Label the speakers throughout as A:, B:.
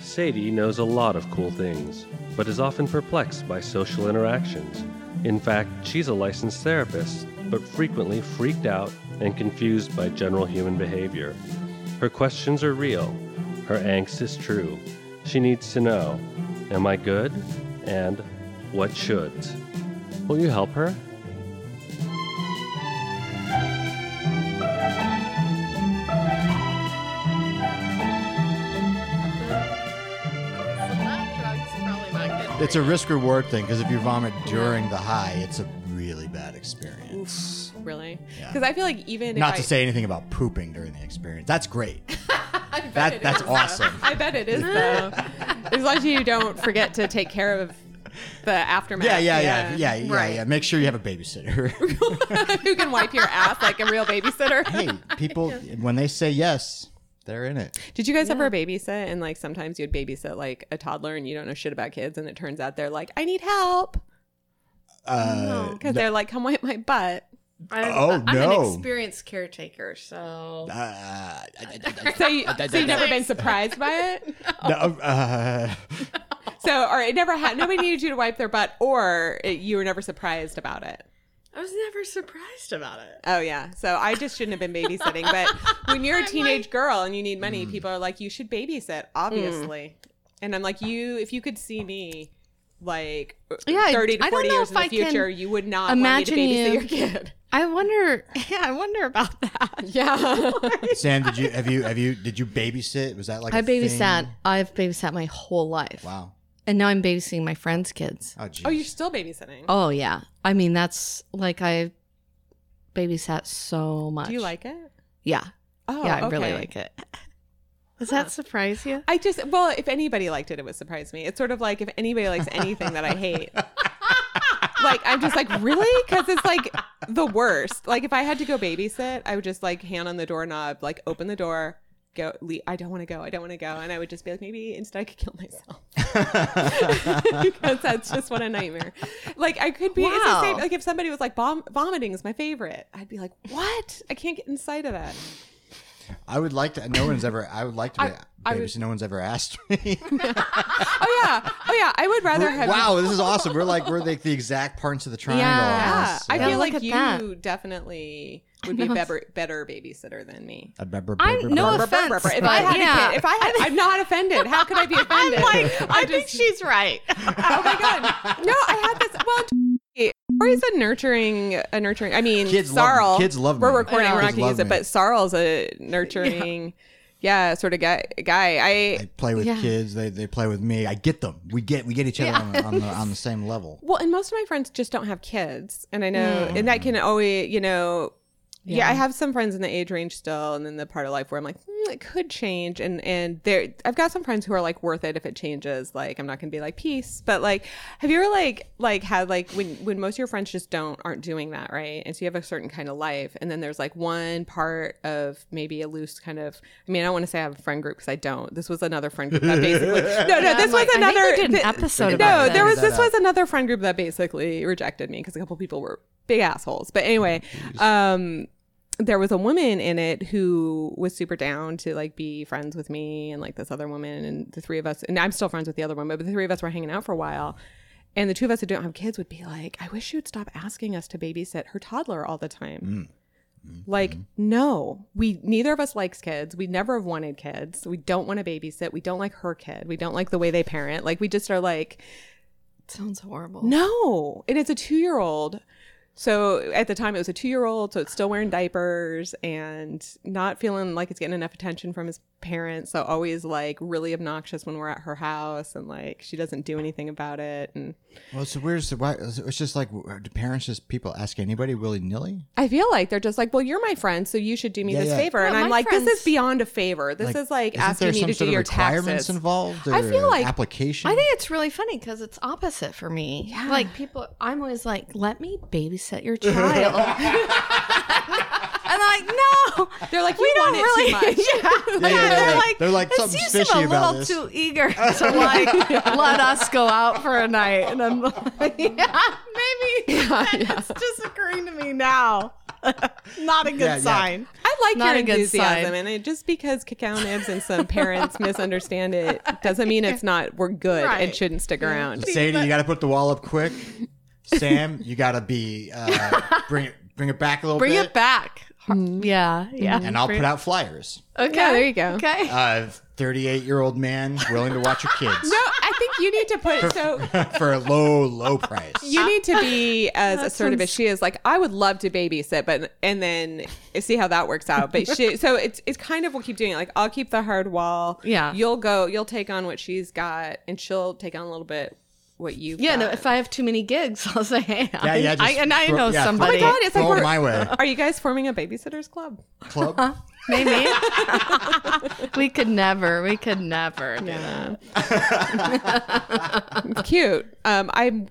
A: Sadie knows a lot of cool things, but is often perplexed by social interactions. In fact, she's a licensed therapist, but frequently freaked out and confused by general human behavior. Her questions are real, her angst is true. She needs to know Am I good? And what should? Will you help her?
B: It's a risk reward thing because if you vomit during the high, it's a really bad experience.
C: really
B: Yeah.
C: because I feel like even
B: Not
C: if
B: to
C: I,
B: say anything about pooping during the experience. That's great.
C: I bet
B: that-
C: it
B: that's
C: is, though.
B: awesome.
C: I bet it is though. as long as you don't forget to take care of the aftermath.
B: Yeah, yeah, yeah, yeah, yeah,
D: Right.
B: yeah. Make sure you have a babysitter.
C: Who can wipe your ass like a real babysitter?
B: hey, people, when they say yes, they're in it.
C: Did you guys ever babysit and like sometimes you'd babysit like a toddler and you don't know shit about kids and it turns out they're like, I need help
B: Uh,
C: because they're like, come wipe my butt.
D: I'm,
B: Oh,
D: I'm
B: no.
D: an experienced caretaker, so
B: uh, uh,
C: So, you, so you've never been surprised by it.
B: no, uh,
C: So, or it never had. Nobody needed you to wipe their butt, or it, you were never surprised about it.
D: I was never surprised about it.
C: Oh yeah. So I just shouldn't have been babysitting. But when you're a teenage girl and you need money, people are like, you should
E: Mm.
C: babysit, obviously. And I'm like, you, if you could see me, like
E: Yeah, I-
C: 30
E: I
C: to
E: don't
C: 40
E: know
C: years in
E: if
C: the
E: I can
C: future, you would not imagine want me to babysit
E: imagine you-
C: your kid.
E: I wonder. Yeah, I wonder about that.
C: Yeah.
B: uh, Sam, did you have you have you did you babysit? Was that like
E: I
B: a thing?
E: babysat. I've babysat my whole life,
B: Wow.
E: and now I'm babysitting my friends' kids.
B: Oh, geez.
C: oh, you're still babysitting.
E: Oh yeah. I mean, that's like I babysat so much.
C: Do you like it?
E: Yeah.
C: Oh,
E: yeah, I really
C: okay.
E: like it. Does that surprise you?
C: I just well, if anybody liked it, it would surprise me. It's sort of like if anybody likes anything that I hate. like I'm just like really because it's like the worst. Like if I had to go babysit, I would just like hand on the doorknob, like open the door, go. Le- I don't want to go. I don't want to go, and I would just be like, maybe instead I could kill myself because that's just what a nightmare. Like I could be. It's the
E: Wow.
C: same. Like if somebody was like, Vom- vomiting is my favorite, I'd be like, what? I can't get inside of that.
B: I would like to. No one's ever. I would like to. Ba-
C: I would-
B: babysit. no one's ever asked me.
C: Oh yeah. Oh yeah. I would rather have.
B: wow, this is awesome. We're like we're like the exact parts of the triangle. on
C: Yeah,
B: this.
C: I
E: Yeah, look
C: feel like
E: at
C: you
E: that.
C: definitely would be a better, better babysitter than me.
B: A member-
E: I-
B: member-
E: no
B: member-
E: offense.
C: Brr, brr, brr. If
E: but
C: I had
E: yeah.
C: a kid, if I had, I'm not offended. How could I be offended?
E: I think she's right.
C: oh my god, no, I had this. Well, Tori's a nurturing, a nurturing. I mean,
B: Kids love-
C: Sarl.
B: kids love
C: We're
B: me.
C: recording.
B: I know.
C: We're not
B: Kids
C: going to use
B: love
C: it,
B: me.
C: but Sarl's a nurturing, yeah, sort of guy. Guy, I
B: I play with
E: Yeah.
B: kids. They, they play with me. I get them. We get we get each other on, the, on the on the same level.
C: Well, and most of my friends just don't have kids. And I know, and that can always, you know, yeah. I have some friends in the age range still and in the part of life where I'm like, "Hmm, it could change. And, and there, I've got some friends who are like worth it if it changes. Like, I'm not going to be like, peace. But like, have you ever like, like had like when, when most of your friends just don't, aren't doing that, right? And so you have a certain kind of life. And then there's like one part of maybe a loose kind of, I mean, I don't want to say I have a friend group because I don't. This was another friend group that basically, no, no,
E: Yeah,
C: this
E: I'm like,
C: was
E: I think
C: another
E: we did an
C: thi-
E: episode
C: No,
E: about
C: there
E: this.
C: was this was another friend group that basically rejected me because a couple people were big assholes. But anyway, um, there was a woman in it who was super down to like be friends with me and like this other woman and the three of us. And I'm still friends with the other one, but the three of us were hanging out for a while. And the two of us who don't have kids would be like, I wish you would stop asking us to babysit her toddler all the time. Like, no, we neither of us likes kids. We never have wanted kids. We don't want to babysit. We don't like her kid. We don't like the way they parent. Like, we just are like,
E: Sounds horrible.
C: no. And it's a two year old. So at the time, it was a two year old. So it's still wearing diapers and not feeling like it's getting enough attention from his parents. So always like really obnoxious when we're at her house and like she doesn't do anything about it. And
B: Well, so where's the why? It's just like do parents just people ask anybody willy nilly.
C: I feel like they're just like, well, you're my friend, so you should do me
B: Yeah,
C: this
B: yeah.
C: favor. and
E: Yeah,
C: I'm
E: my
C: like, this
E: friends-
C: is beyond a favor. This is like asking me to do your
B: requirements
C: taxes.
B: involved. Or
C: I feel like-
B: application.
E: I think it's really funny because it's opposite for me.
C: Yeah.
E: Like people, I'm always like, let me babysit your child. I no.
C: They're like, you
E: we don't
C: want
E: really.
C: it too much.
E: yeah,
B: Yeah, yeah,
E: they're
B: yeah.
E: like,
B: They're like,
E: it
B: "Something's
E: seems
B: fishy
E: to be a
B: about
E: little
B: this."
E: too eager to like let us go out for a night, and I'm like, yeah, maybe
C: yeah.
E: it's just occurring to me now. Not a good
B: Yeah, yeah.
E: sign.
C: I like
E: Not a
C: your
E: good
C: enthusiasm,
E: sign.
C: and it just because cacao nibs and some parents misunderstand it doesn't mean it's not we're good and
E: Right.
C: shouldn't stick around.
B: Sadie, you got to put the wall up quick. Sam, you got to be uh, bring it bring it back a little
E: Bring
B: bit.
E: it back. Yeah, yeah.
B: And I'll put out flyers.
E: Mm-hmm. Okay,
C: Yeah, there you go.
E: Okay.
B: Uh, 38 year old man willing to watch your kids
C: No, I think you need to put so
B: for a low, low price.
C: you need to be as assertive as
E: sounds-
C: she is. Like I would love to babysit, but and then see how that works out. But she, so it's it's kind of we'll keep doing it. Like I'll keep the hard wall.
E: Yeah.
C: you'll go. You'll take on what she's got, and she'll take on a little bit what you.
E: Yeah,
C: got.
E: no, if I have too many gigs, I'll say, hey,
B: Yeah, yeah,
E: I,
B: just
E: and I
B: throw-
E: know
B: yeah, throw-
E: somebody.
C: Oh my God, it's like
B: Throw it
C: we're-
B: my way.
C: Are you guys forming a babysitters club?
B: Club.
E: Maybe. we could never, we could never do
C: Yeah. Cute. Um, I'm.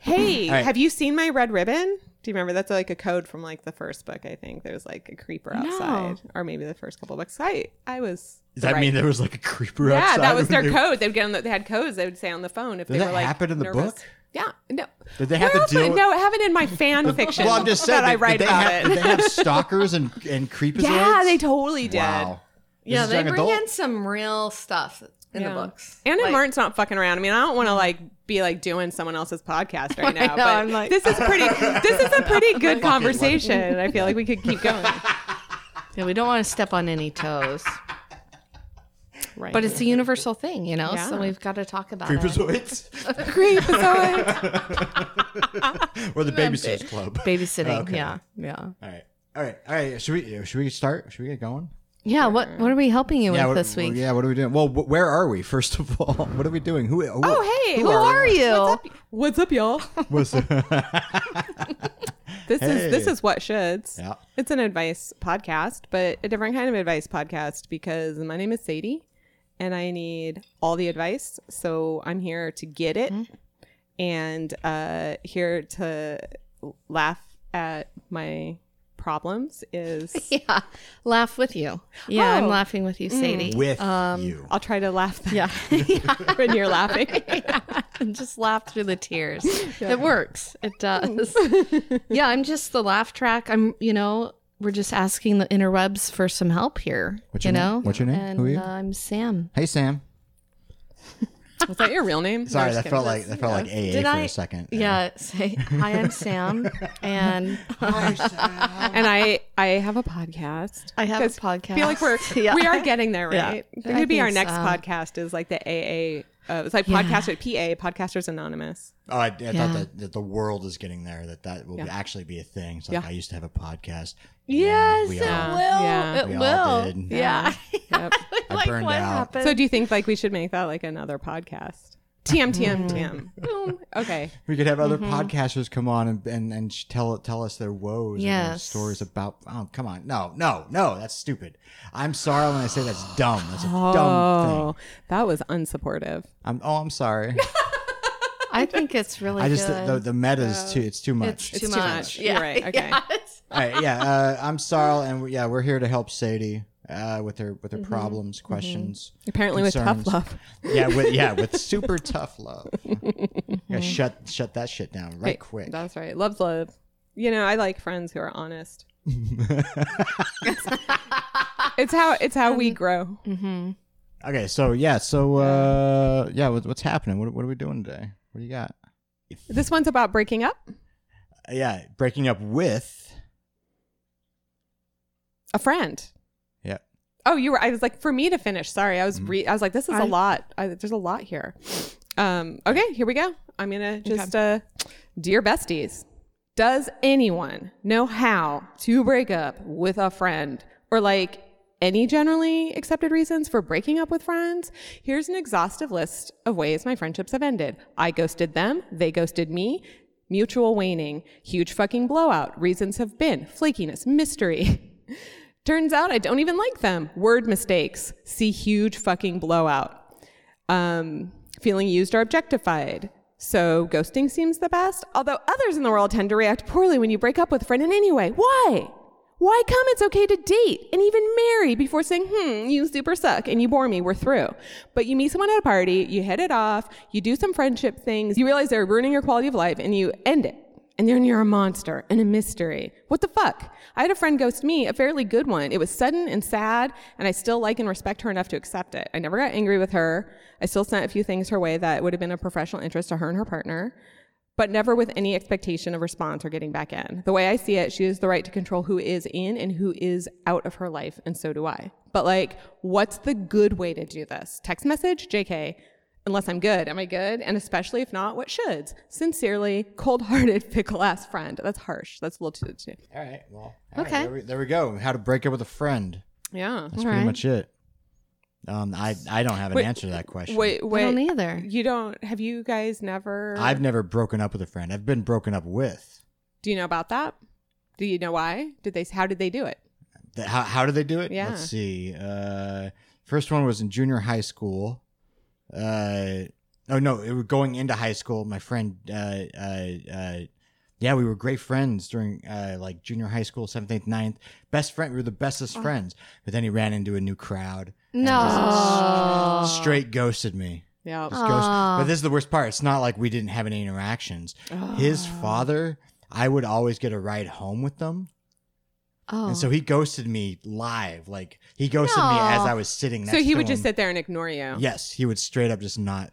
C: Hey,
B: All right.
C: have you seen my red ribbon? Do you remember that's like a code from like the first book? I think there's like a creeper outside, or maybe the first couple books. I I was.
B: Does that
C: right.
B: mean there was like a creeper
C: Yeah,
B: outside?
C: that was
B: when
C: their
B: they-
C: code. They would get on. The, they had codes. They would say on the phone if
B: Did
C: they
B: that
C: were like.
B: happen in the
C: nervous.
B: book?
C: Yeah. No.
B: Did they have
C: Where
B: to
C: else
B: deal?
C: would,
B: with-
C: no, it happened in my fan fiction.
B: Well, I'm just saying
C: that I
B: did-
C: write
B: did they
C: about
B: have,
C: it.
B: Did they have stalkers and and creepers?
C: yeah, they totally did.
B: Wow. This
E: Yeah,
B: is
E: they
B: young
E: bring
B: adult?
E: in some real stuff in
C: Yeah.
E: the books.
C: Anna
E: Like- Mm-hmm.
C: Martin's not fucking around. I mean, I don't want to like be like doing someone else's podcast right now,
E: know,
C: but
E: I'm like-
C: this is pretty. This is a pretty good
B: it, why-
C: conversation, and I feel like we could keep going.
E: Yeah, we don't want to step on any toes.
C: Right.
E: But it's a universal thing, you know?
C: Yeah.
E: So we've got to talk about it.
B: Creeperzoids
C: creepazoid.
B: or the babysitters club?
E: Babysitting.
B: Okay.
E: Yeah. Yeah.
B: All right. All right, all right. Should we should we start? Should we get going?
E: Yeah. What What are we helping you
B: yeah,
E: with
B: what,
E: this week?
B: Yeah, what are we doing? Well, wh- where are we? First of all, what are we doing? Who? who
C: Oh hey,
E: Who are you?
C: What's up, y'all?
B: What's
C: This
B: Hey.
C: is this is what shoulds.
B: Yeah.
C: It's an advice podcast, but a different kind of advice podcast because my name is Sadie, and I need all the advice. So I'm here to get it, and uh, here to laugh at my problems. Is
E: Yeah. Laugh with you. Yeah.
C: Oh.
E: I'm laughing with you, Sadie.
B: with you?
C: Um, I'll try to laugh then
E: Yeah.
C: when you're laughing.
E: and just laugh through the tears. It works. It does. yeah, I'm just the laugh track. I'm, you know, we're just asking the interwebs for some help here.
B: What's
E: you
B: your name?
E: know?
B: What's your name?
E: And,
B: Who are you?
E: Uh, I'm Sam.
B: Hey, Sam.
C: Was that your real name?
B: Sorry, that felt like that felt like AA
E: Did
B: for
E: I-
B: a second.
E: Yeah. Say hi. I'm Sam, and
B: Oh,
C: And I I have a podcast.
E: I have a
C: 'Cause
E: podcast.
C: I feel like we're
E: Yeah.
C: we are getting there, right?
E: Yeah.
C: That
E: I
C: could be our
E: think
C: next
E: so.
C: podcast is like the AA. Uh, it's like podcast with PA, Podcasters Anonymous.
B: Oh, I, I
E: Yeah.
B: thought that, that the world is getting there. That that will be,
C: Yeah.
B: actually be a thing. It's like
C: Yeah.
B: I used to have a podcast.
E: Yes,
B: we
E: it will.
B: all-
C: Yeah.
E: It
B: We
E: will.
B: all did.
E: Yeah.
C: Yep.
B: I
E: like
B: burned
E: what
B: out.
E: happened?
C: so do you think like we should make that like another podcast? TM TM
E: Mm.
C: TM. Boom. Okay.
B: We could have other
E: Mm-hmm.
B: podcasters come on and and, and sh- tell tell us their woes and their
E: Yes.
B: stories about. Oh, come on! No, no, no! That's stupid. I'm sorry when I say that's dumb. That's a dumb thing.
C: Oh, that was unsupportive.
B: I'm oh, I'm sorry.
E: I think it's really.
B: I just
E: good.
B: the, the meta is too. It's too much.
E: it's, too
C: too
E: much.
C: much. You're
E: Yeah.
C: right. Okay.
E: Yes.
B: All right, yeah, uh, I'm Sarl, and we- yeah, we're here to help Sadie uh, with her with her problems, questions.
C: Apparently with
B: Concerns.
C: tough love.
B: Yeah, with yeah, with super tough love. Yeah, shut shut that shit down right, quick.
C: That's right. Love's love. You know, I like friends who are honest. it's how it's how we grow.
B: Okay, so yeah, so uh, yeah, what, what's happening? What, what are we doing today? What do you got?
C: This one's about breaking up.
B: Uh, yeah, breaking up with.
C: A friend.
B: Yeah,
C: Oh, you were. I was like, for me to finish. Sorry, I was. Re- I was like, this is a
E: I-
C: lot. I, there's a lot here. Um. Okay, here we go. I'm gonna just, uh, dear besties, does anyone know how to break up with a friend or like any generally accepted reasons for breaking up with friends? Here's an exhaustive list of ways my friendships have ended. I ghosted them. They ghosted me. Mutual waning, huge fucking blowout. Reasons have been flakiness, mystery, Turns out I don't even like them. Word mistakes. See huge fucking blowout. Um, feeling used or objectified. So ghosting seems the best, although others in the world tend to react poorly when you break up with a friend in any way. Why? Why come it's okay to date and even marry before saying, hmm, you super suck and you bore me, we're through. But you meet someone at a party, you hit it off, you do some friendship things, you realize they're ruining your quality of life and you end it. And then you're a monster and a mystery. What the fuck? I had a friend ghost me, a fairly good one. It was sudden and sad, and I still like and respect her enough to accept it. I never got angry with her. I still sent a few things her way that would have been a professional interest to her and her partner but never with any expectation of response or getting back in. The way I see it, she has the right to control who is in and who is out of her life, and so do I. But like, what's the good way to do this? Text message, JK. Unless I'm good, am I good? And especially if not, what shoulds? Sincerely, cold-hearted, fickle-ass friend. That's harsh. That's a little too. too.
B: All right. Well, all right,
E: Okay.
B: there, we, there we go. How to break up with a friend.
C: Yeah.
B: That's
E: All
B: pretty
E: right.
B: much it. Um, I I don't have an
C: Wait,
B: answer to that question.
C: Wait,
E: I don't
C: wait.
E: either.
C: You don't? Have you guys never?
B: I've never broken up with a friend. I've been broken up with.
C: Do you know about that? Do you know why? Did they? How did they do it?
B: The- How how do they do it?
C: Yeah.
B: Let's see. Uh, first one was in junior high school. Uh, oh no, it was going into high school. My friend. Uh, uh, uh, yeah, we were great friends during uh, like junior high school, seventh, eighth, ninth. Best friend. We were the bestest friends. But then he ran into a new crowd. and
E: No.
B: just Straight ghosted me.
C: Yeah.
B: Just ghost-
E: Aw.
B: But this is the worst part. It's not like we didn't have any interactions. His father, I would always get a ride home with them.
E: Oh.
B: And so he ghosted me live. Like he ghosted me as
E: No.
B: I was sitting next
C: So he
B: to
C: would just
B: him.
C: sit there and ignore you.
B: Yes, he would straight up just not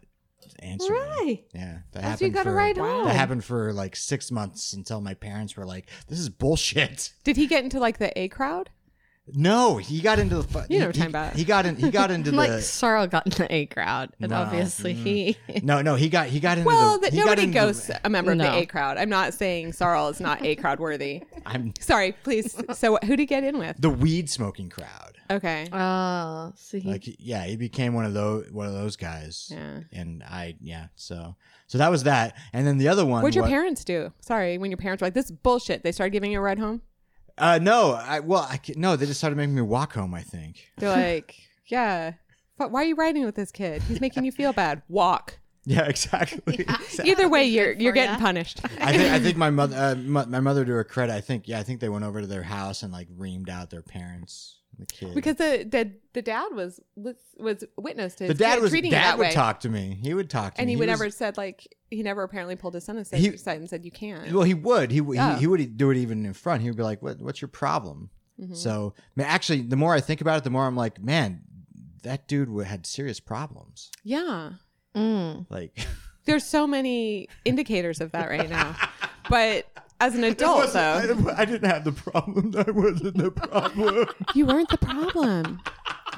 B: answer. me.
E: Right.
B: Yeah. That
E: That's- you
B: happened
E: gotta
B: for,
E: ride
B: That
E: home.
B: happened for like six months until my parents were like, This is bullshit.
C: Did he get into like the A crowd?
B: No, he got into the fu-
C: You know what
B: he,
C: I'm talking about.
B: he got in he got into
E: like
B: the
E: Sorrel got in the A crowd, and
B: No.
E: obviously he.
B: No, no, he got he got into
C: Well,
B: the
C: that
B: he got
C: nobody uh,
B: into
C: ghosts
B: the,
C: a member of
E: No.
C: the A crowd. I'm not saying Sarl is not A crowd worthy.
B: I'm
C: Sorry, please. So who did he get in with?
B: the weed smoking crowd.
C: Okay.
E: Oh, so he.
B: like yeah he became one of those one of those guys
C: Yeah.
B: and i yeah so so that was that and then the other one
C: What'd your
B: wa-
C: parents do? Sorry, when your parents were like, "This is bullshit," they started giving you a ride home.
B: uh no i well i ca- no they just started making me walk home i think
C: They're like, "Yeah, but why are you riding with this kid? He's making you feel bad. Walk."
B: yeah exactly Exact-
C: Either way, you're
E: good
C: you're
E: for
C: getting
E: ya.
C: punished.
B: I think, I think my mother, uh, my, my mother, to her credit, I think, yeah, I think they went over to their house and like reamed out their parents, the kid.
C: Because the, the the dad was was, was witness to
B: the dad
C: kid
B: was,
C: treating you
B: dad
C: that
B: would
C: way.
B: talk to me. He would talk to
C: and
B: me.
C: he, would
B: was-
C: never said like he never apparently pulled his son aside,
B: He-
C: aside and said you can't.
B: Well, he would. He would.
C: Yeah.
B: He, he would do it even in front. He would be like, "What? What's your problem?"
C: Mhm.
B: So, man, actually, the more I think about it, the more I'm like, man, that dude wa- had serious problems.
C: yeah.
E: Mm.
B: Like,
C: There's so many indicators of that right now. But as an adult, though,
B: I, didn't have the problem. That wasn't the problem.
C: you weren't the problem.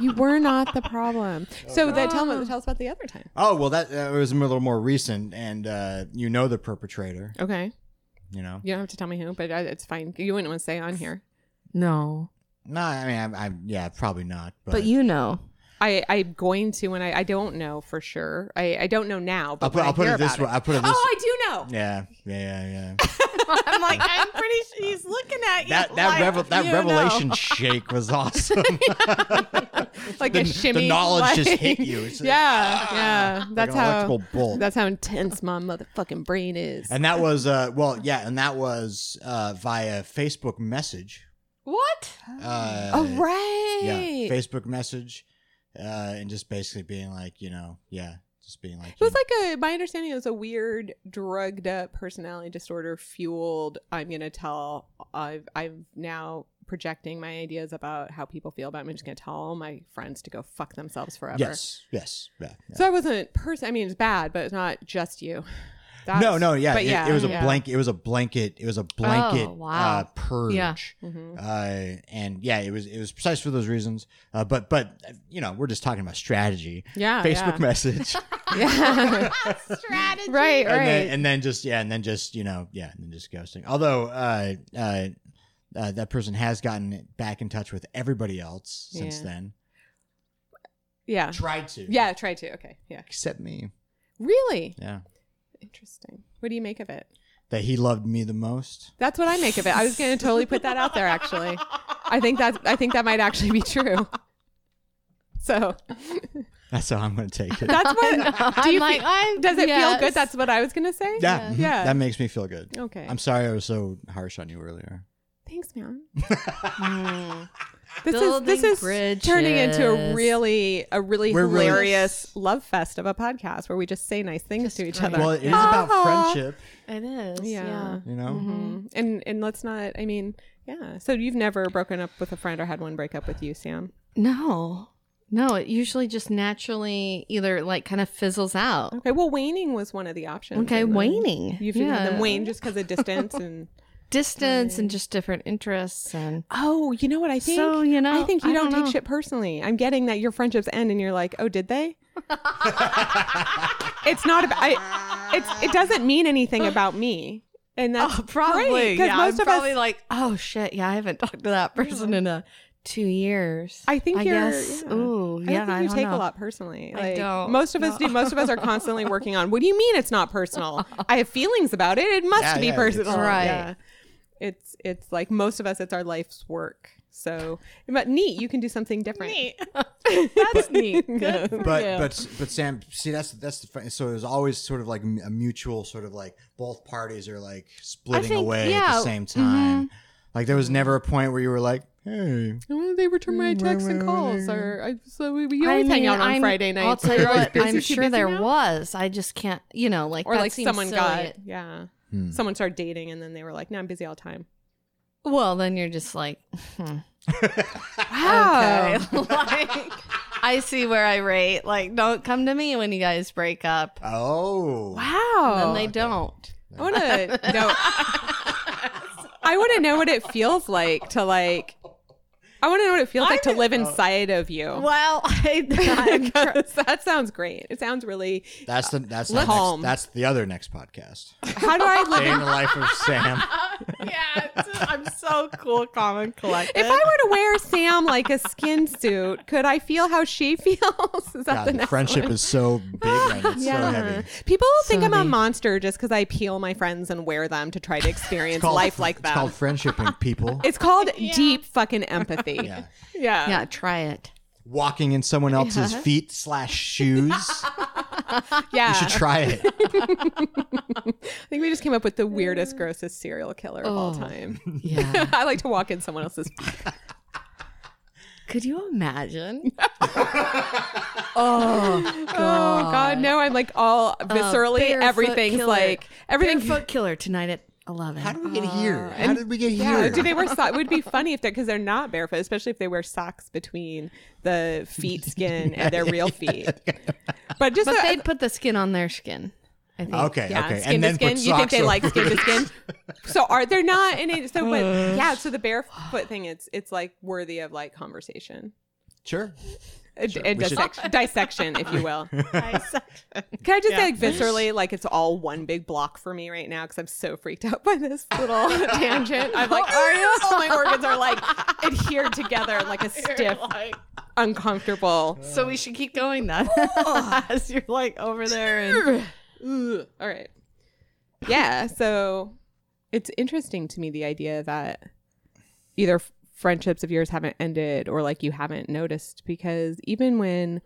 C: You were not the problem. So that tell me, tell us about the other time.
B: oh well, that, that was a little more recent, and uh, you know the perpetrator.
C: Okay,
B: You know,
C: you don't have to tell me who, but I, it's fine. You wouldn't want to say on here.
E: No.
B: no, I mean, I'm, I'm yeah, probably not. But,
E: But, you know.
C: I I'm going to when I I don't know for sure. I I don't know now, but
B: I'll put,
C: when I
B: I'll put
C: hear
B: it this
C: about
B: way. I'll put it this.
C: Oh, I do know.
B: yeah, yeah, yeah.
E: I'm like, I'm pretty sure he's looking at you.
B: That that revel- that
C: you
B: revelation shake was awesome.
C: Like
B: the- the
C: a shimmy.
B: knowledge just
C: like-
B: hit you. It's like, ah,
C: yeah, yeah.
B: Like
C: That's
B: an
C: how.
B: electrical bolt.
C: That's how intense my motherfucking brain is.
B: and that was uh well yeah, and that was uh via Facebook message.
E: What?
B: Uh
C: Oh right.
B: yeah, Facebook message uh and just basically being like, you know, yeah, just being like
C: It was like a my understanding it was a weird drugged up personality disorder fueled I'm gonna tell I've I'm now projecting my ideas about how people feel about me. I'm just gonna tell all my friends to go fuck themselves forever.
B: Yes, yes. Yeah. yeah.
C: So I wasn't person I mean it's bad, but it's not just you. That's-
B: no, no, yeah,
C: But
B: it,
C: yeah.
B: it was a
C: yeah.
B: blanket. It was a blanket. It was a blanket
E: Oh, wow.
B: uh, purge.
E: Yeah.
C: Mhm.
B: Uh, and yeah, it was it was precise for those reasons. Uh, but but uh, you know, we're just talking about strategy.
C: Oh, Yeah,
B: Facebook message.
C: yeah.
E: Strategy.
C: right, right.
B: and then and then just yeah, and then just you know yeah, and then just ghosting. Although uh, uh, uh, that person has gotten back in touch with everybody else since
C: Yeah.
B: then.
C: yeah.
B: Tried to,
C: Yeah, try to. Okay. Yeah.
B: except me.
C: Really?
B: Yeah,
C: Interesting. What do you make of it?
B: that he loved me the most.
C: That's what I make of it. I was going to totally put that out there. Actually, I think that's I think that might actually be true. So
B: That's how I'm going to take it. yeah,
C: that's what. Do
E: I'm
C: you
E: like,
C: feel-
E: I'm,
C: does it
E: yes.
C: feel good? That's what I was going to say.
B: mhm,
C: Yeah.
B: that makes me feel good.
C: Okay.
B: I'm sorry I was so harsh on you earlier.
C: Thanks, man.
B: Hmm.
E: Mm.
C: This is this
E: Building
C: is turning into a
E: bridges.
C: really a really
B: We're really-
C: hilarious love fest of a podcast where we just say nice things
E: Just
C: to each
E: great.
C: other.
B: Well, it is about
C: Aw.
B: friendship,
E: It is.
C: Yeah.
B: you know.
C: Mhm. And and let's not. I mean, yeah. So you've never broken up with a friend or had one break up with you, Sam?
E: No. No, it usually just naturally either like kind of fizzles out.
C: Okay. Well, waning was one of the options.
E: Okay,
C: and then
E: waning.
C: You've had them wane just because of distance and.
E: Distance and just different interests and
C: Oh, you know what I think?
E: So, you know,
C: I think you
E: I
C: don't,
E: don't
C: take
E: know.
C: shit personally. I'm getting that your friendships end, and you're like, oh, did they? it's not about. I, it's it doesn't mean anything about me, and that's
E: Oh, probably
C: great, 'cause
E: yeah,
C: most
E: I'm
C: of
E: probably
C: us.
E: like, oh shit, yeah, I haven't talked to that person in a two years.
C: I think you're.
E: guess.
C: yeah.
E: Ooh,
C: I
E: yeah,
C: don't think you take
E: know.
C: a lot personally.
E: I
C: Like,
E: don't,
C: Most of us
E: no.
C: do. Most of us are constantly working on. What do you mean it's not personal? I have feelings about it. It must
B: Yeah,
C: be
B: yeah, it's-
C: personal,
E: Right.
C: Yeah. It's it's like most of us. It's our life's work. So, but neat. You can do something different.
D: That's neat.
C: Yeah.
B: But but but Sam, see that's that's the fun. so it was always sort of like a mutual sort of like both parties are like splitting
E: think-
B: away at
E: yeah,
B: the same
C: Mm-hmm.
B: time. Like there was never a point where you were like, hey,
C: Well, they return my texts and calls, or Mm-hmm. I, so we, we always hang out on
E: I'm-
C: Friday nights.
E: I'll tell you
C: You're always
E: what,
C: busy.
E: I'm
C: She
E: sure
C: busy
E: there
C: now?
E: was. I just can't, you know, like
C: or
E: that
C: like
E: seems
C: someone
E: silly.
C: got yeah,
B: Hmm.
C: someone started dating and then they were like, "No, I'm busy all the time."
E: Well, then you're just like, hmm.
C: Wow.
E: okay, like I see where I rate. Like, don't come to me when you guys break up.
B: oh,
C: Wow.
E: and they don't.
C: I want to know. I want to know what it feels like to like. I want to know what it feels like to live inside of you.
E: Well, I, I'm tr-
C: Because that sounds great. It sounds really.
B: that's the that's the
C: Let's-
B: next,
C: Calm.
B: that's the other next podcast.
C: How do I live?
B: Day in the life of Sam.
D: yeah, it's- I'm so cool, calm, and collected.
C: If I were to wear Sam like a skin suit, could I feel how she feels? Is that the
B: God,
C: next
B: friendship
C: one?
B: is so big and it's so heavy.
C: People think I'm a
E: Sorry.
C: monster just because I peel my friends and wear them to try to experience life like
B: It's
C: that.
B: called friendshiping people.
C: It's called deep fucking empathy.
B: yeah.
C: Yeah.
E: yeah, try it.
B: Walking in someone else's feet slash shoes.
C: Yeah.
B: You should try it.
C: I think we just came up with the weirdest, grossest serial killer of all
E: Oh.
C: time.
E: Yeah.
C: I like to walk in someone else's.
E: Could you imagine? oh,
C: Oh God, no! I'm like all viscerally.
E: barefoot
C: everything's
E: killer.
C: like everything.
E: Barefoot killer tonight at 11.
B: How did we get here? How
C: and-
B: did we get
C: Yeah,
B: here?
C: do they wear socks? It would be funny if they because they're not barefoot, especially if they wear socks between the feet skin and their real feet. But just
E: but
C: the-
E: they'd put the skin on their skin. I think.
B: Okay,
C: yeah,
B: okay.
C: skin to skin.
B: put
C: You think
B: socks
C: they
B: over
C: like
B: it.
C: skin to skin? So are they're not? And it, so, but yeah. So the barefoot thing, it's it's like worthy of like conversation.
B: Sure.
C: A- a
B: We should-
C: dissec- dissection, if you will. Can I just say, like, viscerally, like it's all one big block for me right now because I'm so freaked out by this little tangent. I'm like, all my organs are like adhered together like a stiff, uncomfortable.
E: So we should keep going then. As you're like over there.
C: Ugh. All right. Yeah. So it's interesting to me the idea that either f- friendships of yours haven't ended or like you haven't noticed because even when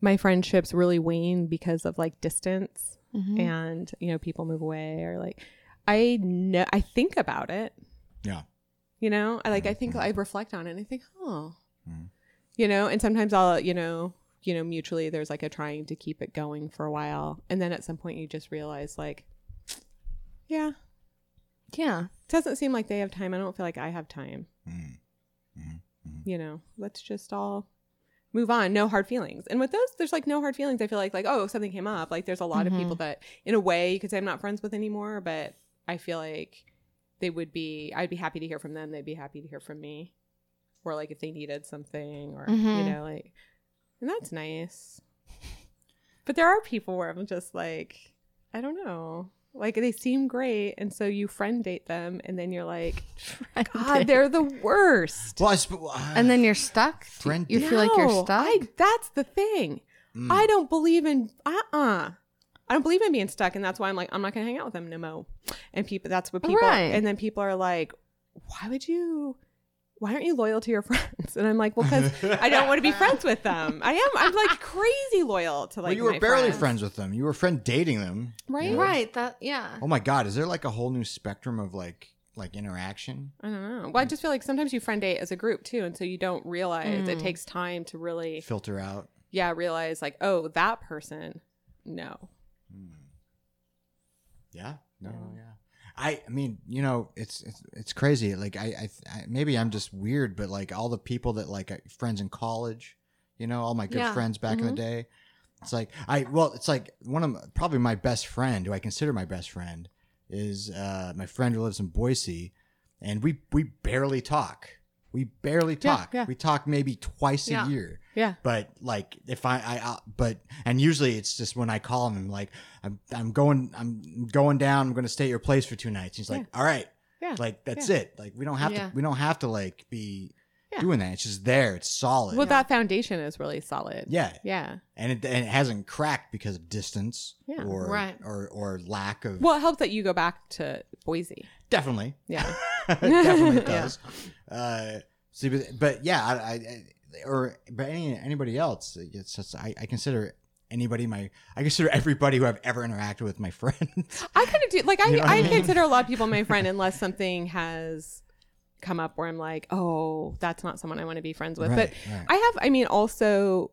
C: my friendships really wane because of like distance and you know people move away or like I know I think about it
B: Yeah.
C: you know i like i think i reflect on it and i think oh you know and sometimes i'll you know you know mutually there's like a trying to keep it going for a while and then at some point you just realize like yeah it
E: yeah.
C: doesn't seem like they have time i don't feel like i have time you know let's just all move on no hard feelings and with those there's like no hard feelings i feel like like oh something came up like there's a lot of people that in a way you could say i'm not friends with anymore but i feel like they would be i'd be happy to hear from them they'd be happy to hear from me or like if they needed something or you
E: Mhm.
C: know like and that's nice but there are people where i'm just like i don't know like they seem great and so you friend date them and then you're like god they're the worst
B: Well, I sp- well, I-
E: and then you're stuck.
B: Friend
E: you feel like you're
C: No,
E: stuck. Hmm.
C: I, that's the thing.
B: Mm.
C: I don't believe in uh uh I don't believe in being stuck, and that's why I'm like I'm not gonna hang out with them no mo. And people, that's what people.
E: Right.
C: And then people are like, why would you? Why aren't you loyal to your friends? And I'm like, well, because I don't want to be friends with them. I am. I'm like crazy loyal to like.
B: well, you were
C: my
B: barely friends. with them. You were friend dating them.
C: right?
E: right. That yeah.
B: Oh my God, is there like a whole new spectrum of like like interaction?
C: I don't know. Well, I just feel like sometimes you friend date as a group too, and so you don't realize it
E: Mm.
C: takes time to really,
B: Filter out.
C: yeah, realize like, oh, that person, no.
B: Hmm. Yeah. No. Yeah. I, I mean, you know, it's it's, it's crazy. Like I, I, I maybe I'm just weird, but like all the people that like I- friends in college, you know, all my good
E: Yeah.
B: friends back in the day. It's like I well, it's like one of my, probably my best friend, who I consider my best friend, is uh, my friend who lives in Boise, and we we barely talk. We barely
C: Yeah,
B: talk.
C: yeah.
B: We talk maybe twice
E: Yeah.
B: a year
C: Yeah.
B: but like if I, I I but and usually it's just when I call him I'm like I'm I'm going I'm going down I'm going to stay at your place for two nights. He's like, "All right."
C: Yeah.
B: Like that's it. Like we don't have
E: Yeah.
B: to we don't have to like be
C: Yeah.
B: doing that. It's just there. It's solid.
C: Well, that foundation is really solid.
B: yeah.
C: Yeah.
B: And it and it hasn't cracked because of distance
C: Yeah.
B: or
E: Right.
B: or or lack of
C: Well, it helps that you go back to Boise.
B: definitely.
C: Yeah.
B: definitely
C: Yeah.
B: does. Uh, see, but, but yeah, I, I, I- or but any, anybody else, it's just I, I consider anybody my I consider everybody who I've ever interacted with my friend.
C: I kind of do. Like, I,
B: You know what
C: I
B: I mean?
C: consider a lot of people my friend unless something has come up where I'm like, oh, that's not someone I want to be friends with. But
B: right.
C: I have, I mean, also,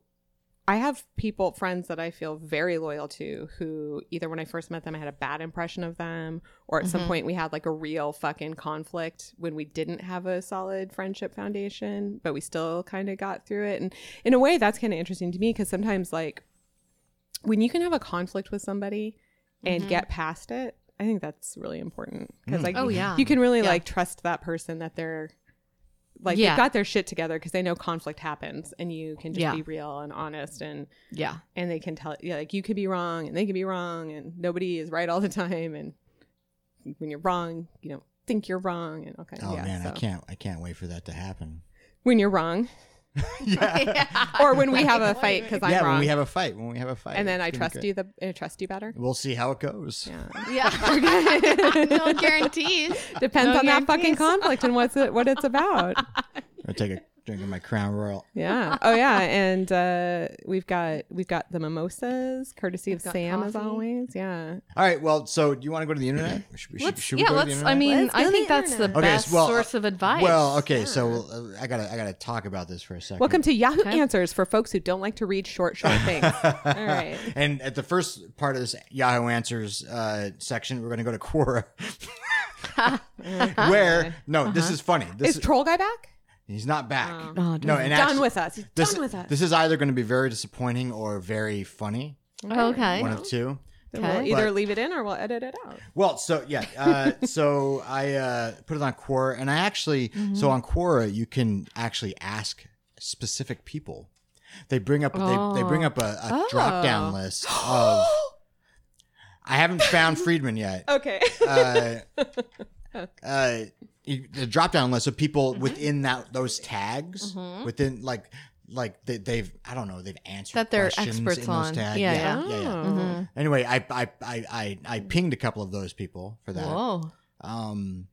C: I have people, friends that I feel very loyal to who either when I first met them, I had a bad impression of them, or at some
E: Mhm.
C: point we had like a real fucking conflict when we didn't have a solid friendship foundation, but we still kind of got through it. And in a way, that's kind of interesting to me because sometimes, like, when you can have a conflict with somebody and
E: Mhm.
C: get past it, I think that's really important because,
B: Mm.
C: like,
E: Oh, yeah.
C: you can really
E: Yeah.
C: like trust that person that they're like
E: Yeah.
C: they've got their shit together because they know conflict happens and you can just
E: Yeah.
C: be real and honest and
E: yeah.
C: and they can tell yeah, like you could be wrong and they could be wrong and nobody is right all the time and when you're wrong you don't think you're wrong and okay
B: oh
C: yeah,
B: man, I
C: so-
B: can't I can't wait for that to happen.
C: when you're wrong
B: yeah,
C: or when we have a fight because I'm
B: yeah.
C: wrong
B: When we have a fight, when we have a fight,
C: and then
B: it's gonna
C: I
B: be
C: trust
B: good.
C: you the I trust you better
B: We'll see how it goes.
C: yeah
E: Yeah. no guarantees.
C: depends
E: No
C: on that fucking
E: guarantees.
C: conflict and what's it what it's about
B: I'll take a drink of my Crown Royal.
C: Yeah. Oh yeah. And uh, we've got we've got the mimosas, courtesy of
E: We've got
C: Sam as
E: coffee.
C: always. Yeah.
B: All right. Well, so do you want to go to the internet? Should, we- should,
E: Let's,
B: should we
E: yeah,
B: go to the
E: let's.
B: internet?
E: I mean,
D: Let's go
E: I
D: to
E: think
D: the
E: that's the
D: internet.
B: Okay,
E: best
B: well, uh,
E: source of advice.
B: Well, okay. So uh, I gotta I gotta talk about this for a second.
C: Welcome to Yahoo
E: Okay.
C: Answers for folks who don't like to read short, short things. All right.
B: And at the first part of this Yahoo Answers uh, section, we're going to go to Quora, where no, this
C: Uh-huh.
B: is funny. This
C: Is
B: is,
C: Troll Guy back?
B: he's not back.
E: Oh,
B: no, and
C: Done
B: actu-
C: with us. He's
B: this,
C: done with us.
B: This is either going to be very disappointing or very funny.
E: okay.
B: One of the two.
C: Then we'll
E: Okay.
C: either
B: But-
C: leave it in or we'll edit it out.
B: Well, so yeah, uh, so I uh, put it on Quora, and I actually
E: Mm-hmm.
B: so on Quora you can actually ask specific people. They bring up they, they bring up a, a
E: Oh.
B: drop down list of. I haven't found Friedman yet.
C: Okay.
B: uh, uh, you- the drop down list of people
E: Mm-hmm.
B: within that those tags within like like they, they've I don't know they've answered
E: That they're
B: questions
E: experts
B: in
E: on.
B: those tags.
E: Yeah,
B: yeah, yeah, yeah.
C: Oh.
B: Mm-hmm. Anyway, I I, I I I pinged a couple of those people for that.
E: Whoa.
B: Um,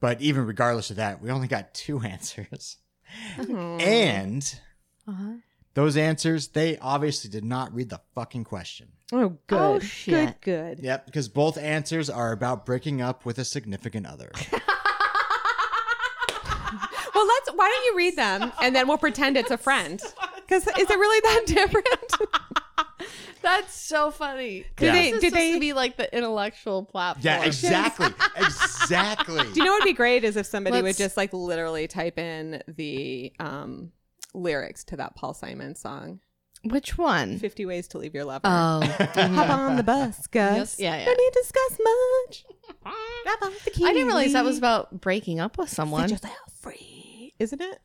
B: but even regardless of that, we only got two answers,
C: Mm-hmm.
B: Mm-hmm. and
E: Uh-huh.
B: those answers they obviously did not read the fucking question.
C: Oh, good.
E: Oh, shit.
C: Good. Good.
B: Yep, because both answers are about breaking up with a significant other.
C: Well, let's. Why don't you read them and then we'll pretend it's a friend? Because is it really that different?
E: That's so funny.
B: Do Yeah. they-
E: This is
C: do
E: supposed
C: they-
E: to be like the intellectual platform?
B: Yeah, exactly. exactly.
C: Do you know what would be great is if somebody would
E: Let's-
C: just like literally type in the um, lyrics to that Paul Simon song,
E: Which one?
C: 50 Ways to Leave Your Lover.
E: Oh,
C: Hop on the bus, Gus.
E: Yes, yeah, yeah.
C: Don't need to discuss much. Grab off the key.
E: I didn't realize that was about breaking up with someone.
C: yourself free. Isn't it?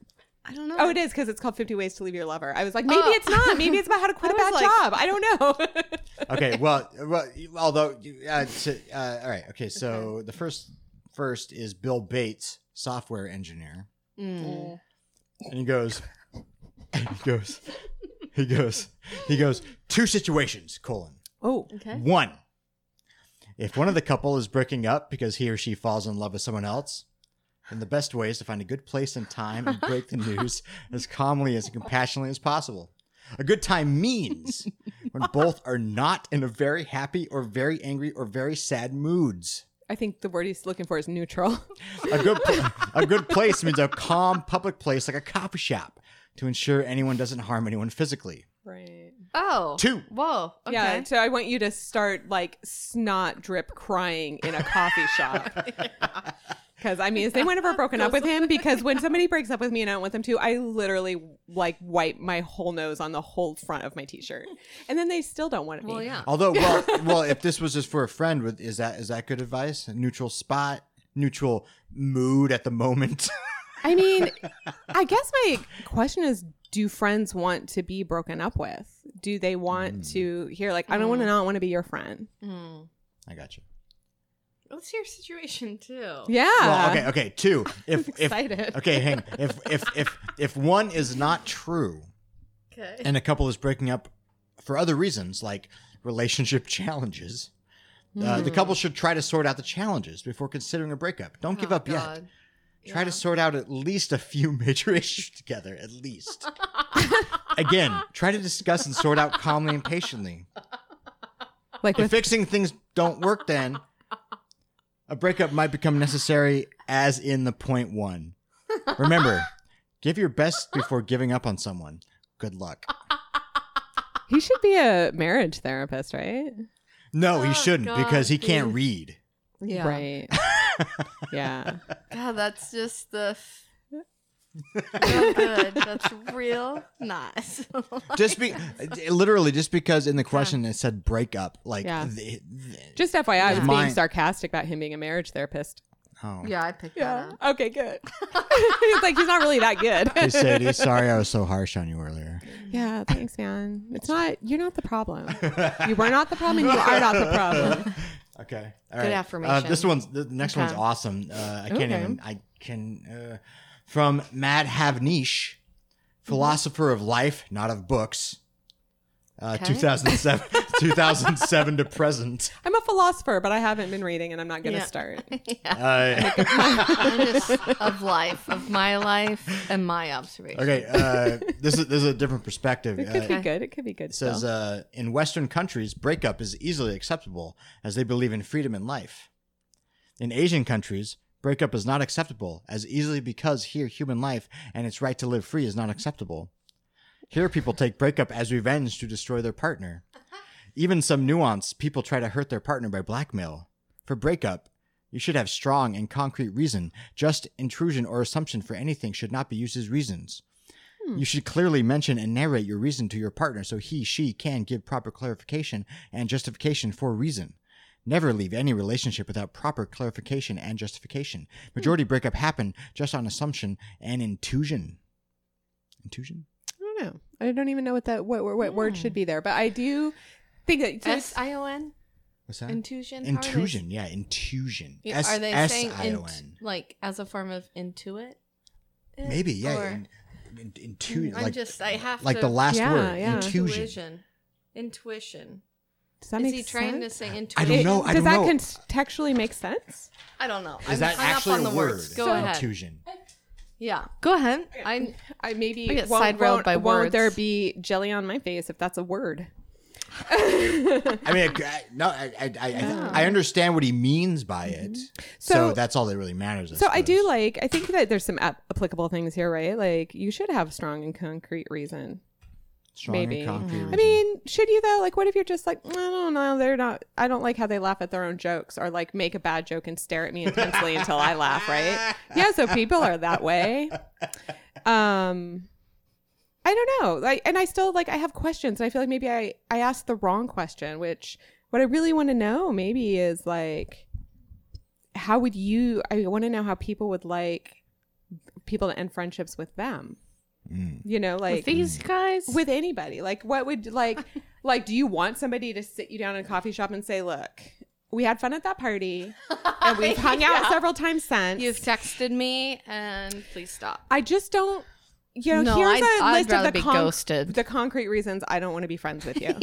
E: I don't know.
C: Oh, it is because it's called 50 Ways to Leave Your Lover. I was like, maybe
E: Uh. Oh.
C: it's not. Maybe it's about how to quit a
E: I was
C: bad
E: like-
C: job. I don't know.
B: okay, well, well although uh, to, uh, all right, okay, so the first first is Bill Bates, software engineer.
E: Mm.
B: And he goes and he goes he goes he goes two situations, colon.
C: oh,
E: Okay.
B: One. If one of the couple is breaking up because he or she falls in love with someone else, then the best way is to find a good place and time and break the news as calmly as and compassionately as possible. A good time means when both are not in a very happy or very angry or very sad moods.
C: I think the word he's looking for is neutral.
B: A good a good place means a calm public place like a coffee shop to ensure anyone doesn't harm anyone physically.
C: Right.
E: Oh.
B: Two.
E: Whoa. Okay.
C: Yeah. So I want you to start like snot drip crying in a coffee shop. Because I mean, has anyone ever broken up with him? Because when somebody breaks up with me and I don't want them to, I literally like wipe my whole nose on the whole front of my t-shirt, and then they still don't want me.
E: well, yeah.
B: Although, well, well, if this was just for a friend, would- is that is that good advice? A neutral spot, neutral mood at the moment.
C: I mean, I guess my question is do friends want to be broken up with? Do they want to hear like I don't want to not want to be your friend?
E: Mm.
B: I got you.
E: What's your situation too?
C: Yeah.
B: Well, okay, okay. Two. If if
E: Ah. Excited.
B: okay, hang. If if if if one is not true,
E: Okay.
B: and a couple is breaking up for other reasons like relationship challenges. Uh,
E: Hmm.
B: the couple should try to sort out the challenges before considering a breakup. Don't give
E: Oh,
B: up yet.
E: God.
B: Try to sort out at least a few major issues together, at least. Again, try to discuss and sort out calmly and patiently.
C: Like
B: If
C: with
B: fixing things don't work, then a breakup might become necessary, as in the point one. Remember, give your best before giving up on someone. Good luck.
C: he should be a marriage therapist, right?
B: No, he
E: Oh,
B: shouldn't
E: God,
B: because he can't
E: dude.
B: read.
E: Yeah.
C: Right. yeah.
E: God, that's just the. F- real good. That's real nice.
B: Just be literally just because in the question it said break up. Like,
C: Yeah.
B: th- th-
C: Just FYI, I was
B: Mine-
C: being sarcastic about him being a marriage therapist.
B: oh.
E: yeah, I picked that up.
C: Okay, good. it's like he's not really that
B: Hey
C: good.
B: Sadie, sorry I was so harsh on you earlier.
C: yeah, thanks, man. It's not you're not the problem. You were not the problem and you are not the problem.
B: Okay, all right.
E: Good
B: Uh,
E: affirmation.
B: this one's the the next one's
E: Okay.
B: awesome. Uh, I can't
C: Okay.
B: even. I can. Uh, from Matt Havnish,
E: Mm-hmm.
B: philosopher of life, not of books. Uh,
E: Okay.
B: 2007, 2007 to present.
C: I'm a philosopher, but I haven't been reading and I'm not gonna
E: Yeah.
C: start.
B: Uh,
E: I'm just of life, of my life, and my observation.
B: okay, uh, this is this is a different perspective.
C: It could
B: Uh,
C: be good. It could be good.
B: It says
C: still.
B: uh, in Western countries, breakup is easily acceptable as they believe in freedom in life. In Asian countries, breakup is not acceptable as easily because here human life and its right to live free is not acceptable. Here people take breakup as revenge to destroy their partner. Even some nuance, people try to hurt their partner by blackmail. For breakup, you should have strong and concrete reason. Just intrusion or assumption for anything should not be used as reasons.
E: Hmm.
B: You should clearly mention and narrate your reason to your partner so he, she can give proper clarification and justification for reason. Never leave any relationship without proper clarification and justification.
E: Hmm.
B: Majority breakup happen just on assumption and intuition. Intuition?
C: I don't know. I don't even know what that what, what, what word should be there, but I do think that so
E: S
C: it's-
E: I O N
B: What's that?
E: intuition. How are they-
B: Intuition, yeah, intuition.
E: Yeah,
B: S-
E: are they saying
B: S-I-O-N.
E: int- like as a form of intuit? it?
B: Maybe, yeah.
E: Or- Hmm,
B: In, in, intu-
E: I'm
B: like,
E: just- I have
B: like
E: to-
B: the last
C: Yeah,
B: word,
C: yeah.
B: intuition.
E: Intuition.
C: does that
E: Is
C: make
E: he trying to
C: sense?
E: say
B: I
E: intuition?
B: don't know. I don't
C: does that
B: know.
C: contextually make sense?
E: I don't know.
B: Is
E: I'm
B: that
E: hung up
B: actually
E: on
B: a
E: the
B: word?
E: words. Go
B: So-
E: ahead.
B: Intuition.
E: Yeah. Go ahead. I'm
C: I maybe
E: I get
C: won't,
E: side-railed
C: won't-
E: by
C: won't
E: words.
C: there be jelly on my face if that's a word?
B: I mean, I- I, no, I, I, I, I understand what he means by it. So,
C: Mm-hmm. So-
B: that's all that really matters. I
C: So I do
B: suppose.
C: like. I think that there's some ap- applicable things here, right? Like you should have strong and concrete reason.
B: Strong
C: maybe.
B: And concrete
C: I
B: reason.
C: mean, should you though? Like, what if you're just like, "Mm, I don't know, they're not. I don't like how they laugh at their own jokes, or like make a bad joke and stare at me intensely until I laugh, right? Yeah. So people are that way. Um, I don't know. Like, and I still like I have questions, and I feel like maybe I I asked the wrong question. Which what I really want to know maybe is like, how would you? I want to know how people would like people to end friendships with them. You know, like
E: with these guys.
C: with anybody like what would like like do you want somebody to sit you down in a coffee shop and say look we had fun at that party and we've hung out several times since
E: You've texted me and please stop.
C: i just don't you know
E: No,
C: here's a
E: I'd- I'd
C: list of
E: rather
C: the,
E: be
C: conc-
E: ghosted.
C: the concrete reasons i don't want to be friends with you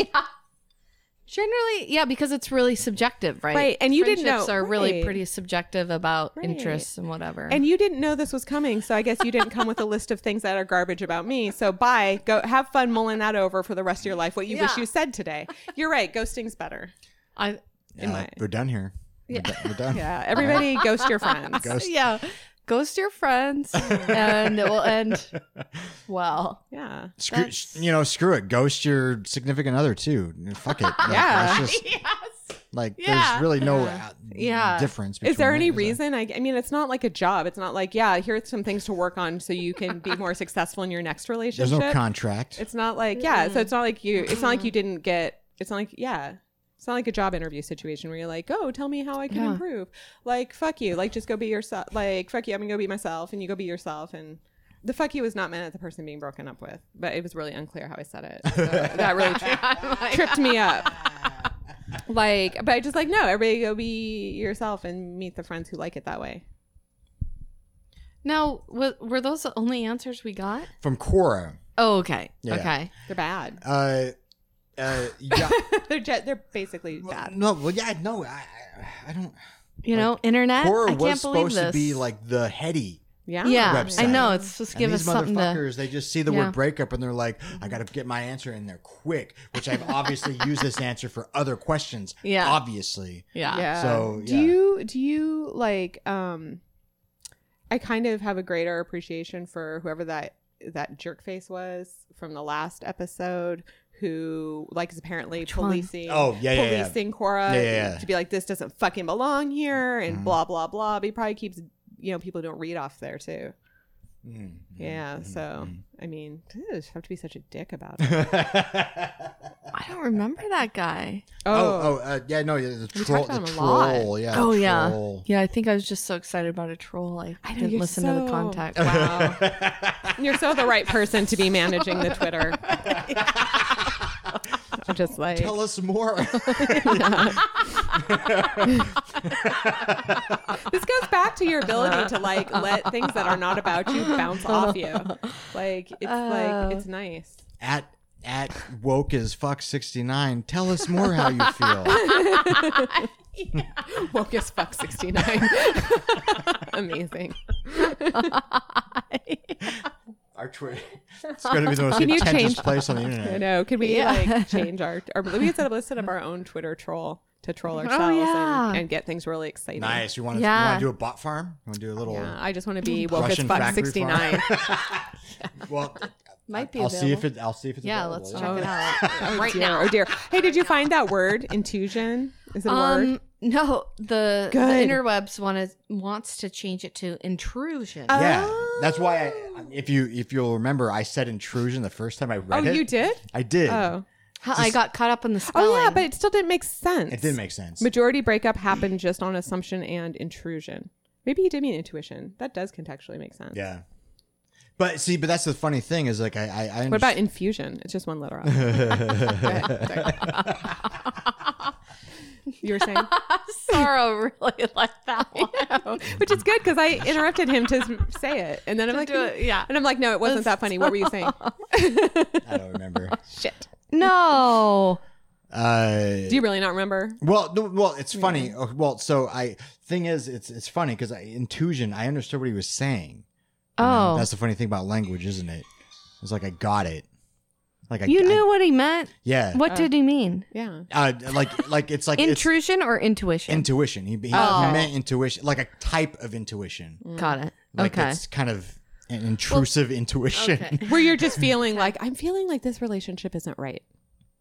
E: Generally, yeah, because it's really subjective, right?
C: Right, and you didn't
E: Friendships
C: know-
E: are really
C: right.
E: pretty subjective about
C: Right.
E: interests and whatever.
C: and you didn't know this was coming so i guess you didn't come with a list of things that are garbage about me so bye go have fun mulling that over for the rest of your life what you wish
E: Yeah.
C: you said today you're right ghosting's better
E: I
B: Uh, we're done here. We're do- we're done.
C: Yeah, everybody ghost your friends.
B: Ghost.
E: yeah. Ghost your friends, and it will end well.
C: Yeah.
B: Screw,
E: That's-
B: you know, screw it. Ghost your significant other too. Fuck it. Like, that's
C: Yeah.
B: just-
D: yes.
B: like
D: Yeah.
B: there's really no
E: Yeah.
B: uh,
E: Yeah.
B: difference.
C: Is there
B: between
C: any
B: it, is
C: reason? I, I mean, it's not like a job. It's not like, yeah, here's some things to work on so you can be more successful in your next
B: There's
C: relationship.
B: no contract.
C: It's not like, yeah. So it's not like you, it's not like you didn't get, it's not like, yeah. It's not like a job interview situation where you're like, oh, tell me how I can
E: Yeah.
C: improve. Like, fuck you. Like, just go be yourself. Like, fuck you. I'm going to go be myself. And you go be yourself. And the fuck you was not meant at the person being broken up with. But it was really unclear how I said it. So that really tri- tripped me up. Like, but I just like, no, everybody go be yourself and meet the friends who like it that way.
E: Now, w- were those the only answers we got?
B: From Quora.
E: Oh, okay.
B: Yeah.
E: Okay.
C: They're bad.
B: Uh, uh, yeah.
C: they're, ju- they're basically
B: Well,
C: bad.
B: no, well, yeah, no, I, I, I don't.
E: You know, internet. I
B: Quora
E: can't
B: was
E: believe
B: supposed
E: this.
B: to be like the heady.
C: Yeah.
E: yeah, I
B: website.
E: know. It's supposed to
B: And
E: give us
B: these
E: something to.
B: motherfuckers, they just see the
E: Yeah.
B: word breakup and they're like, I got to get my answer in there quick, which I've obviously used this answer for other questions.
E: Yeah.
B: Obviously.
E: Yeah.
C: yeah
B: So,
C: do
B: yeah.
C: you do you like um i kind of have a greater appreciation for whoever that that jerk face was from the last episode who like is apparently
E: one?
C: policing
B: Oh, yeah, yeah, yeah.
C: policing Cora
B: Yeah, yeah, yeah.
C: to be like this doesn't fucking belong here and
B: Mhm.
C: blah blah blah but he probably keeps you know people don't read off there too
B: Mm,
C: yeah
B: mm,
C: so
B: mm,
C: i mean you just have to be such a dick about it
B: mm.
E: I don't remember that guy.
B: oh, oh, uh, yeah, no, yeah, the
C: We
B: troll,
C: talked
B: the
C: about him a lot.
B: troll, yeah.
E: Oh,
B: the
E: yeah.
B: troll.
E: Yeah, I think I was just so excited about a troll. I,
C: I know,
E: didn't
C: you're
E: listen to the
C: so-
E: contact.
C: wow You're so the right person to be managing the Twitter. I'm just like,
B: Tell us more.
C: this goes back to your ability to like let things that are not about you bounce off you. Like it's
E: Oh.
C: like it's nice.
B: at at woke as fuck 69 tell us more how you feel
C: Woke as fuck 69. Amazing.
B: our twitter it's going to be the most
C: Can you
B: contentious
C: change-
B: place on the
C: I
B: internet
C: know. Could we
E: Yeah.
C: like change our or maybe instead of let's set up our own Twitter troll to troll ourselves
E: Oh, yeah.
C: and, and get things really exciting.
B: nice you want to
E: Yeah.
B: do a bot farm you want to do a little
C: Yeah, I just want to be woke
B: Russian
C: as fuck
B: factory
C: 69.
B: well
E: Might be
B: i'll see if
E: available.
B: it i'll see if it's
E: Yeah,
B: available.
E: let's check it out.
C: Oh dear, oh dear. Hey, did you find that word intusion? Is it a word?
E: Um, no, the, the
C: Good.
E: interwebs want to, wants to change it to intrusion.
B: yeah that's why I, if you if you'll remember i said intrusion the first time i
C: Oh,
B: read it
C: you did?
B: i did
C: Oh,
E: Huh, I got caught up in the spelling.
C: oh yeah, but it still didn't make sense.
B: it didn't make sense
C: Majority breakup happened just on assumption and intrusion. Maybe he did mean intuition. That does contextually make sense.
B: yeah but see but that's the funny thing is like i i, I
C: What about infusion? It's just one letter off. Go ahead. Sorry. you were saying,
E: Sorrow really liked that one.
C: which is good because I interrupted him to s- say it, and then I'm like,
E: do it, yeah.
C: and I'm like, no, it wasn't that funny. What were you saying?
B: i don't remember
C: Shit.
B: Mm,
E: No.
B: uh
C: Do you really not remember?
B: Well, no, well, it's funny. Oh, Well, so I thing is, it's it's funny because I intuition. I understood what he was saying. You know,
E: Oh,
B: that's the funny thing about language, isn't it? It's like I got it. Like I,
E: you
B: I-
E: knew what he meant.
B: yeah.
E: What did he mean?
C: Yeah.
B: Uh, like like it's like it's
E: Intrusion or intuition?
B: intuition. He, he
E: Oh.
B: meant intuition, like a type of intuition.
E: got it.
B: Like
E: okay.
B: it's kind of an intrusive intuition.
E: Okay.
C: where you're just feeling like I'm feeling like this relationship isn't right.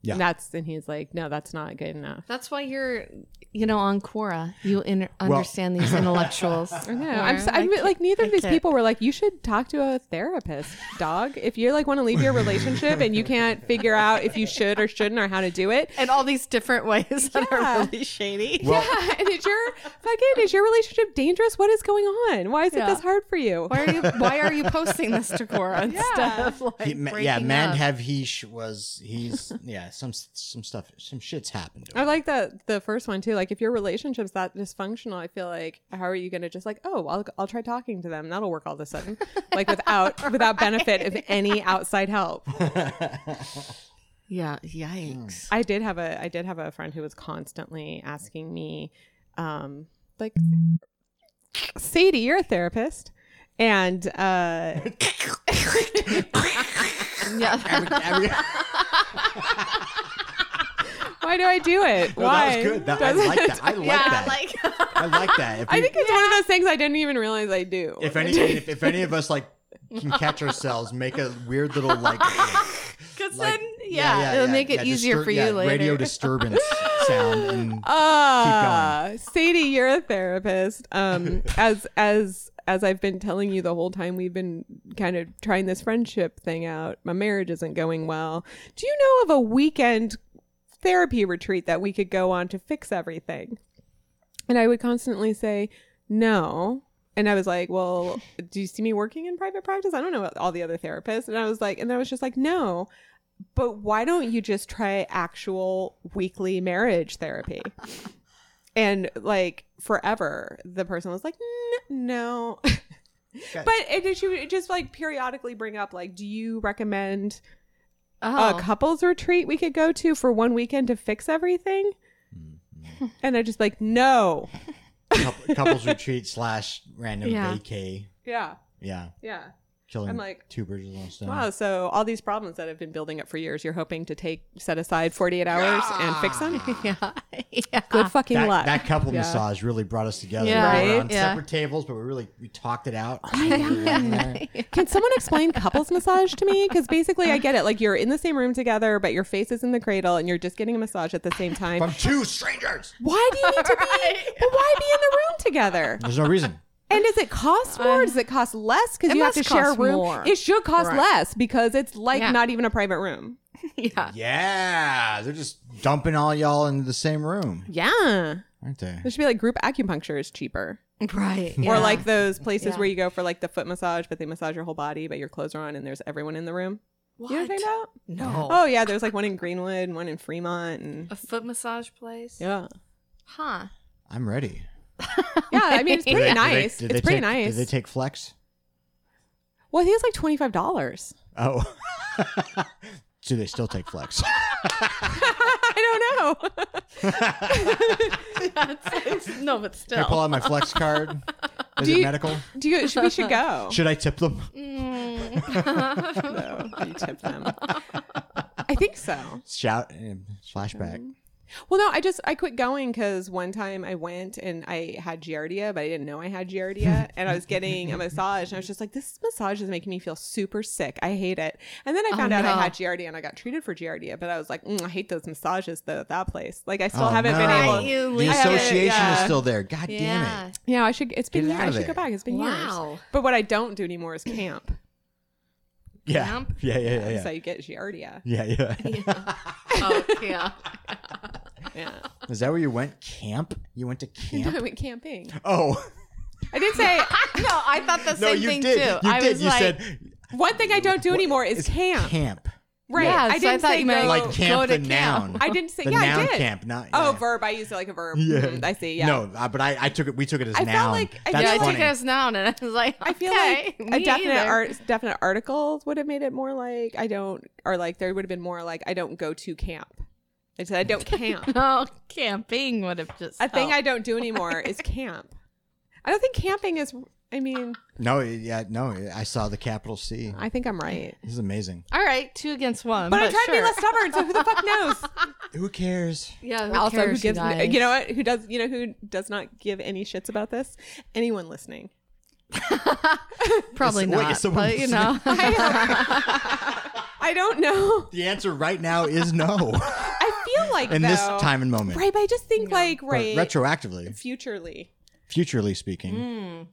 B: Yeah.
C: And that's and he's like, no, that's not good enough.
E: That's why you're, you know, on Quora. You in- understand these intellectuals.
C: I know. I'm, so, I'm like neither of these people were like, you should talk to a therapist, dog. If you like want to leave your relationship and you can't figure out if you should or shouldn't or how to do it,
E: And all these different ways that
C: Yeah.
E: are really shady.
B: Well,
C: yeah. And is your fucking is your relationship dangerous? What is going on? Why is
E: Yeah.
C: it this hard for you?
E: Why are you? Why are you posting this to Quora instead of like
B: he- ma- yeah,
E: breaking
B: man,
E: up?
B: have he sh- was he's yeah some some stuff some shits happened. To
C: I
B: him.
C: like that the first one too. Like if your relationship's that dysfunctional, I feel like how are you going to just like oh I'll I'll try talking to them. That'll work all of a sudden, like without without benefit of any outside help.
E: yeah. Yikes.
C: I did have a I did have a friend who was constantly asking me, um, like Sadie, you're a therapist, and uh,
E: Yeah.
B: Every- every-
C: why do I do it?
B: No,
C: why?
B: That was good. That, I like that. I like that.
E: like
B: I like that. If,
C: I
B: we-
C: think it's one of those things I didn't even realize I do.
B: if any if, if any of us like can catch ourselves, make a weird little like.
D: Because then,
B: like-
D: yeah.
E: it'll make it easier for you later.
B: Radio disturbance sound and
C: Ah, Sadie, you're a therapist. Um, as as as I've been telling you the whole time we've been kind of trying this friendship thing out. My marriage isn't going well. Do you know of a weekend therapy retreat that we could go on to fix everything? And I would constantly say no. And I was like, well, do you see me working in private practice? I don't know all the other therapists. And I was like, and I was just like, no. But why don't you just try actual weekly marriage therapy? And like forever, the person was like, "N- no. but it, it, she would just like periodically bring up, like, do you recommend
E: Oh,
C: a couples retreat we could go to for one weekend to fix everything? And I just like, no.
B: coup- couples retreat slash random
E: Yeah.
B: vacay.
C: Yeah.
B: Yeah,
C: Yeah.
B: killing
C: I'm like,
B: two birds with one stone.
C: Wow. So all these problems that have been building up for years, you're hoping to take set aside 48 hours and fix them.
E: yeah, yeah.
C: Good fucking
B: that,
C: luck.
B: that couple
C: Yeah.
B: massage really brought us together.
E: Yeah.
B: we were
E: Right?
B: on
E: Yeah.
B: separate tables, but we really we talked it out.
C: Can someone explain couples massage to me? Because basically, I get it. Like you're in the same room together, but your face is in the cradle, and you're just getting a massage at the same time.
B: From two strangers.
C: Why do you need to be? But why be in the room together?
B: There's no reason.
C: And does it cost more? does it cost less? Because
E: Uh, it
C: you have to
E: must
C: share a
E: cost
C: room.
E: more.
C: It should cost less because it's like
E: Yeah.
C: not even a private room.
E: yeah.
B: Yeah, they're just dumping all y'all into the same room,
C: Yeah,
B: aren't they?
C: there should be like group acupuncture is cheaper.
E: Right.
C: Or
E: yeah.
C: like those places where you go for like the foot massage, but they massage your whole body, but your clothes are on and there's everyone in the room. You know what I'm talking about?
E: no.
C: Oh yeah, there's like one in Greenwood and one in Fremont and
E: A foot massage place?
C: yeah.
E: Huh.
B: I'm ready.
C: Yeah, I mean it's
E: Do
B: Did they- did they-
C: pretty nice.
B: did
C: it's
B: they
C: pretty
B: take-
C: nice.
B: Did they take flex?
C: well, he has like twenty five dollars.
B: Oh. Do they still take flex?
C: I don't know.
E: no, but still.
B: Can I pull out my flex card? Is
C: Do
B: it
C: you-
B: medical?
C: Do you should, we should go?
B: Should I tip them?
E: Hmm.
C: No, you tip them. I think so.
B: Shout um, flashback.
C: Mm. Well, no, I just I quit going because one time I went and I had giardia, but I didn't know I had giardia, and I was getting a massage, and I was just like, "This massage is making me feel super sick. I hate it." And
B: Oh,
C: then I found out
E: no.
C: I had giardia, and I got treated for giardia, but I was like, mm, "I hate those massages though. at That place, like, I still
B: Oh,
C: haven't been
B: no.
C: able."
E: Right, you
B: the
E: leave
C: have it,
B: association is
C: yeah.
B: still there. God damn
E: Yeah.
B: it.
C: Yeah, I should. It's been
B: Get it
C: years.
B: out
C: I
B: of
C: should
B: there.
C: go back. It's been
E: Wow.
C: years. But what I don't do anymore is camp.
B: Yeah.
E: Yump.
B: Yeah, yeah, yeah. Yeah,
C: So you get giardia.
B: yeah. yeah.
E: Oh, yeah.
C: Yeah,
B: Is that where you went? Camp? You went to
C: I
B: camp?
C: went camping.
B: Oh.
C: I did say
E: no, I thought the
B: No,
E: same
B: you
E: thing
B: did.
E: too.
B: You
E: I
B: did.
E: was
B: You
E: like,
B: said
C: one thing I don't do anymore is camp.
B: camp.
C: Right.
E: Yeah,
C: I
E: so I
C: didn't
E: thought
C: say
E: you meant,
C: go-
B: Like camp
E: to
B: the noun.
C: I didn't say
B: The
C: yeah. I
B: noun
C: did.
B: camp, not
C: Oh,
B: yeah.
C: verb. I used it like a verb.
B: Yeah.
C: Mhm, I see. Yeah.
B: No, uh, but I, I took it. We took it as
C: I felt
B: noun.
C: like- I-
B: That's
E: yeah, I
B: funny.
E: took it as noun, and I was like,
C: I feel
E: okay,
C: like
E: me
C: a definite
E: either.
C: art, definite articles would have made it more like I don't, or like there would have been more like I don't go to camp. I said I don't camp.
E: Oh, camping would have just. oh.
C: a thing I
E: helped.
C: don't do anymore is camp. I don't think camping is. I mean,
B: no, yeah, no. I saw the capital C.
C: I think I'm right,
B: This is amazing.
E: All right, two against one.
C: but, I'm trying
E: sure.
C: to be less stubborn. So who the fuck knows?
B: Who cares?
E: Yeah, who
C: also,
E: cares,
C: who gives?
E: guys?
C: You know what? Who does? You know who does not give any shits about this? Anyone listening?
E: Probably
B: Is- wait,
E: not.
B: is someone
E: but you know,
C: I don't know.
B: The answer right now is no.
C: I feel like
B: In this
C: though-
B: time and moment.
C: right? But I just think like
B: But
C: right,
B: retroactively,
C: futurely.
B: futurely speaking.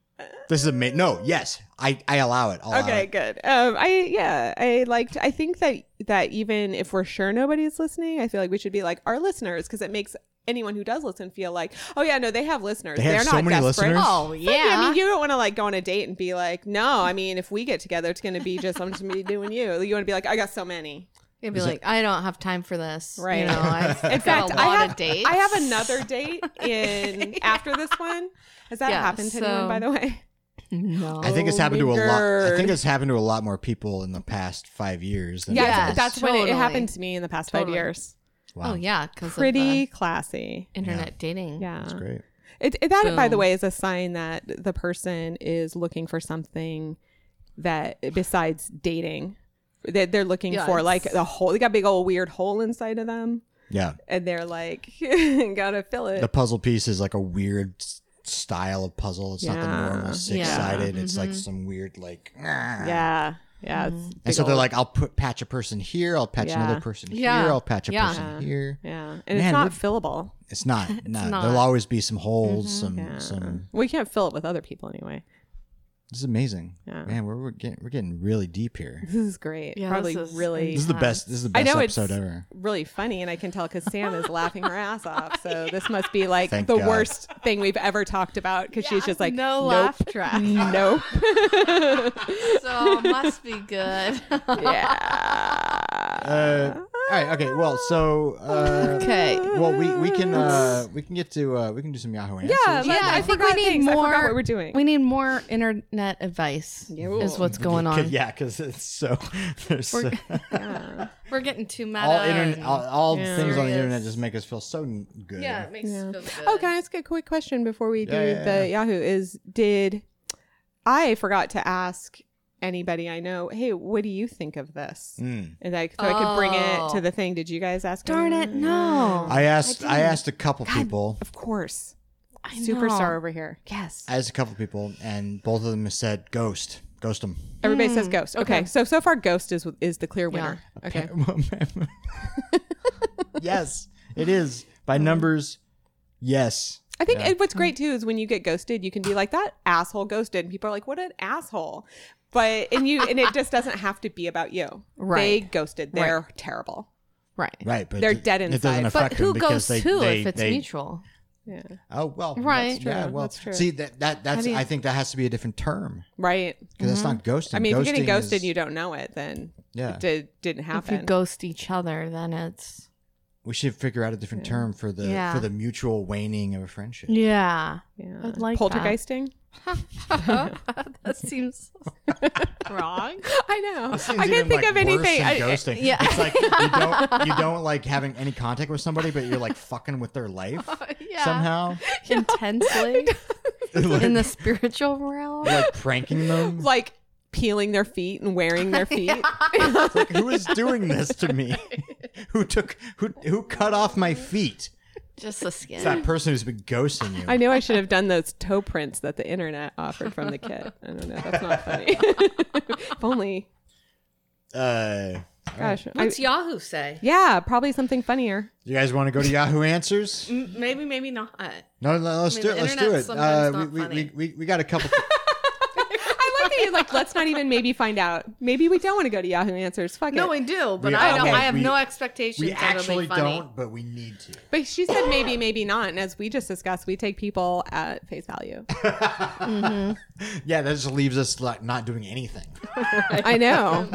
B: This is a ma- no. Yes, I I allow it. I'll allow
C: Okay,
B: it.
C: good. Um, I yeah, I liked. I think that that even if we're sure nobody's listening, I feel like we should be like our listeners because it makes anyone who does listen feel like, oh yeah, no, they have listeners.
B: They have
C: are
B: so
C: not
B: many
C: desperate.
B: listeners.
E: oh yeah.
C: Yeah, I mean, you don't want to like go on a date and be like, no. I mean, if we get together, it's going to be just I'm just going to be doing you. You want to be like, I got so many.
E: You'd be like, I don't have time for this.
C: Right.
E: You know, I've
C: In
E: got
C: fact,
E: a lot
C: I have
E: of dates.
C: I have another date in after this one. Has that
E: Yeah,
C: happened to anyone?
E: so-
C: By the way,
E: No.
B: I think it's happened to a lot. I
C: Lingard.
B: think it's happened to a lot more people in the past five years. Than it
E: Yes,
B: was.
C: that's when it,
E: totally.
C: happened to me in the past
E: Totally.
C: five years.
B: wow.
E: Oh yeah, because
C: Pretty
E: of
C: classy.
E: the internet dating.
C: Yeah.
B: that's great.
C: It, it- that, by the
E: Boom.
C: way, is a sign that the person is looking for something that besides dating that they're looking for,
E: Yes.
C: like a hole. They got a big old weird hole inside of them,
B: Yeah,
C: and they're like, gotta fill it.
B: the puzzle piece is like a weird s- style of puzzle. It's not the
C: Yeah.
B: normal
C: Yeah.
B: six sided. It's like
E: Mhm.
B: some weird like. "Ah."
D: Yeah. Yeah. it's
E: Mhm.
B: Mm-hmm. And
D: big
B: so they're
D: old-
B: like, I'll put patch a person here. I'll patch
D: Yeah.
B: another person here.
E: Yeah.
B: I'll patch a
E: Yeah.
B: person here.
C: Yeah, and
B: Man,
C: it's not
B: we're-
C: fillable.
B: It's not. no,
E: not.
B: There'll always be some holes. Some.
C: Yeah.
B: Some.
C: Well, you can't fill it with other people anyway.
B: This is amazing.
C: Yeah.
B: Man, we're, we're getting we're getting really deep here.
C: This is great.
E: Yeah,
C: Probably
E: this is
C: really.
B: This is the best. This is the
C: I
B: best
C: know it's-
B: episode ever.
C: Really funny, and I can tell because Sam is laughing her ass off. So this must be like
B: Thank
C: the
B: God.
C: worst thing we've ever talked about because she's just like,
E: no
C: nope,
E: laugh track.
C: nope.
E: so it must be good.
C: yeah.
B: Uh, all right. Okay. Well. So. Uh,
E: Okay.
B: Well, we we can uh, we can get to uh, we can do some Yahoo answers.
C: Yeah,
E: Yeah, I, think we need more.
C: what we're doing.
E: We need more internet advice. Is what's going
B: Cause,
E: on.
B: yeah, because it's so there's
E: We're-
B: so-
C: yeah.
E: We're getting too meta.
B: all internet all, all
C: Yeah.
B: things on the
E: Serious.
B: internet just make us feel so n- good.
E: yeah, it makes
C: Yeah.
E: us feel good.
C: Oh, can I ask a quick question before we do
B: Yeah, yeah,
C: the Yahoo? Is did I forgot to ask anybody I know? Hey, what do you think of this?
B: Mm.
C: And like, so I could bring it
E: Oh.
C: to the thing. Did you guys ask?
E: Darn it,
C: anyone?
E: no.
B: I asked I,
E: didn't-
B: asked a couple people.
C: Of course,
E: I
C: superstar
E: know.
C: over here. Yes,
B: I asked a couple people, and both of them said ghost, ghost them.
C: everybody says
E: Hmm.
C: Ghost. Okay. so so far Ghost is is the clear winner. Okay,
B: yes, it is by numbers. Yes.
C: I think and
E: Hmm.
C: what's great too is when you get ghosted, you can be like that asshole ghosted, and people are like, "What an asshole." But and you and it just doesn't have to be about you. They
E: Right.
C: ghosted. They're terrible.
E: Right.
B: Right, but
C: They're
B: it-
C: dead
B: It doesn't
C: inside.
E: But
B: affect
E: who
B: them because
E: goes
B: they,
E: to
B: they,
E: if it's
B: they,
E: mutual?
C: Yeah.
B: Oh well,
E: Right.
B: that's- yeah,
E: True,
B: well,
C: that's true.
B: see that that that's
E: do you-
B: I think that has to be a different term
C: Right.
B: because that's not ghosting.
C: Mm-hmm. I mean, if you're getting
B: Ghosting
C: ghosted,
B: is-
C: and you don't know it, then
B: Yeah.
C: it did, didn't
E: If you
C: happen.
E: ghost each other, then it's
B: We should figure out a different term for the
E: Yeah.
B: for the mutual waning of a friendship.
E: yeah.
C: yeah.
E: I'd like that.
C: Poltergeisting.
E: that seems wrong.
C: I know.
B: This seems
C: I
B: even,
C: can't think
B: like,
C: of anything.
B: Worse
C: I,
B: than ghosting.
E: yeah.
B: It's like you don't you don't like having any contact with somebody, but you're like fucking with their life
E: Yeah.
B: somehow.
E: Intensely
B: like,
E: in the spiritual realm.
B: like pranking them.
C: like peeling their feet and wearing their feet.
B: It's like who is doing this to me? who took who who cut off my feet?
E: Just the skin.
B: It's that person who's been ghosting you.
C: I know I should have done those toe prints that the internet offered from the kit. I don't know. That's not funny. if only.
B: Uh,
C: Gosh. I-
E: What's Yahoo say?
C: yeah, probably something funnier.
B: you guys want to go to Yahoo Answers?
E: M- Maybe, maybe not.
B: No, no let's
E: I mean,
B: do
E: the
B: it. Let's do
E: internet's
B: it.
E: sometimes
B: Uh,
E: not
B: we, we,
E: funny.
B: we, we got a couple.
C: I like that you like, let's not even maybe find out. Maybe we don't want to go to Yahoo Answers. Fuck
E: No,
C: it.
E: I do, but
B: We-
E: I don't.
B: okay,
E: I have
B: we-
E: no expectations.
B: we
E: that it'll be
B: actually
E: funny.
B: don't, but we need to.
C: But she said maybe, maybe not. And as we just discussed, we take people at face value.
B: Yeah, that just leaves us like not doing anything,
C: I know.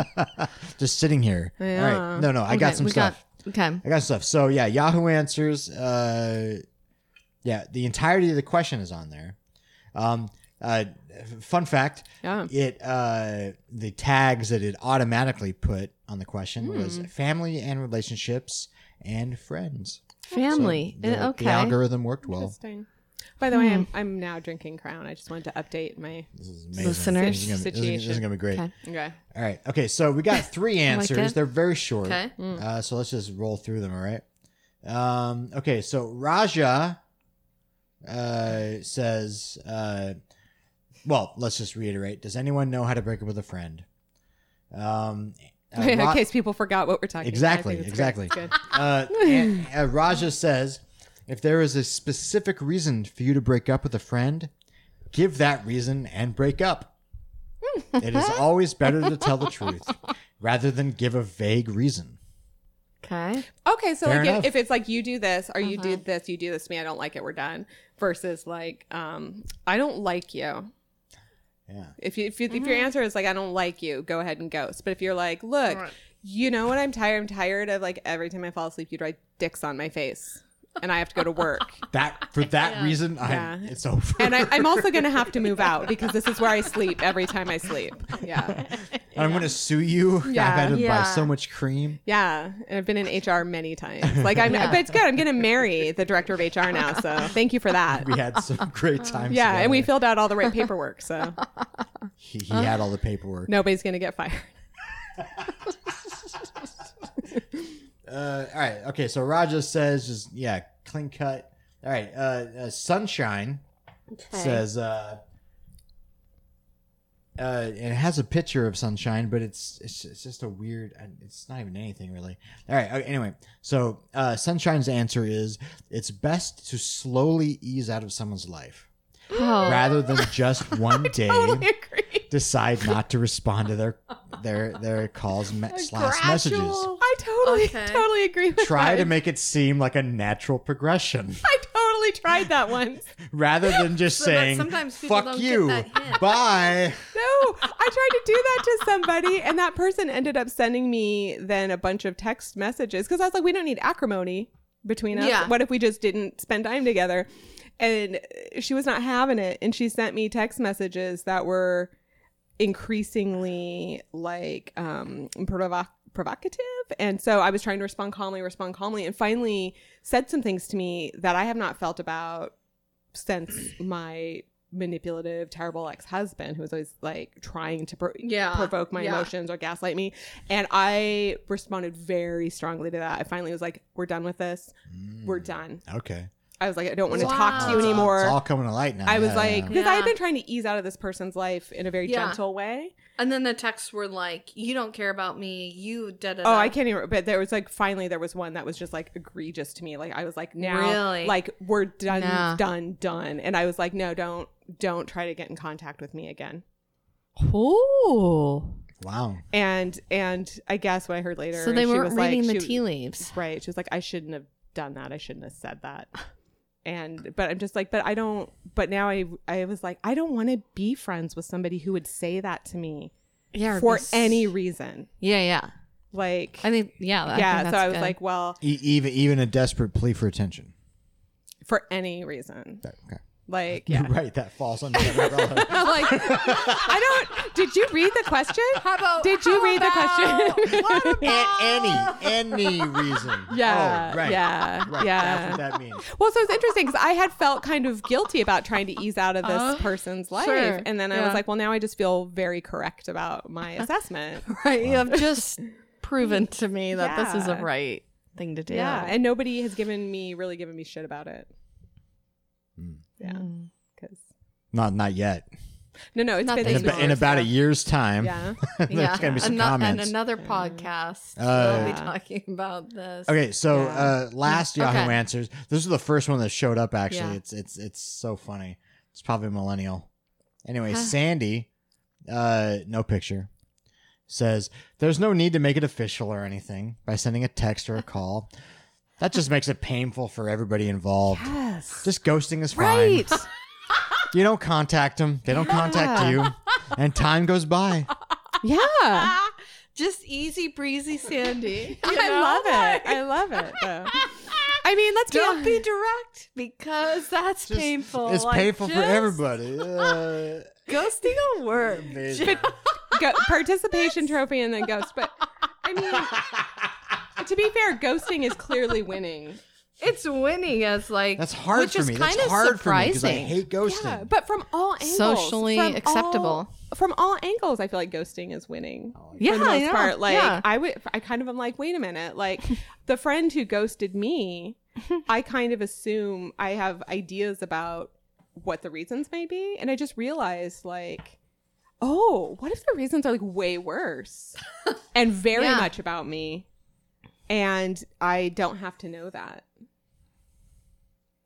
B: just sitting here. All right. No, no, I got
E: Okay,
B: some
E: we
B: stuff.
E: okay.
B: I got stuff. So yeah, Yahoo Answers. Uh, yeah, the entirety of the question is on there. Um, uh, f- fun fact:
C: Yeah.
B: it uh, the tags that it automatically put on the question was family and relationships and friends. So
E: Family.
B: the-
E: Uh, okay.
B: The algorithm worked well.
C: Interesting. By the way, I'm, I'm now drinking Crown. I just wanted to update my.
B: This is amazing.
E: Listeners.
B: This is gonna be, this is- this is
C: Situation.
B: gonna be great.
E: Okay.
C: Okay.
B: All right. Okay. So we got three answers.
E: it.
B: They're very short.
E: Okay.
B: Uh, so let's just roll through them. All right. Um, okay. So Raja uh, says, uh, well, let's just reiterate. Does anyone know how to break up with a friend? Um, uh, Ra-
C: In case people forgot what we're talking
B: Exactly,
C: about. I think that's
B: exactly.
C: great. It's
B: Uh, and- uh, Raja says, if there is a specific reason for you to break up with a friend, give that reason and break up. it is always better to tell the truth rather than give a vague reason.
E: Okay.
C: good. Okay, so
B: Fair
C: like if,
B: enough.
C: if it's like you do this or you do this, you do this to me, I don't like it, we're done. Versus like, um, I don't like you.
B: Yeah.
C: If you, if, you, if your answer is like I don't like you, go ahead and ghost. But if you're like, look, you know what? I'm tired. I'm tired of like every time I fall asleep, you write dicks on my face, and I have to go to work.
B: That for that reason, I
C: Yeah.
B: it's over.
C: and I, I'm also gonna have to move out because this is where I sleep every time I sleep. Yeah,
B: I'm going to sue you.
C: Yeah.
B: I've had to buy
E: Yeah.
B: so much cream.
C: yeah. And I've been in HR many times. Like I'm, but it's good. I'm gonna marry the director of HR now. So thank you for that.
B: We had some great times.
C: Yeah, and we
B: together.
C: filled out all the right paperwork, so
B: he, he had all the paperwork.
C: nobody's gonna get fired.
B: Uh, all right. Okay. So Raja says, just yeah, clean cut. All right. Uh, uh, Sunshine says uh uh and it has a picture of sunshine but it's it's, it's just a weird uh, it's not even anything really all right okay, anyway so uh sunshine's answer is it's best to slowly ease out of someone's life
E: Oh.
B: rather than just one day
C: Totally agree.
B: decide not to respond to their their their calls me- slash messages
E: Gradual.
C: I totally,
E: Okay.
C: totally agree with
B: try
C: that.
B: to make it seem like a natural progression
C: I totally tried that once.
B: rather than just
E: So that
B: saying
E: sometimes people
B: fuck
E: don't get
B: you
E: that hint."
B: bye
C: No, I tried to do that to somebody, and that person ended up sending me then a bunch of text messages because I was like, we don't need acrimony between us.
E: Yeah.
C: What if we just didn't spend time together? And she was not having it, and she sent me text messages that were increasingly like um provo- provocative and so i was trying to respond calmly respond calmly and finally said some things to me that i have not felt about since my manipulative terrible ex-husband who was always like trying to pro-
E: Yeah,
C: provoke my
E: Ah, yeah.
C: emotions or gaslight me and i responded very strongly to that i finally was like we're done with this
B: Hmm.
C: we're done
B: okay
C: i was like i don't want to talk to you
E: Wow.
B: It's all-
C: anymore
B: It's all coming to light now.
C: I was
B: yeah,
C: like,
B: yeah.
C: because I had
E: Yeah.
C: been trying to ease out of this person's life in a very
E: Yeah.
C: gentle way.
E: And then the texts were like, "You don't care about me. You da da."
C: Oh, I can't even. But there was like finally there was one that was just like egregious to me. Like I was like now,
E: Really?
C: like we're done,
E: Nah.
C: done, done. And I was like, no, don't, don't try to get in contact with me again.
E: Oh,
B: wow.
C: And and I guess what I heard later,
E: so they
C: she
E: weren't
C: was
E: reading
C: like,
E: the
C: she-
E: tea leaves.
C: Right. She was like, I shouldn't have done that. I shouldn't have said that. And but I'm just like, but I don't. But now I I was like, I don't want to be friends with somebody who would say that to me
E: Yeah, or
C: for
E: this-
C: any reason.
E: Yeah, yeah.
C: Like
E: I think yeah. I
C: yeah
E: think
C: so
E: that's
C: i was
E: good.
C: like well
B: E- even even a desperate plea for attention.
C: for any reason
B: That- okay.
C: like yeah
B: You're right. That falls under that umbrella.
C: I'm like i don't did you read the question how about did you read the question
B: A- any any reason.
C: yeah
B: Oh, right.
C: yeah
B: Right.
C: yeah
B: That's what that means.
C: well so it's interesting because i had felt kind of guilty about trying to ease out of this person's life
E: Uh, sure.
C: and then i
E: Yeah.
C: was like well now i just feel very correct about my assessment
E: right. You have just proven to me that this is a
C: Yeah.
E: right thing to do.
C: yeah and nobody has given me really given me shit about it
B: Hmm.
C: yeah
E: Hmm.
C: because
B: Not not yet.
C: no no it's
E: Nothing
C: been
B: In,
E: Thanks,
B: ab-
E: Norris,
B: in about a
E: yeah.
B: year's time,
C: yeah
B: there's
E: yeah.
B: gonna be some
E: Ano-
B: comments.
E: And another podcast.
B: Uh,
E: we'll be talking about this.
B: Okay, so
C: Yeah.
B: uh, last Yahoo
E: Okay.
B: Answers. This is the first one that showed up. Actually,
E: Yeah.
B: it's it's it's so funny. It's probably a millennial. Anyway, Sandy, uh, no picture, says there's no need to make it official or anything by sending a text or a call. That just makes it painful for everybody involved.
C: yes
B: Just ghosting is fine.
C: right
B: You don't contact them. They don't contact you, and time goes by.
C: yeah
E: Ah, just easy breezy, Sandy.
C: I love it. I love it though. I mean, let's be
E: Don't
C: honest.
E: be direct because that's
B: Just-
E: painful.
B: It's
E: Like,
B: painful for
E: just
B: everybody. Uh,
E: Ghosting a word.
B: amazing.
C: go, participation trophy and then ghost. But I mean, to be fair, ghosting is clearly winning.
E: It's winning as like
B: That's hard
E: which
B: for
E: is
B: me.
E: Kind
B: That's
E: of
B: hard
E: surprising.
B: for me because I hate ghosting.
C: Yeah, but from all angles,
E: Socially
C: from all-
E: acceptable.
C: from all angles, I feel like ghosting is winning.
E: yeah,
C: for the most
E: yeah,
C: part. Like
E: yeah.
C: I would, I kind of am like, wait a minute. Like the friend who ghosted me, I kind of assume I have ideas about what the reasons may be, and I just realized like, oh, what if the reasons are like way worse and very
E: Yeah.
C: much about me, and I don't have to know that.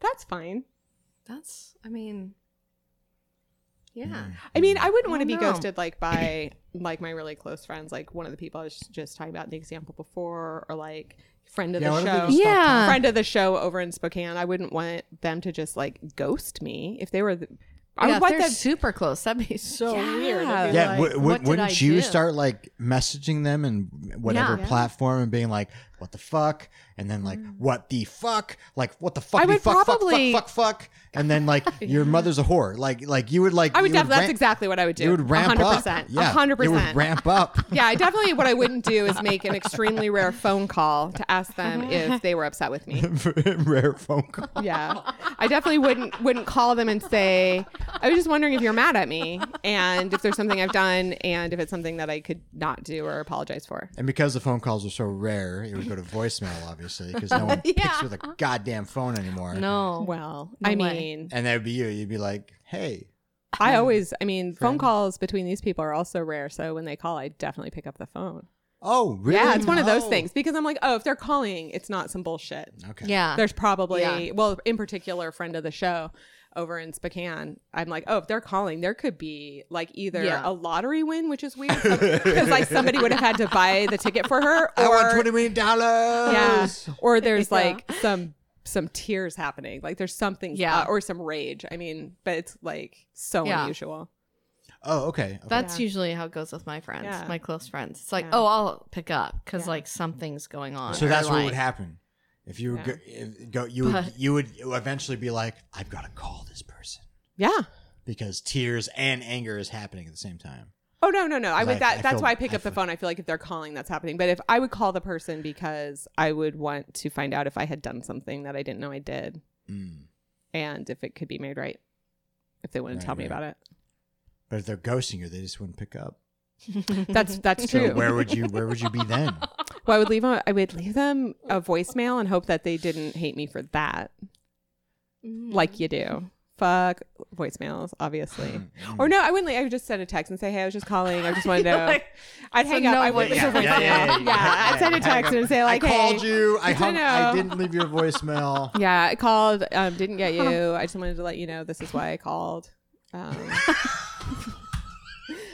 C: That's fine.
E: That's, I mean, yeah.
B: Mm.
C: I mean, I wouldn't want to be
E: don't know.
C: ghosted like by like my really close friends, like one of the people I was just talking about in the example before, or like friend of
B: Yeah, what
C: the
B: if they
C: show,
B: just stop
E: Yeah.
B: talking?
C: friend of the show over in Spokane. I wouldn't want them to just like ghost me if they were. The, I
E: yeah,
C: would
E: if
C: want
E: they're
C: them.
E: super close. That'd be so
C: Yeah.
E: weird. It'd be
B: Yeah,
E: like,
B: w- w-
E: what did
B: wouldn't
E: I
B: you
E: do?
B: start like messaging them and whatever
E: Yeah. Mm.
B: platform and being like, "What the fuck?" and then like, "What the fuck?" Like, "What the fuck?"
C: I
B: do you
C: would
B: fuck,
C: probably-
B: fuck, fuck, fuck, fuck, and then like, "Your mother's a whore." Like, like you would like.
C: I would
B: you
C: definitely. That's
B: ramp-
C: exactly what I would do.
B: You would ramp up.
C: 100%,
B: Yeah, It
C: 100%.
B: would ramp up.
C: yeah, I definitely. What I wouldn't do is make an extremely rare phone call to ask them if they were upset with me.
B: Rare phone call.
C: Yeah, I definitely wouldn't wouldn't call them and say, I was just wondering if you're mad at me and if there's something I've done and if it's something that I could not do or apologize for.
B: And because the phone calls are so rare, it would go to voicemail, obviously, because no one picks with a goddamn phone anymore.
E: No.
C: Well,
E: No
C: I
E: way.
C: mean,
B: And that would be you. You'd be like, hey,
C: I always, I mean, phone
B: Friend.
C: calls between these people are also rare. So when they call, I definitely pick up the phone.
B: oh, really?
C: Yeah, it's one of those
B: Oh.
C: things because I'm like, oh, if they're calling, it's not some bullshit.
B: Okay.
E: Yeah.
C: There's probably,
E: Yeah.
C: well, in particular, a friend of the show over in Spokane. I'm like, oh, if they're calling, there could be like either
E: Yeah.
C: a lottery win, which is weird because like somebody would have had to buy the ticket for her, or
B: I want $20 million.
C: yeah, or there's
E: Yeah.
C: like some some tears happening, like there's something,
E: Yeah.
C: uh, or some rage. I mean, but it's like so
E: Yeah.
C: unusual.
B: Oh, okay. okay.
E: That's
C: Yeah.
E: usually how it goes with my friends,
C: Yeah.
E: my close friends. It's like,
C: Yeah.
E: oh, I'll pick up because
C: Yeah.
E: like something's going on.
B: so
E: or,
B: that's what
E: like-
B: would happen. If you were
C: Yeah.
B: go, if, go you would,
E: But-
B: you would eventually be like, I've got to call this person
C: Yeah.
B: because tears and anger is happening at the same time.
C: Oh no, no, no! I
B: Like,
C: would that.
B: I
C: that's
B: feel-
C: why I pick
B: I
C: up the
B: feel-
C: phone. I feel like if they're calling, that's happening. But if I would call the person because I would want to find out if I had done something that I didn't know I did,
B: Mm.
C: and if it could be made right, if they wouldn't
B: Right,
C: tell me
B: right.
C: about it.
B: But if they're ghosting you, they just wouldn't pick up.
C: That's that's true.
B: So where would you where would you be then?
C: well, I would leave. A, I would leave them a voicemail and hope that they didn't hate me for that,
E: Mm-hmm.
C: like you do. Fuck voicemails, obviously.
B: Mm,
C: or no, I wouldn't. leave- I would just send a text and say, "Hey, I was just calling. I just wanted to." I'd hang up.
E: no
C: I
E: voicemail.
C: would leave a voicemail.
E: Yeah,
C: Yeah, I'd send a text and say, "Like,
B: I
C: hey,
B: called you. I,
C: good to
B: hung, I
C: know."
B: didn't leave your voicemail.
C: Yeah, I called. Um, didn't get you. I just wanted to let you know this is why I called. Um,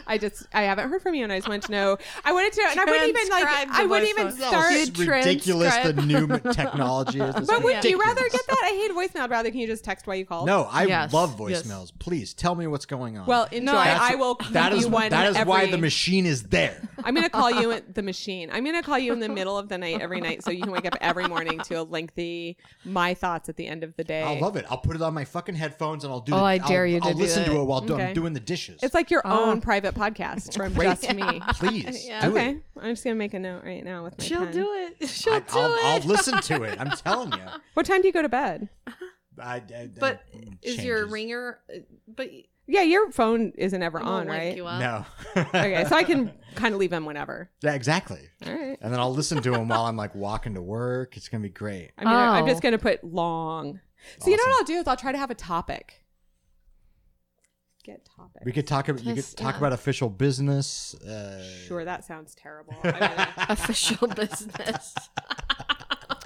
C: I just I haven't heard from you, and I just wanted to know. I wanted to, and I wouldn't even like.
E: Transcribe the
C: I wouldn't even
E: voicemail.
B: How
C: start.
E: Did
B: s- ridiculous the
E: transcribe.
B: new m- technology is. It's
C: but would you
B: ridiculous.
C: rather get that? I hate voicemail. I'd rather can you just text why you called?
B: No, I
E: Yes,
B: love
E: yes.
B: voicemails. Please tell me what's going on.
C: Well, enjoy.
B: That's-
C: I will.
B: that
C: leave
B: is
C: you one
B: that is why
C: every-
B: the machine is there.
C: I'm gonna call you at the machine. I'm gonna call you in the middle of the night every night, so you can wake up every morning to a lengthy my thoughts at the end of the day.
B: I love it. I'll put it on my fucking headphones and I'll do.
E: Oh,
B: the,
E: I dare
B: I'll,
E: you to
B: I'll
E: do
B: listen to
E: it.
B: it while do- I'm
C: Okay.
B: doing the dishes.
C: It's like your own private podcast from just me.
B: Please
E: Yeah.
B: do
C: Okay,
B: it.
C: I'm just gonna make a note right now with my
E: She'll
C: pen.
E: do it. She'll
B: I,
E: do
B: will
E: it.
B: I'll listen to it. I'm telling you.
C: What time do you go to bed?
B: I, I,
E: but
B: I-
E: is your
B: changes.
E: ringer? uh, But it
C: Yeah, your phone isn't ever
E: won't
C: on,
E: wake
C: right?
E: You up.
B: No.
C: Okay, so I can kind of leave them whenever.
B: Yeah, exactly.
C: All right.
B: And then I'll listen to them while I'm like walking to work. It's gonna be great.
C: I'm, gonna, I'm
E: Oh.
C: just gonna put long. So you know what I'll do is I'll try to have a topic. Get topic.
B: We could talk about you could
E: Just,
B: talk
E: yeah.
B: about official business. Uh,
C: Sure, that sounds terrible. I'm gonna,
E: Official business.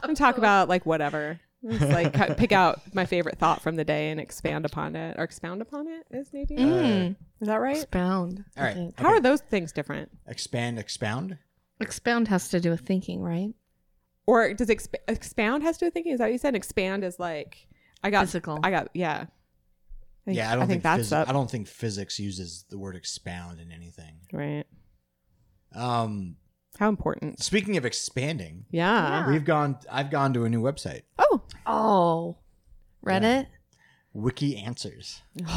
C: I'm talk about like whatever. Just, like cut- pick out my favorite thought from the day and expand upon it, or expound upon it is maybe
E: Mm.
C: is that right?
E: Expound. I
B: all right.
E: think.
C: How
B: okay.
C: are those things different?
B: Expand, expound.
E: Expound has to do with thinking, right?
C: Or does exp- expound has to do with thinking? Is that what you said? Expand is like I got
E: Physical.
C: I got yeah. think-
B: Yeah, I don't think,
C: that's
B: phys-
C: up.
B: I don't think physics uses the word expound in anything.
C: right.
B: Um,
C: How important?
B: speaking of expanding,
C: Yeah.
B: we've gone. I've gone to a new website,
C: Oh.
E: Oh, Reddit.
B: Wiki Answers.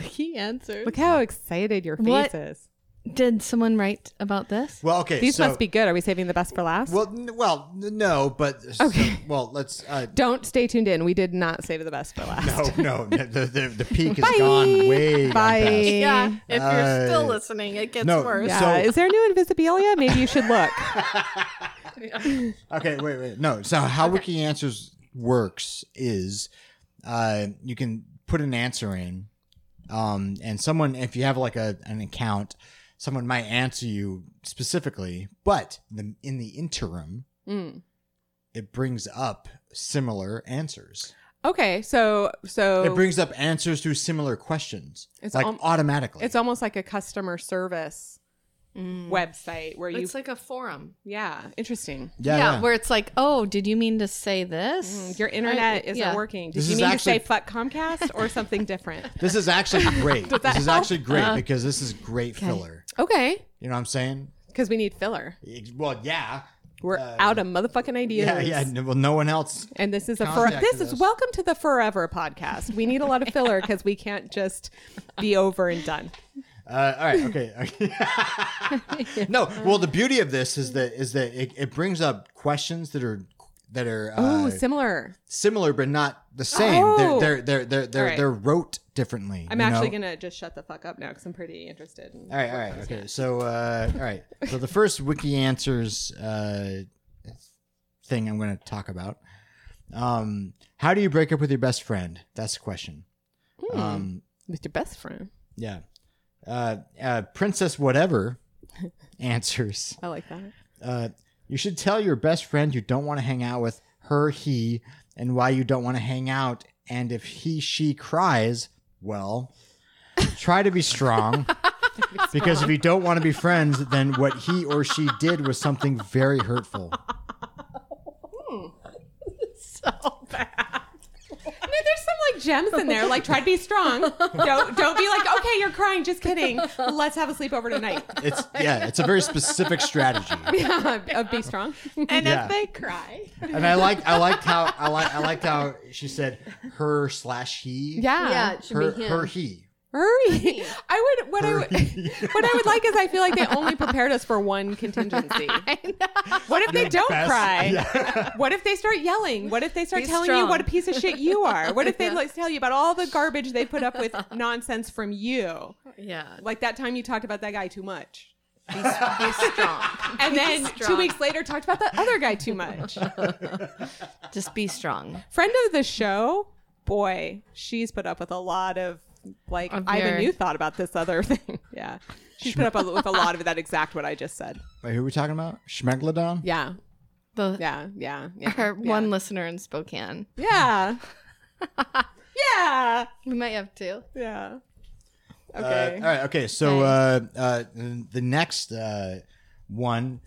E: He answered.
C: Ah. Look how excited your face
E: What?
C: is.
E: Did someone write about this?
B: Well, okay.
C: These
B: so,
C: must be good. Are we saving the best for last?
B: Well, n- well, n- no, but so-
C: Okay.
B: well, let's. Uh,
C: don't stay tuned in. We did not save the best for last.
B: no, no, n- the, the the peak has
C: Bye.
B: gone way gone
C: Bye.
B: past.
C: Yeah.
E: if
B: Uh,
E: listening, it gets
B: no,
C: Yeah.
B: So-
C: is there new Invisibilia? Maybe you should look.
B: Okay, wait, wait. No. So how Wiki Answers works is uh, you can put an answer in, um, and someone, if you have like a an account, someone might answer you specifically. But the, in the interim,
C: Mm.
B: it brings up similar answers.
C: Okay, so so
B: It brings up answers to similar questions,
C: It's
B: like
C: al-
B: automatically.
C: it's almost like a customer service
E: Mm.
C: website where you
E: It's like a forum.
C: yeah interesting.
B: yeah, yeah.
E: where it's like, oh, did you mean to say this?
C: Mm, Your internet
E: I-
C: isn't
E: yeah.
C: working. Did
B: This
C: you
B: is
C: mean
B: actually-
C: to say fuck Comcast or something different?
B: This is actually great. this
C: that
B: is
C: help? Uh-huh.
B: actually great because this is great filler.
C: Okay,
B: You know what I'm saying?
C: because we need filler.
B: It- well, yeah.
C: We're out of motherfucking ideas.
B: Uh, Yeah, yeah. no- Well, no one else.
C: And this is a for-
B: Contacted
C: this is
B: us.
C: welcome to the forever podcast. We need a lot of filler because we can't just be over and done.
B: Uh, all right. Okay. no. Well, the beauty of this is that is that it, it brings up questions that are that are
C: oh,
B: uh,
C: similar.
B: similar but not the same.
C: Oh.
B: They're they're they're they're they're,
C: All right.
B: they're wrote differently.
C: I'm
B: you
C: actually
B: know?
C: gonna just shut the fuck up now because I'm pretty interested. In
B: All right, all right, okay. So, uh, all right. So the first wiki answers uh, thing I'm going to talk about. Um, how do you break up with your best friend? That's the question. Um,
C: with your best friend.
B: yeah. Uh, uh, Princess whatever answers.
C: I like that.
B: Uh, you should tell your best friend you don't want to hang out with her, he, and why you don't want to hang out. And if he, she cries, well, try to be strong. because if you don't want to be friends, then what he or she did was something very hurtful.
C: No, there's some like gems in there. Like try to be strong. don't don't be like okay, you're crying. Just kidding. Let's have a sleepover tonight.
B: It's yeah, it's a very specific strategy.
C: Yeah, of be strong.
D: And
B: Yeah.
D: if they cry,
B: And I like I liked how I like I liked how she said her slash he.
C: Yeah.
E: it
B: Her her he.
C: Hurry. I would what I would
B: Hurry.
C: what I would like is I feel like they only prepared us for one contingency. What if they don't
B: best-
C: cry?
B: Yeah.
C: What if they start yelling? What if they start
E: Be
C: telling you
E: strong.
C: what a piece of shit you are? What if they like tell you about all the garbage they put up with nonsense from you?
E: yeah.
C: Like that time you talked about that guy too much.
E: Be strong.
C: And then two
E: strong.
C: weeks later talked about that other guy too much.
E: Just be strong.
C: Friend of the show, boy, she's put up with a lot of like
E: Of
C: Ivan
E: your-
C: you thought about this other thing. Yeah. She's put up with a lot of that exact what I just said.
B: Wait, who are we talking about? Schmeglodon?
C: Yeah.
E: The
C: Yeah. Yeah. Yeah.
E: our one listener in Spokane.
C: Yeah. yeah.
E: We might have two.
C: Yeah.
B: Uh,
C: Okay.
B: all right. Okay. So uh, uh, the next uh, one.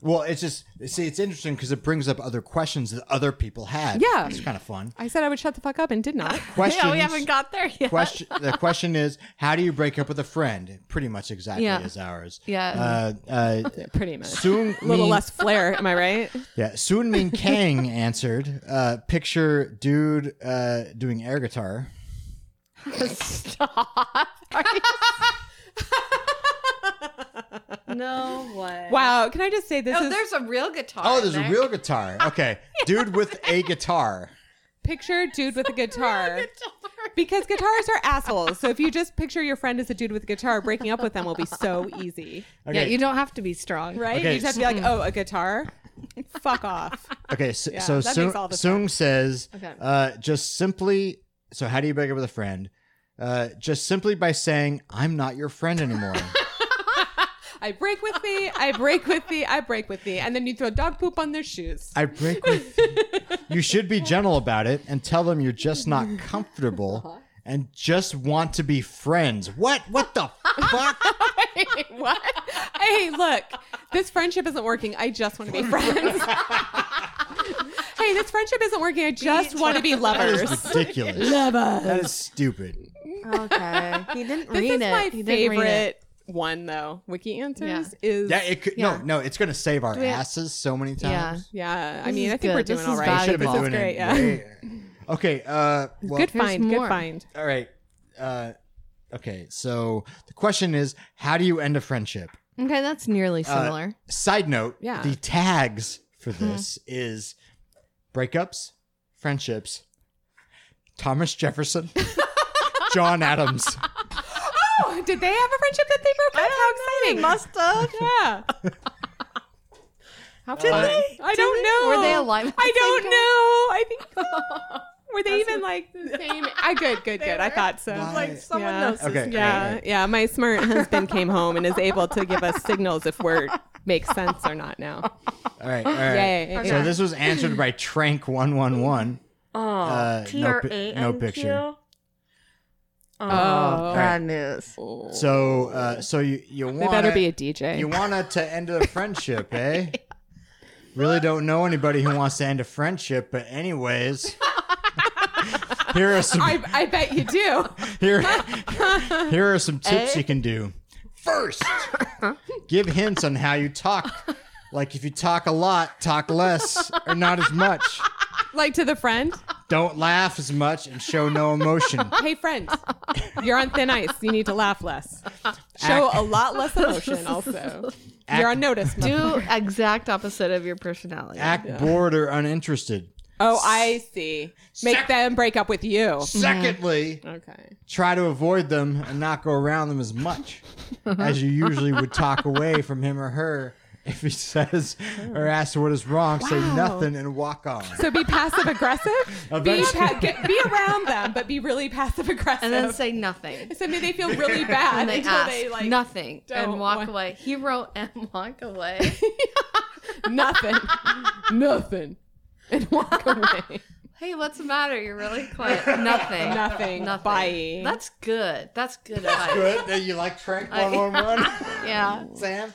B: Well, it's just see, it's interesting because it brings up other questions that other people had.
C: Yeah.
B: it's kind of fun.
C: I said I would shut the fuck up and did not.
B: Questions.
E: Yeah, we haven't got there yet.
B: question. The question is, how do you break up with a friend? Pretty much exactly
E: Yeah.
B: as ours.
E: Yeah.
B: Uh, uh,
C: Pretty much.
B: soon,
C: a little
B: Min-
C: less flair, am I right?
B: Yeah, Soon Min Kang answered. Uh, picture dude uh, doing air guitar.
E: Stop. no way.
C: Wow, can I just say this
E: Oh,
C: is
E: there's a real guitar.
B: Oh,
E: in
B: there's a
E: there.
B: real guitar. Okay, dude with a guitar.
C: picture dude with a guitar. Because guitarists are assholes. So if you just picture your friend as a dude with a guitar, breaking up with them will be so easy.
B: Okay,
E: Yeah, you don't have to be strong.
C: Right?
B: Okay,
C: You just have to be like, oh, a guitar? Fuck off.
B: Okay, so,
C: Yeah,
B: so
C: that
B: Sung,
C: makes all the
B: Sung says,
E: Okay.
B: uh, just simply. So how do you break up with a friend? Uh, just simply by saying, "I'm not your friend anymore."
C: I break with thee, I break with thee, I break with thee. And then you throw dog poop on their shoes.
B: I break with. you should be gentle about it and tell them you're just not comfortable and just want to be friends. What? What the fuck?
C: what? Hey, look, this friendship isn't working. I just want to be friends. hey, this friendship isn't working. I just want to be
B: That is
C: lovers.
B: ridiculous. That is stupid.
E: Okay. He didn't
C: This
E: read
C: is
E: it.
C: my
E: He didn't read it.
C: favorite one, though. Wiki answers is
B: Yeah, it could.
E: Yeah.
B: No, no, it's gonna save our asses so many
E: Yeah.
B: times.
C: yeah. I
E: This
C: mean,
E: is
C: I think we're
E: good.
C: doing
E: This
C: all
E: is
C: right.
B: We should have been
E: Valuable.
C: This is
B: doing
C: great.
B: it.
C: Yeah.
B: way- Okay. Uh. Well,
C: good
E: here's
C: find. Good
E: more.
C: find.
B: All right. Uh, okay. So the question is, how do you end a friendship?
E: Okay, that's nearly similar.
B: Side note:
C: Yeah. Mm-hmm.
B: The tags for this is breakups, friendships, Thomas Jefferson, John Adams.
C: Oh, did they have a friendship that they broke up? How exciting!
D: must have.
C: yeah. How fun.
D: they?
C: I don't know.
E: Were Uh, they alive? at the
C: I
E: same
C: don't
E: time?
C: know. I think were they even like the same? I good, good, good. I thought so.
B: Why?
D: Like someone
C: Yeah.
D: knows. this.
B: Okay.
C: Yeah, yeah. My smart husband came home and is able to give us signals if we're makes sense or not now.
B: All right. All right.
C: Yay.
B: So this was answered by Trank one one one. Oh, no, pi- no picture.
C: Oh,
B: bad
E: news.
B: So, uh, so you you want
C: they better be a DJ.
B: You want it to end a friendship, eh? Really don't know anybody who wants to end a friendship, but anyways, here are some
C: I, I bet you do.
B: here, here are some
C: Eh?
B: tips you can do. First, give hints on how you talk. Like if you talk a lot, talk less or not as much.
C: Like to the friend.
B: Don't laugh as much and show no emotion.
C: Hey, friend, you're on thin ice. You need to laugh less. Show a lot less emotion. Also,
B: act,
C: You're on notice. mother-
E: Do exact opposite of your personality.
B: act bored or uninterested.
C: oh, I see. Make them break up with you.
B: Secondly,
C: Okay.
B: try to avoid them and not go around them as much as you usually would talk away from him or her if he says or asks what is wrong. Say
C: Wow.
B: nothing and walk on.
C: So be passive aggressive. be,
B: Eventually-
C: pa- get, be around them, but be really passive aggressive.
E: and then say nothing.
C: so maybe they feel really bad
E: And they
C: until
E: ask
C: they like
E: nothing
C: don't
E: and walk
C: want-
E: away. He wrote and walk away.
C: nothing, nothing, and walk away.
E: hey, what's the matter? You're really quiet. Nothing. Nothing.
C: Nothing. Bye.
E: That's good. That's good advice.
B: Good that you like Trank
E: I-
B: one on one,
E: Yeah,
B: Sam.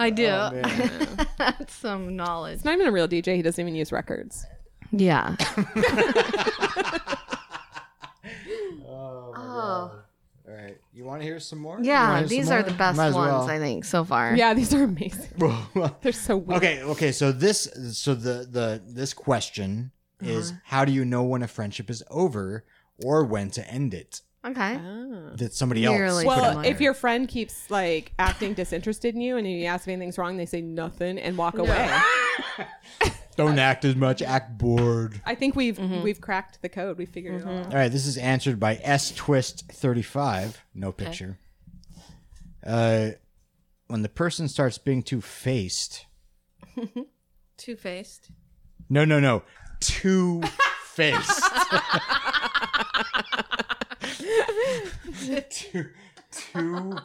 E: I do.
B: Oh, man.
E: That's some knowledge.
C: It's not even a real DJ. He doesn't even use records.
E: Yeah.
B: Oh, my God.
E: Oh.
B: All right. You want to hear some more? You
E: Yeah,
B: wanna hear some
E: these are
B: more?
E: the best
B: Might
E: ones
B: as well.
E: I think so far.
C: Yeah, these are amazing. They're so weird.
B: okay. Okay. So this. So the the this question
E: Uh-huh.
B: is how do you know when a friendship is over or when to end it?
E: Okay.
B: That somebody else.
E: Uh, Nearly.
B: put
E: Well,
B: on
C: Well,
B: there.
C: if your friend keeps like acting disinterested in you and you ask if anything's wrong, they say nothing and walk away.
B: don't act as much, act bored.
C: I think we've
E: Mm-hmm.
C: we've cracked the code. We figured it out.
B: All right, this is answered by S Twist 35. No picture. Uh, when the person starts being too faced.
E: Two faced.
B: No, no, no. Too faced. too, too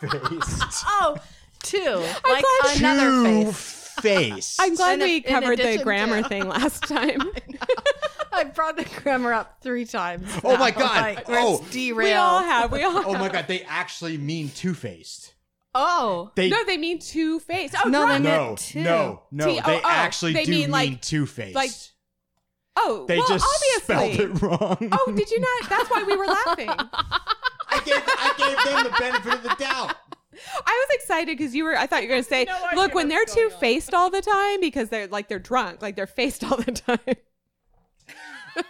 B: faced.
E: Oh, two. Like
C: glad-
E: another
B: too
E: face.
B: faced.
C: I'm glad
E: In a-
C: we
E: in
C: covered the
E: addition to-
C: grammar thing last time.
E: I brought the grammar up three times.
B: Oh my
E: now,
B: God.
E: Like, where it's
B: Oh.
E: derailed.
C: we all have. We all.
B: oh my god, they actually mean two faced.
E: oh.
B: They
C: No, they mean two faced. Oh,
E: No,
C: no,
E: they meant-
B: no,
E: two.
B: no, no, they
C: T-O-O.
B: actually
C: They
B: do mean,
C: mean, like-
B: two faced.
C: like- oh,
B: They
C: well,
B: just
C: obviously.
B: spelled it wrong.
C: Oh, did you not? That's why we were laughing.
B: I gave I gave them the benefit of the doubt.
C: I was excited because you were. I thought you were going to say,
D: No idea
C: "Look, when they're
D: what's
C: two
D: going on.
C: faced all the time because they're like they're drunk, like they're faced all the time."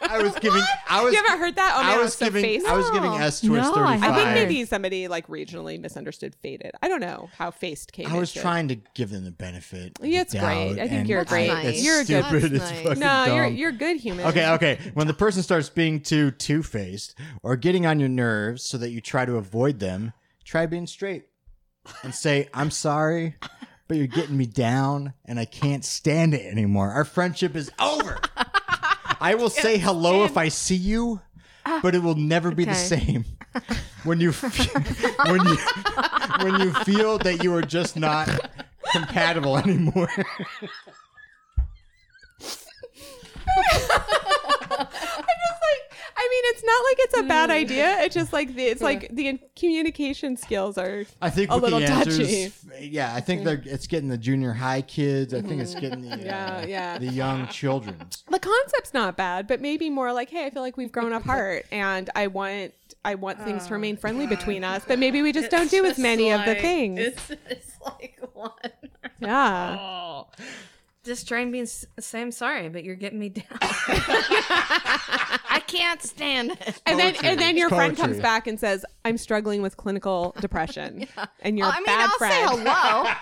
B: I was giving. I was.
C: you haven't heard that? Oh, man,
B: I
C: I
B: was
C: so
B: giving.
C: faced.
B: I was giving
E: No.
B: S towards
E: No, I
B: thirty-five.
E: haven't.
C: I think maybe somebody like regionally misunderstood faded. I don't know how faced came.
B: I was
C: into it.
B: trying to give them the benefit. of
C: Yeah,
B: the
C: it's
B: doubt,
C: great. I think
B: and
C: you're
B: it's-
C: great.
B: it's
E: Nice.
C: You're a good-
B: stupid.
E: That's
B: It's
E: nice.
B: fucking
C: No, you're
B: dumb.
C: you're a good human.
B: Okay, okay. When the person starts being too two faced or getting on your nerves so that you try to avoid them, try being straight and say, I'm sorry, but you're getting me down and I can't stand it anymore. Our friendship is over. I will say hello if I see you, but it will never be the
E: Okay.
B: same. When you fe- when you when you feel that you are just not compatible anymore.
C: I mean, it's not like it's a bad idea. It's just like the it's like the communication skills are.
B: I think
C: a
B: with
C: little
B: the
C: touchy.
B: answers, yeah, I think they're, it's getting the junior high kids. I think it's getting the uh,
C: Mm-hmm. Yeah, yeah.
B: the young children.
C: The concept's not bad, but maybe more like, hey, I feel like we've grown apart, and I want I want things to remain friendly between us, but maybe we just don't do as
E: Oh, It's
C: many of the
E: like-
C: things.
E: It's, it's like one.
C: yeah,
E: Just try and be. s- Say I'm sorry, but you're getting me down. I can't stand it.
C: and then and then your
B: It's
C: friend
B: poetry.
C: comes back and says, "I'm struggling with clinical depression," and you're
E: Oh,
C: a
E: I mean,
C: bad
E: I'll
C: friend. Oh,
E: say hello.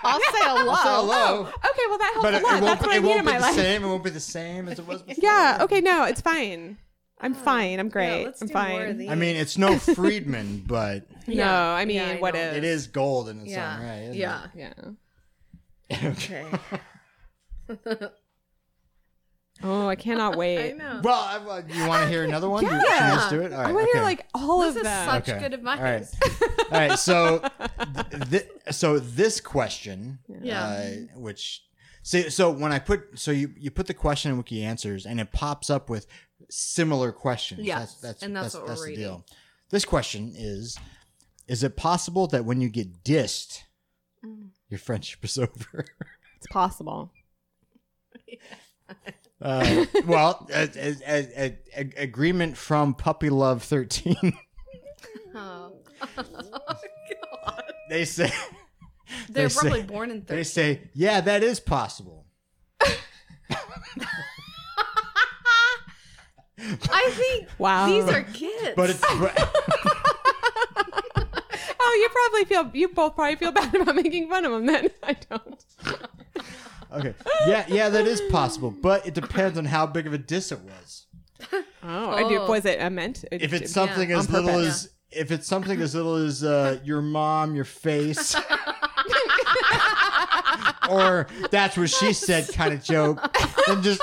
E: I'll say hello.
B: hello,
C: Okay, well that helps
B: but
C: a
B: it,
C: lot.
B: it won't,
C: That's
B: be-
C: what I
B: it
C: need
B: won't
C: in
B: be
C: my
B: the
C: life.
B: same. It won't be the same as it was before.
C: Yeah. Okay. No, it's fine. I'm fine. I'm great.
E: let's
C: I'm
E: do more of
C: fine.
E: these.
B: I mean, it's no Friedman, but
C: No, I mean,
E: Yeah, I
C: what
E: know.
C: if?
B: it is gold in its
E: Yeah.
B: own right. isn't
E: yeah.
C: Yeah.
E: Okay.
C: Oh, I cannot wait. I,
B: it? Well, I, uh, you want to hear another one? Yeah. You, can you just do it? All right,
C: want to hear
B: okay.
C: like all
E: This
C: of
E: is
C: them.
E: such good advice.
B: All right. All right. So, th- th- so this question,
E: Yeah.
B: uh, which, so, so when I put, so you, you put the question in Wiki Answers and it pops up with similar questions.
E: Yes,
B: That's, that's,
E: and
B: that's,
E: that's what
B: that's,
E: we're
B: the
E: reading.
B: deal. This question is, is it possible that when you get dissed,
E: Mm.
B: your friendship is over?
C: it's possible.
B: Uh, well, a, a, a, a- a- agreement from Puppy Love 13.
E: Oh. God.
B: they say,
E: They're
B: They
E: probably
B: say-
E: born in
B: they
E: 30.
B: say, yeah, that is possible.
E: I think
C: Wow.
E: these are kids.
B: But it's,
C: Oh, probably feel you both probably feel bad about making fun of him. Then I don't.
B: Okay. Yeah, yeah, that is possible, but it depends on how big of a diss it was.
C: Oh, I do.
E: Oh.
C: Was it I meant?
B: If it's something as
C: on
B: little
C: purpose.
B: as if it's something as little as uh, your mom, your face, or that's what she said kind of joke, then just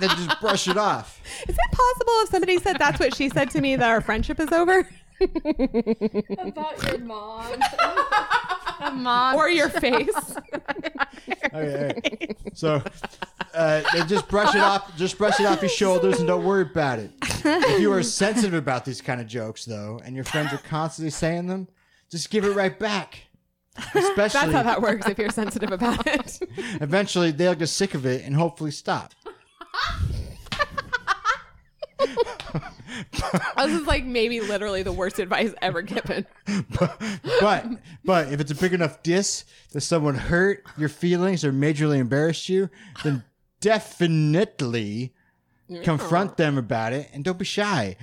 B: then just brush it off.
C: Is it possible if somebody said that's what she said to me that our friendship is over?
F: About your mom.
E: Mom.
C: Or your face?
B: Okay, all right. So uh, then just brush it off. Just brush it off your shoulders and don't worry about it. If you are sensitive about these kind of jokes, though, and your friends are constantly saying them, just give it right back.
C: That's
B: Especially,
C: how that works if you're sensitive about it.
B: eventually, they'll get sick of it and hopefully stop.
C: this is like maybe literally the worst advice ever given.
B: but but if it's a big enough diss that someone hurt your feelings or majorly embarrassed you, then definitely confront them about it and don't be shy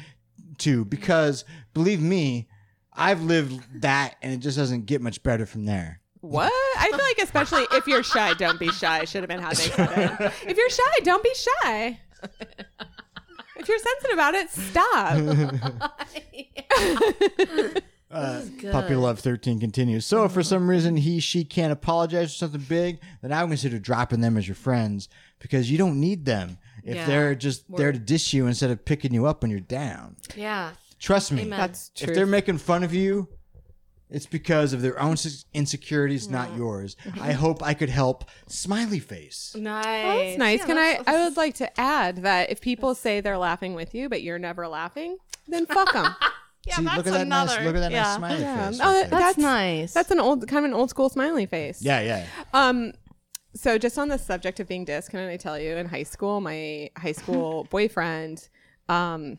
B: to because believe me, I've lived that and it just doesn't get much better from there.
C: What? I feel like especially if you're shy, don't be shy. Should have been how they said it. If you're shy, don't be shy. If you're sensitive about it, stop.
B: Uh, Puppy Love 13 continues. So, if for some reason he, she can't apologize for something big, then I would consider dropping them as your friends because you don't need them if
E: Yeah.
B: they're just there to diss you instead of picking you up when you're down.
E: yeah.
B: Trust me,
E: Amen.
C: That's true.
B: if they're making fun of you, it's because of their own s- insecurities, not yours.
D: Mm-hmm.
B: I hope I could help. Smiley face.
E: Nice.
C: Well, that's nice.
E: Yeah,
C: Can
E: that's-
C: I? I would like to add that if people say they're laughing with you, but you're never laughing, then fuck them.
D: Yeah,
B: See,
D: that's
B: look at that
D: another.
B: nice, look at that
D: yeah.
B: nice smiley
C: Yeah.
B: face.
C: Oh,
B: right there.
C: that-
E: That's,
C: That's-
E: nice.
C: That's an old, kind of an old school smiley face.
B: yeah, yeah.
C: Um, so just on the subject of being dissed, can I tell you? In high school, my high school boyfriend, um,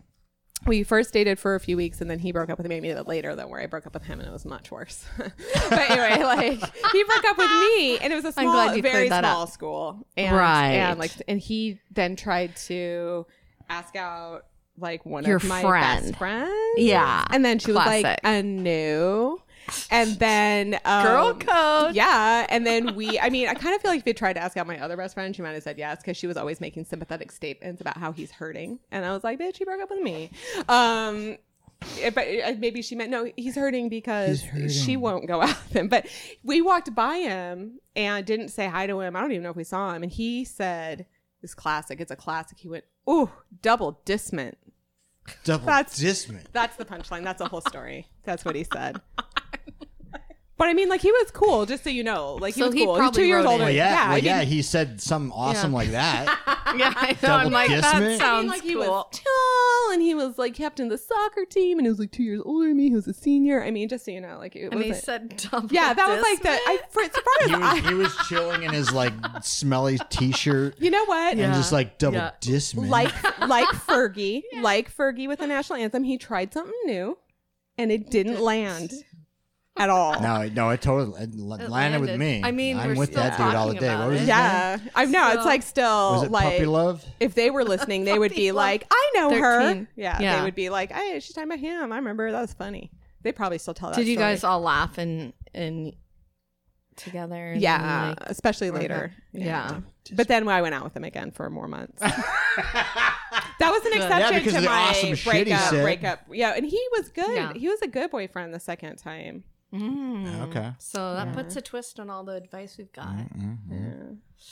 C: we first dated for a few weeks, and then he broke up with me. Maybe later than where I broke up with him, and it was much worse. but anyway, like he broke up with me, and it was a
E: I'm
C: small,
E: glad you
C: very
E: cleared that
C: small
E: up.
C: school, and,
E: Right.
C: And like, and he then tried to ask out like one
E: Your
C: of my
E: friend.
C: best friends.
E: Yeah.
C: and then she was like,
E: Classic.
C: "A new." And then um,
E: Girl code.
C: yeah. And then we, I mean, I kind of feel like if you tried to ask out my other best friend, she might have said yes because she was always making sympathetic statements about how he's hurting. And I was like, bitch, he broke up with me. Um, it- but uh, maybe she meant no he's hurting because she won't go out with him but we walked by him and didn't say hi to him i don't even know if we saw him and he said this classic it's a classic he went ooh double disment
B: Double
C: That's-
B: dismant.
C: that's the punchline that's the whole story that's what he said but i mean like he was cool just so you know like he
E: So
C: was
E: he
C: cool He was
E: probably
C: two years
E: wrote
C: older
E: it.
B: Well, Oh, yeah,
C: yeah,
B: well,
C: I
B: yeah.
C: mean-
B: He said something awesome like that.
E: yeah, I know.
B: Double
E: I'm like,
B: dismant?
E: that
C: I
E: sounds
C: mean, like he
E: cool.
C: was tall and he was like captain of the soccer team and he was like two years older than me he was a senior i mean just so you know like it
E: and he
C: was
E: said double
C: yeah that was like the
E: dismant?
C: I, for, as far as
B: he, was,
C: I,
B: he was chilling in his like smelly t-shirt
C: you know what
B: and just like double
E: Yeah.
B: dismant.
C: like like fergie like fergie with the national anthem he tried something new and it didn't land at all
B: no, no, it totally it landed with
E: landed.
B: me.
E: I mean,
B: I'm
E: we're
B: with
E: still
B: that dude all
E: talking
B: day. What
E: about
B: was
E: it.
B: his name?
C: yeah i know it's
E: So-
C: like still
B: Was it
C: like
B: puppy love?
C: if they were listening, they would be
E: Puppy
C: like, "I know her."
E: 13.
C: Yeah,
E: Yeah.
C: they would be like, "Hey, she's talking about him. I remember that was funny." They probably still tell that.
E: Did you
C: story.
E: guys all laugh and and together? and
C: Yeah,
E: then, like-
C: especially later.
E: Yeah.
C: but then when I went out with him again for more months. that was an exception
B: because
C: to
B: of the
C: my
B: awesome shit he
C: breakup.
B: said.
C: Breakup. Yeah, and he was good.
E: Yeah.
C: He was a good boyfriend the second time.
E: Mm.
B: Okay.
E: So that puts a twist on all the advice we've got.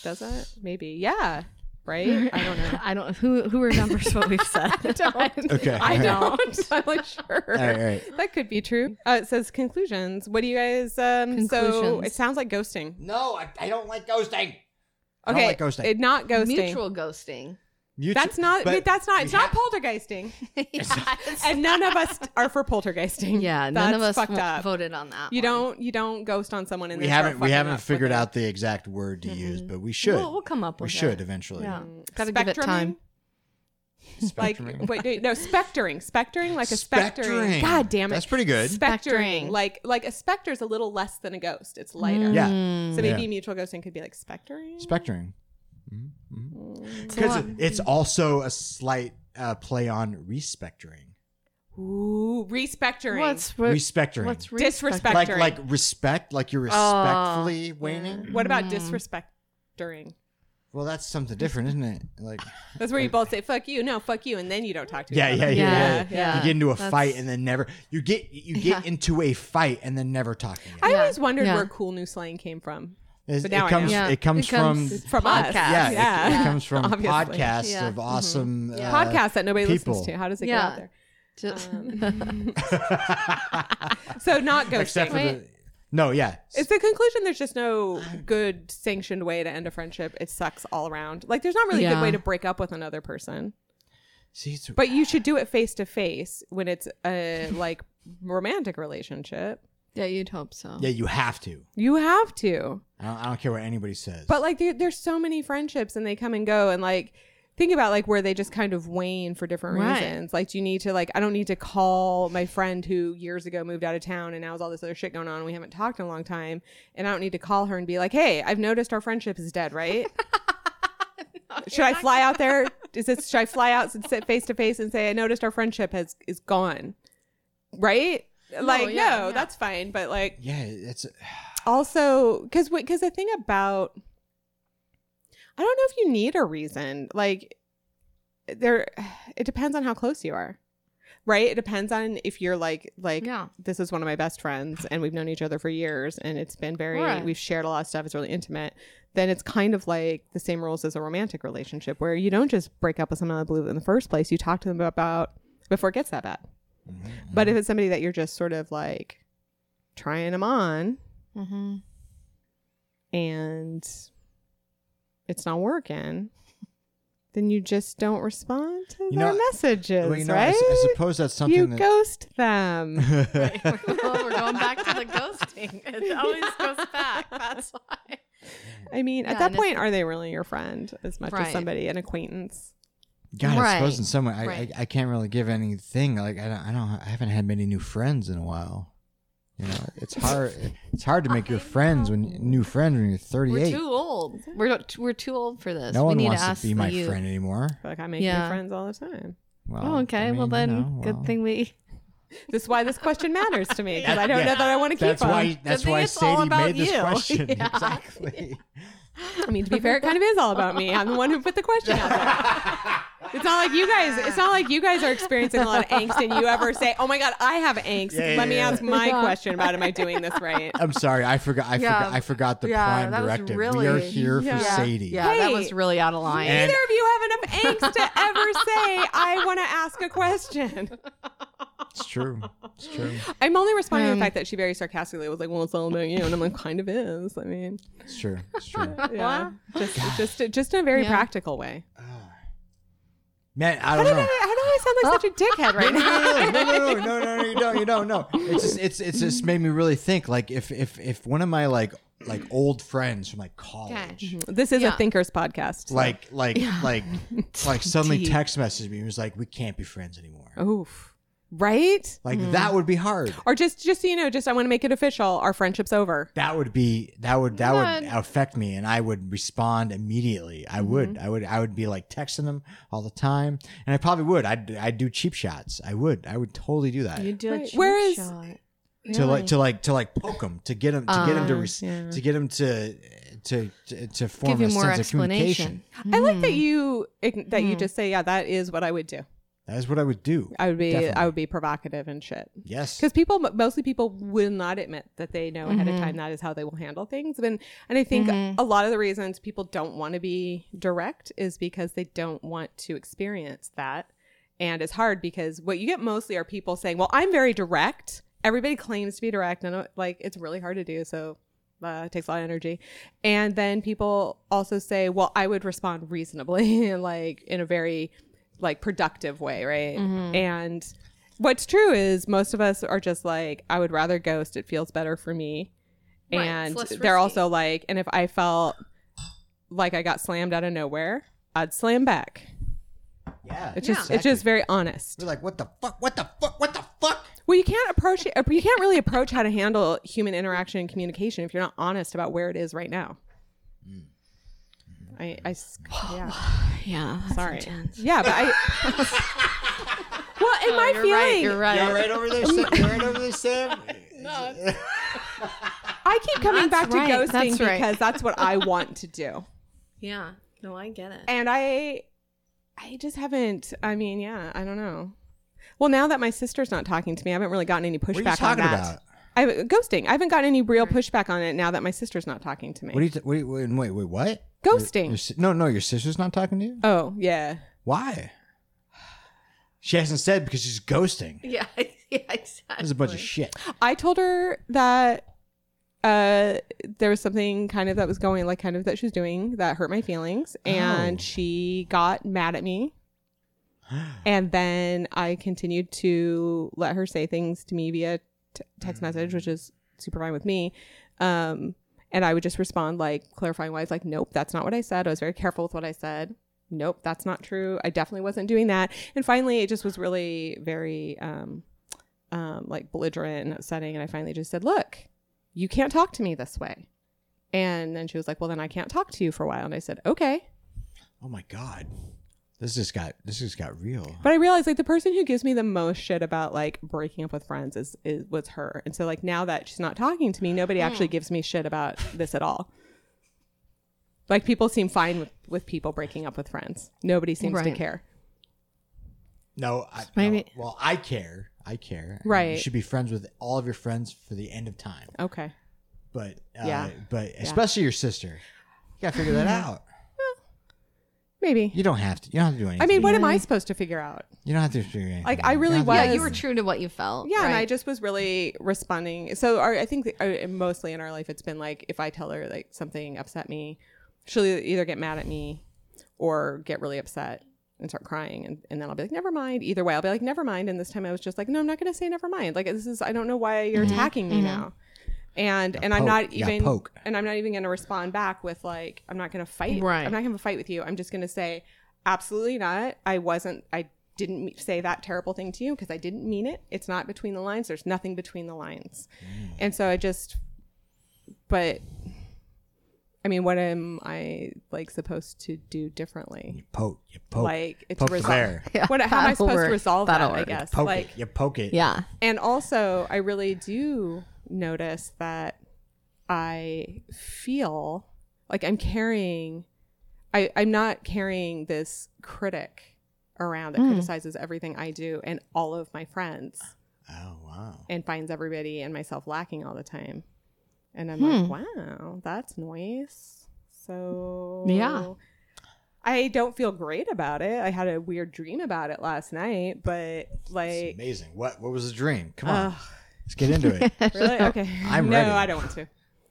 C: Does that maybe? Yeah, right. I don't know.
E: I don't who who remembers what we've said. I don't.
B: Okay.
C: I don't. I'm like sure.
B: All right, all right.
C: That could be true. Uh, it says conclusions. What do you guys? Um, so
E: Conclusions.
C: it sounds like ghosting.
B: No, I, I don't like ghosting. I don't
C: Okay,
B: like ghosting.
C: it- not ghosting.
E: Mutual ghosting.
B: You
C: That's
B: two-
C: not.
B: but-
C: that's not. It's
B: we
C: not poltergeisting. and none of us are for poltergeisting.
E: Yeah,
C: that's
E: none of us
C: fucked
E: wo-
C: up.
E: voted on that.
C: You
E: one.
C: don't. You don't ghost on someone and
B: we
C: then start
B: haven't we
C: fucking
B: haven't
C: up Mm-hmm.
B: figured
C: with
B: out the exact word to use, but we should.
E: We'll, we'll come up
B: we
E: with.
B: should
E: it.
B: eventually.
E: Yeah,
C: it.
E: gotta give it time.
C: Spectrum- Like wait, wait, no, spectering, spectering, like a spectering.
B: Spectering.
C: God damn it,
B: That's pretty good.
C: Spectering,
E: Spectering.
C: like like a specter is a little less than a ghost. It's lighter.
B: Mm. Yeah.
C: So maybe
B: Yeah.
C: mutual ghosting could be like spectering.
B: Spectering. Mm-hmm.
C: Mm.
B: Because it's also a slight uh, play on respectering.
C: Ooh, respectering.
E: What's re-
B: Respectering.
E: what's
C: Disrespect.
B: like
C: Respectering.
B: like respect, like you're
C: Oh,
B: respectfully waning.
C: what about
E: Mm.
C: disrespectering?
B: Well, that's something different, isn't it? Like
C: That's where you both say "fuck you," no "fuck you," and then you don't talk to
B: yeah,
C: each
B: yeah, yeah,
C: other.
B: yeah.
E: Yeah, yeah.
C: Uh,
B: You get into a
E: That's-
B: fight and then never. You get you get
E: Yeah.
B: into a fight and then never talk again.
C: I
E: Yeah.
C: always wondered
E: Yeah.
C: where cool new slang came from.
B: It's-
C: but now I
B: it comes
E: know. Yeah.
B: it comes
E: It
B: from
E: comes-
C: From us.
E: Podcast.
B: yeah,
C: Yeah.
B: it- It, comes from
C: Obviously.
B: podcasts
E: Yeah. Mm-hmm.
B: of awesome uh,
C: Podcasts that nobody
B: people.
C: listens to. How does it
E: Yeah.
C: get out
E: Just,
C: there? Um, so not ghosting.
B: Except for
E: Wait.
B: the no, yeah,
C: It's the conclusion. There's just no good sanctioned way to end a friendship. It sucks all around. Like there's not really a good
E: Yeah.
C: way to break up with another person.
B: See, it's-
C: But you should do it face to face when it's a like romantic relationship.
E: yeah, you'd hope so.
B: yeah, you have to.
C: You have to.
B: I don't, I don't care what anybody says.
C: But like there, there's so many friendships and they come and go and like think about like where they just kind of wane for different
E: Right.
C: reasons. Like do you need to like I don't need to call my friend who years ago moved out of town and now has all this other shit going on and we haven't talked in a long time and I don't need to call her and be like, "Hey, I've noticed our friendship is dead, right?" should I fly out there? Is this should I fly out and sit face to face and say I noticed our friendship has is gone, right? Like
E: yeah,
C: no,
E: yeah.
C: that's fine. But like
B: yeah, it's
C: also because because the thing about I don't know if you need a reason. Like there, it depends on how close you are, right? It depends on if you're like like
E: Yeah.
C: this is one of my best friends and we've known each other for years and it's been very
E: Right.
C: we've shared a lot of stuff it's really intimate then it's kind of like the same rules as a romantic relationship where you don't just break up with someone out of the blue in the first place you talk to them about before it gets that bad but if it's somebody that you're just sort of like trying them on
E: Mm-hmm.
C: and it's not working then you just don't respond to
B: You
C: their
B: know,
C: messages
B: well, you know, I
C: right
B: s- I, suppose that's something
C: you
B: that
C: ghost them
E: well, we're going back to the ghosting. It always goes back. That's why.
C: I mean, at
E: Yeah,
C: that
E: and it's-
C: point, are they really your friend as much as
E: Right.
C: somebody, an acquaintance?
B: God, I suppose
E: Right.
B: in some way, I,
E: Right.
B: I, I can't really give anything. Like I don't, I don't, I haven't had many new friends in a while. You know, it's hard. It's hard to make your friends when new friends when you're
E: We're
B: 38.
E: too old. We're not- we're too old for this.
B: No
E: we
B: one
E: need
B: wants
E: to,
B: to,
E: ask
B: be my
E: the youth.
B: friend anymore.
C: I feel like I make new
E: Yeah.
C: friends all the time.
B: Well,
E: Oh, okay.
B: I mean,
E: well,
B: you
E: then,
B: know, well,
E: good thing we.
C: This is why this question matters to me because I don't
B: Yeah.
C: know that I want to keep
B: That's
C: on.
B: why. That's
E: thing
B: why
E: it's all
B: Sadie
E: about
B: made this
E: you.
B: question exactly.
C: I mean, to be fair, it kind of is all about me. I'm the one who put the question out there. It's not like you guys. It's not like you guys are experiencing a lot of angst, and you ever say, "Oh my God, I have angst."
B: Yeah, yeah,
C: Let me
B: yeah.
C: ask my question about am I doing this right?
B: I'm sorry. I forgot. I
E: Yeah.
B: forgot. I forgot the
E: Yeah,
B: prime
E: that was
B: directive. we
E: really-
B: are here for
E: Yeah.
B: Sadie.
E: Yeah, that
C: Hey.
E: was really out of line.
B: And-
C: Neither of you have enough angst to ever say, "I want to ask a question."
B: It's true. It's true.
C: I'm only responding to
E: Um,
C: the fact that she very sarcastically was like, "Well, it's all about you," and I'm like, "Kind of is." I mean,
B: It's true. It's true.
C: yeah, just just just in a very
E: Yeah.
C: practical way.
B: Man, I
C: How
B: don't
C: did I, how
B: know.
C: do I sound like such a dickhead right
B: no,
C: now?
B: no, no, no, no, no, no, no, you don't, you don't, no. It's just, it's, it's just made me really think. Like, if, if, if one of my like, like old friends from like college,
C: This is a
E: Yeah. Mm-hmm.
C: thinkers podcast. so-
B: like, like, like, like suddenly
E: Deep. Oh.
B: text messaged me and was like, "We can't be friends anymore."
C: oof, right?
B: Like
E: Mm-hmm.
B: that would be hard.
C: Or just just so you know, just I want to make it official. Our friendship's over.
B: That would be that would that would
E: Not-
B: affect me, and I would respond immediately. I would, I would, I would be like texting them all the time, and I probably would. I'd, I'd do cheap shots. I would, I would totally do that.
E: You do
C: Right.
E: a cheap
C: Where is-
E: shot.
B: to
E: Really?
B: like to like to like poke him to get him to get him to
E: Ah,
B: res-
C: yeah.
B: to get him to to to, to form
E: give you
B: a
E: more
B: sense of
E: explanation.
B: communication.
C: I like that you ign- that you just say, "Yeah, that is what I would do."
B: That's what I would do.
C: I would be
B: Definitely.
C: I would be provocative and shit.
B: yes,
C: because people mostly people will not admit that they know ahead of time that is how they will handle things and and i think a lot of the reasons people don't want to be direct is because they don't want to experience that and it's hard because what you get mostly are people saying well i'm very direct everybody claims to be direct and uh, like it's really hard to do so uh, it takes a lot of energy and then people also say well i would respond reasonably and like in a very like productive way right
E: Mm-hmm.
C: and what's true is most of us are just like i would rather ghost it feels better for me
E: Right, it's
C: and
E: less
C: they're
E: risky.
C: also like and if i felt like i got slammed out of nowhere i'd slam back
B: yeah.
C: it's just it's just very honest
B: We're like, what the fuck? What the fuck? What the fuck?
C: well you can't approach it you can't really approach how to handle human interaction and communication if you're not honest about where it is right now I, I s- yeah
E: Yeah. that's
C: sorry
E: intense.
C: yeah but i well and am I
E: Oh, you're
C: feeling?
E: Right, you're right.
B: You're right over there, Sam. You're right over there, Sam. no.
C: I keep coming
E: That's
C: back to
E: right,
C: ghosting
E: that's right.
C: because that's what I want to do.
E: Yeah. No, I get it.
C: And I I just haven't I mean, yeah, I don't know. Well, now that my sister's not talking to me, I haven't really gotten any pushback
B: What are you
C: on
B: talking
C: that.
B: about?
C: I haven't- ghosting. I haven't gotten any real pushback on it now that my sister's not talking to me.
B: What are you? T- wait, wait, wait, wait, what?
C: Ghosting.
B: Your si- no, no, your sister's not talking to you.
C: oh, yeah.
B: Why? She hasn't said because she's ghosting.
E: Yeah. Yeah. Exactly.
B: There's a bunch of shit.
C: I told her that uh there was something kind of that was going like kind of that she was doing that hurt my feelings and
B: Oh.
C: she got mad at me and then I continued to let her say things to me via t- text message which is super fine with me um and I would just respond like clarifying wise like nope that's not what I said I was very careful with what I said nope that's not true I definitely wasn't doing that and finally it just was really very um um, like belligerent and upsetting. And I finally just said, Look, you can't talk to me this way. And then she was like, Well, then I can't talk to you for a while. And I said, Okay.
B: Oh my god, this just got this just got real.
C: But I realized like the person who gives me the most shit about like breaking up with friends is, is was her. And so like now that she's not talking to me, nobody actually gives me shit about this at all. Like people seem fine with, with people breaking up with friends. Nobody seems to
E: Right.
C: care.
B: No, I,
E: Maybe-
B: no. Well, I care. I care. You
C: Right.
B: should be friends with all of your friends for the end of time.
C: Okay.
B: But uh,
C: Yeah.
B: but especially your sister. You gotta figure that out.
C: Maybe.
B: You don't have to. You don't have to do anything.
C: I mean, what am I supposed to figure out?
B: you don't have to figure anything.
C: Like, I
B: out.
C: really
B: You don't have to-
E: Yeah. You
C: was-
E: were true to what you felt.
C: Yeah, and
E: right?
C: I just was really responding. So our, I think that, uh, mostly in our life, it's been like if I tell her like something upset me, she'll e-, either get mad at me or get really upset and start crying, and, and then I'll be like, never mind. Either way, I'll be like, never mind. And this time, I was just like, no, I'm not going to say never mind. Like this is, I don't know why
E: Mm-hmm.
C: you're attacking me now, and and I'm
B: poke.
C: not
B: You gotta
C: even
B: poke.
C: and I'm not even going to respond back with like I'm not going to fight.
E: Right.
C: I'm not going to fight with you. I'm just going to say absolutely not. I wasn't. I didn't me- say that terrible thing to you because I didn't mean it. It's not between the lines. There's nothing between the lines.
B: Mm.
C: And so I just, but. I mean, what am I like supposed to do differently?
B: You poke. You poke.
C: Like it's
B: poke the
C: resolve.
B: bear.
C: What? How am I
E: That'll
C: supposed
E: work.
C: to resolve
E: That'll
C: that? I
E: work.
C: guess.
B: Poke
C: like,
B: it. You poke it.
E: Yeah.
C: and also, I really do notice that I feel like I'm carrying, I, I'm not carrying this critic around that criticizes everything I do and all of my friends
B: Oh wow.
C: and finds everybody and myself lacking all the time. And I'm like, wow, that's nice. So
E: Yeah.
C: I don't feel great about it. I had a weird dream about it last night, but
B: It's
C: like,
B: amazing. What what was the dream? Come on.
C: Ugh.
B: Let's get into it.
C: really? Okay.
B: I'm
C: no,
B: ready.
C: I don't want to.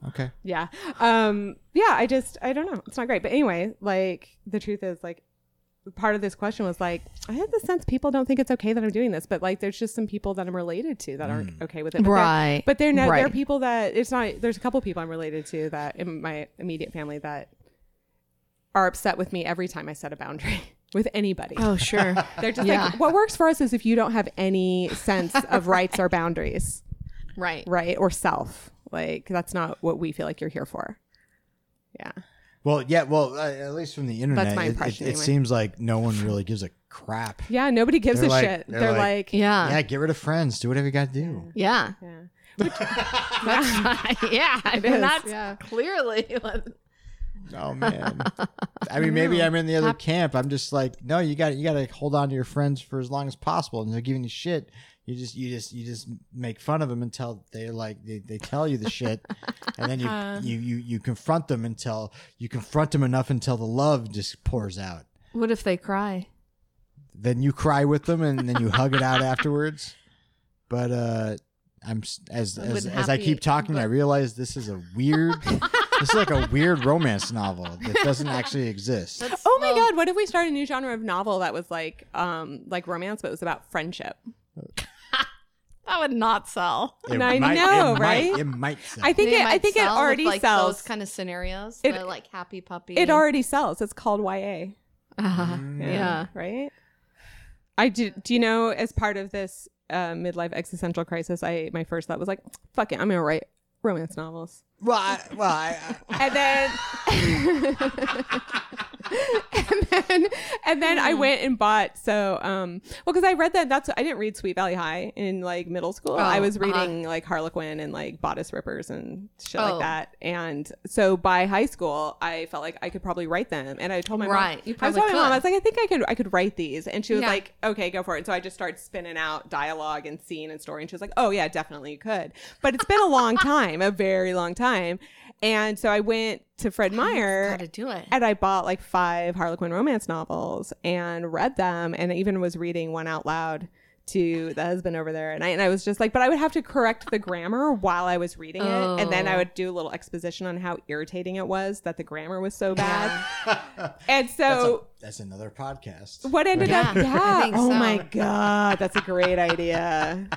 B: Okay.
C: Yeah. Um yeah, I just I don't know. It's not great. But anyway, like the truth is like part of this question was like I have the sense people don't think it's okay that I'm doing this, but like there's just some people that I'm related to that aren't okay with it. But they're-
E: Right.
C: But they're no they're
E: Right.
C: people that it's not there's a couple people I'm related to that in my immediate family that are upset with me every time I set a boundary with anybody.
E: Oh, sure.
C: They're just
E: yeah.
C: like what works for us is if you don't have any sense of rights or boundaries
E: right.
C: right or self like that's not what we feel like you're here for yeah
B: Well, yeah. Well, uh, at least from the internet,
C: my
B: it- it-
C: impression,
B: it,
C: anyway.
B: seems like no one really gives a crap.
C: yeah nobody gives
B: They're
C: a
B: like-
C: shit
B: they're
C: they're,
B: like-
C: like,
E: Yeah.
B: Yeah, get rid of friends. Do whatever you got to do.
E: Yeah.
C: yeah
E: yeah. I mean,
C: is,
E: that's
C: yeah.
E: clearly.
B: Oh man. I mean, maybe I'm in the other camp. I'm just like, no, you got you got to hold on to your friends for as long as possible, and they're giving you shit. You just you just you just make fun of them until they like they, they tell you the shit, and then you,
C: Uh-huh.
B: you you you confront them until you confront them enough until the love just pours out.
E: What if they cry?
B: Then you cry with them, and then you hug it out afterwards. But uh, I'm s- as as, as I
E: happy-
B: keep talking, I realize this is a weird. this is like a weird romance novel that doesn't actually exist.
C: oh my god what if we start a new genre of novel that was like um like romance but it was about friendship
E: That would not sell.
B: It
C: And I know,
B: it
C: right?
B: Might, it might. Sell.
C: i think
E: They
C: it, i
E: might
C: think it
E: sell with,
C: already
E: like,
C: sells
E: Those kind of scenarios.
C: It-
E: the, like happy puppy.
C: it already sells it's called ya
E: Uh, yeah.
C: right i do do you know as part of this uh midlife existential crisis i my first thought was like fuck it i'm gonna write romance novels
B: well, I, well, I, I,
C: and then and then and then
E: Hmm.
C: I went and bought so um well because I read that that's I didn't read Sweet Valley High in like middle school. I was
E: uh-huh.
C: reading like Harlequin and like Bodice Rippers and shit
E: Oh.
C: like that. And so by high school, I felt like I could probably write them. And I told my
E: Right,
C: mom,
E: you
C: I was
E: probably
C: telling my
E: could.
C: mom, I was like, I think I could I could write these. And she was
E: Yeah.
C: like, Okay, go for it. And so I just started spinning out dialogue and scene and story. And she was like, Oh yeah, definitely you could. But it's been a long time, a very long time. And so I went to Fred Meyer
E: How to do it?
C: and I bought like five Harlequin romance novels and read them, and even was reading one out loud to the husband over there. And I, and I was just like, but I would have to correct the grammar while I was reading it. And then I
E: Oh.
C: would do a little exposition on how irritating it was that the grammar was so bad. and so.
B: That's another podcast.
C: What ended up?
E: Yeah, I
C: Yeah.
E: think
C: Oh
E: so.
C: my god, that's a great idea.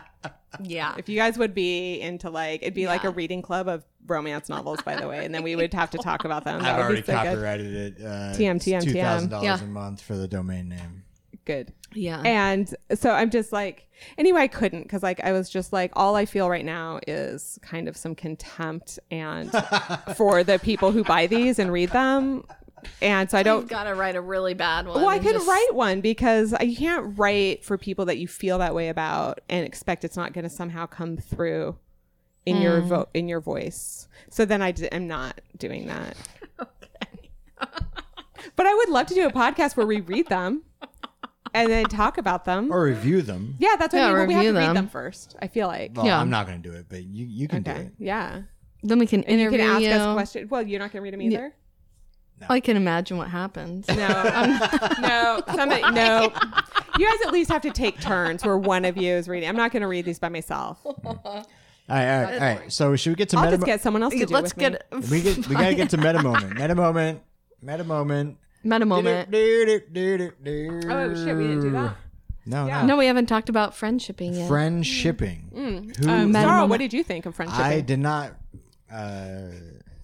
E: Yeah.
C: If you guys would be into like, it'd be like
E: Yeah.
C: a reading club of romance novels, by the way, and then we would have to talk about them. That
B: I've
C: would
B: already
C: be so good.
B: copyrighted it. Uh,
C: TM, TM.
B: Two thousand dollars
E: Yeah.
B: a month for the domain name.
C: Good.
E: Yeah.
C: and so i'm just like anyway i couldn't because like i was just like all i feel right now is kind of some contempt and for the people who buy these and read them and so i
E: You've
C: don't
E: got to write a really bad one.
C: well i
E: and
C: couldn't
E: just-
C: write one because I- you can't write for people that you feel that way about and expect it's not going to somehow come through in your
E: Hmm.
C: vo- in your voice so then i d- am not doing that but i would love to do a podcast where we read them and then talk about them
B: Or review them.
C: yeah, that's what
E: Yeah,
C: I mean. But we have to
E: review
C: read
E: them.
C: them first. I feel like.
B: Well,
E: Yeah.
B: I'm not going to do it, but you, you can do
C: okay.
B: it.
C: Yeah.
E: Then we can
C: And you
E: interview
C: can ask us questions. Well, you're not going to read them either.
E: I can imagine what happens.
C: No. no. Somebody. No. You guys at least have to take turns where one of you is reading. I'm not going to read these by myself.
B: All right, all right, all right. So should we get to
C: I'll
B: meta?
C: just get someone else to do
E: Let's
C: it with
E: get
B: we
C: me.
B: get we gotta get to meta moment. Meta moment. Meta moment.
E: meta moment.
C: Oh
B: Oh
C: shit, we
E: Mm.
C: didn't do that.
B: No,
E: No, we haven't talked about friendshipping yet.
B: Friendshipping. Who
C: Um,
E: Meta
C: Sarah,
E: moment.
C: what did you think of friendship?
B: I did not. Uh,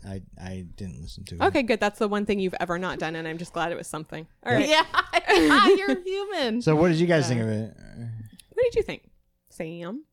B: I I didn't listen to. it.
C: okay, good. That's the one thing you've ever not done, and I'm just glad it was something. All right.
E: yeah. yeah, you're human.
B: So what did you guys think of it?
C: What did you think, Sam?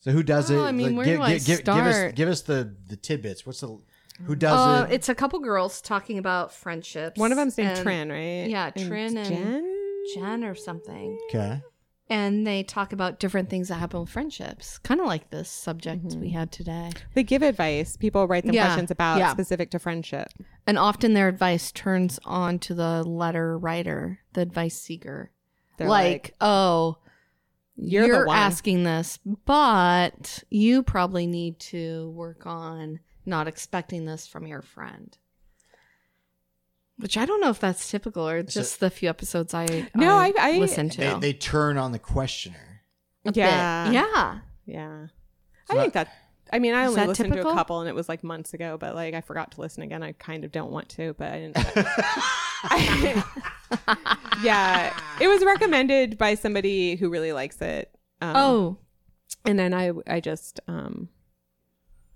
B: So who does
E: Oh,
B: it?
E: I mean, where do I
B: us
E: start?
B: give us the the tidbits. What's the who does
E: Uh,
B: it?
E: it's a couple girls talking about friendships.
C: One of them's named
E: and
C: Trin, right?
E: yeah, Trin and-
C: Jen.
E: Jen or something.
B: Okay.
E: And they talk about different things that happen with friendships, kind of like this subject we had today.
C: They give advice. People write them
E: Yeah.
C: questions about
E: Yeah.
C: specific to friendship.
E: And often their advice turns on to the letter writer, the advice seeker.
C: They're
E: like, oh,
C: You're
E: you're,
C: the one.
E: asking this, but you probably need to work on not expecting this from your friend. Which I don't know if that's typical or
B: So-
E: just the few episodes I
C: No,
E: I,
C: I- I-
E: listen to.
B: They, they turn on the questioner.
E: a bit.
C: Yeah.
E: yeah,
C: Yeah.
B: So
C: I think that I mean I
E: Is
C: only
E: that
C: listened to a
E: typical?
C: couple and it was like months ago, but like I forgot to listen again. I kind of don't want to, but I didn't Yeah. It was recommended by somebody who really likes it. Um,
E: Oh,
C: and then I I just um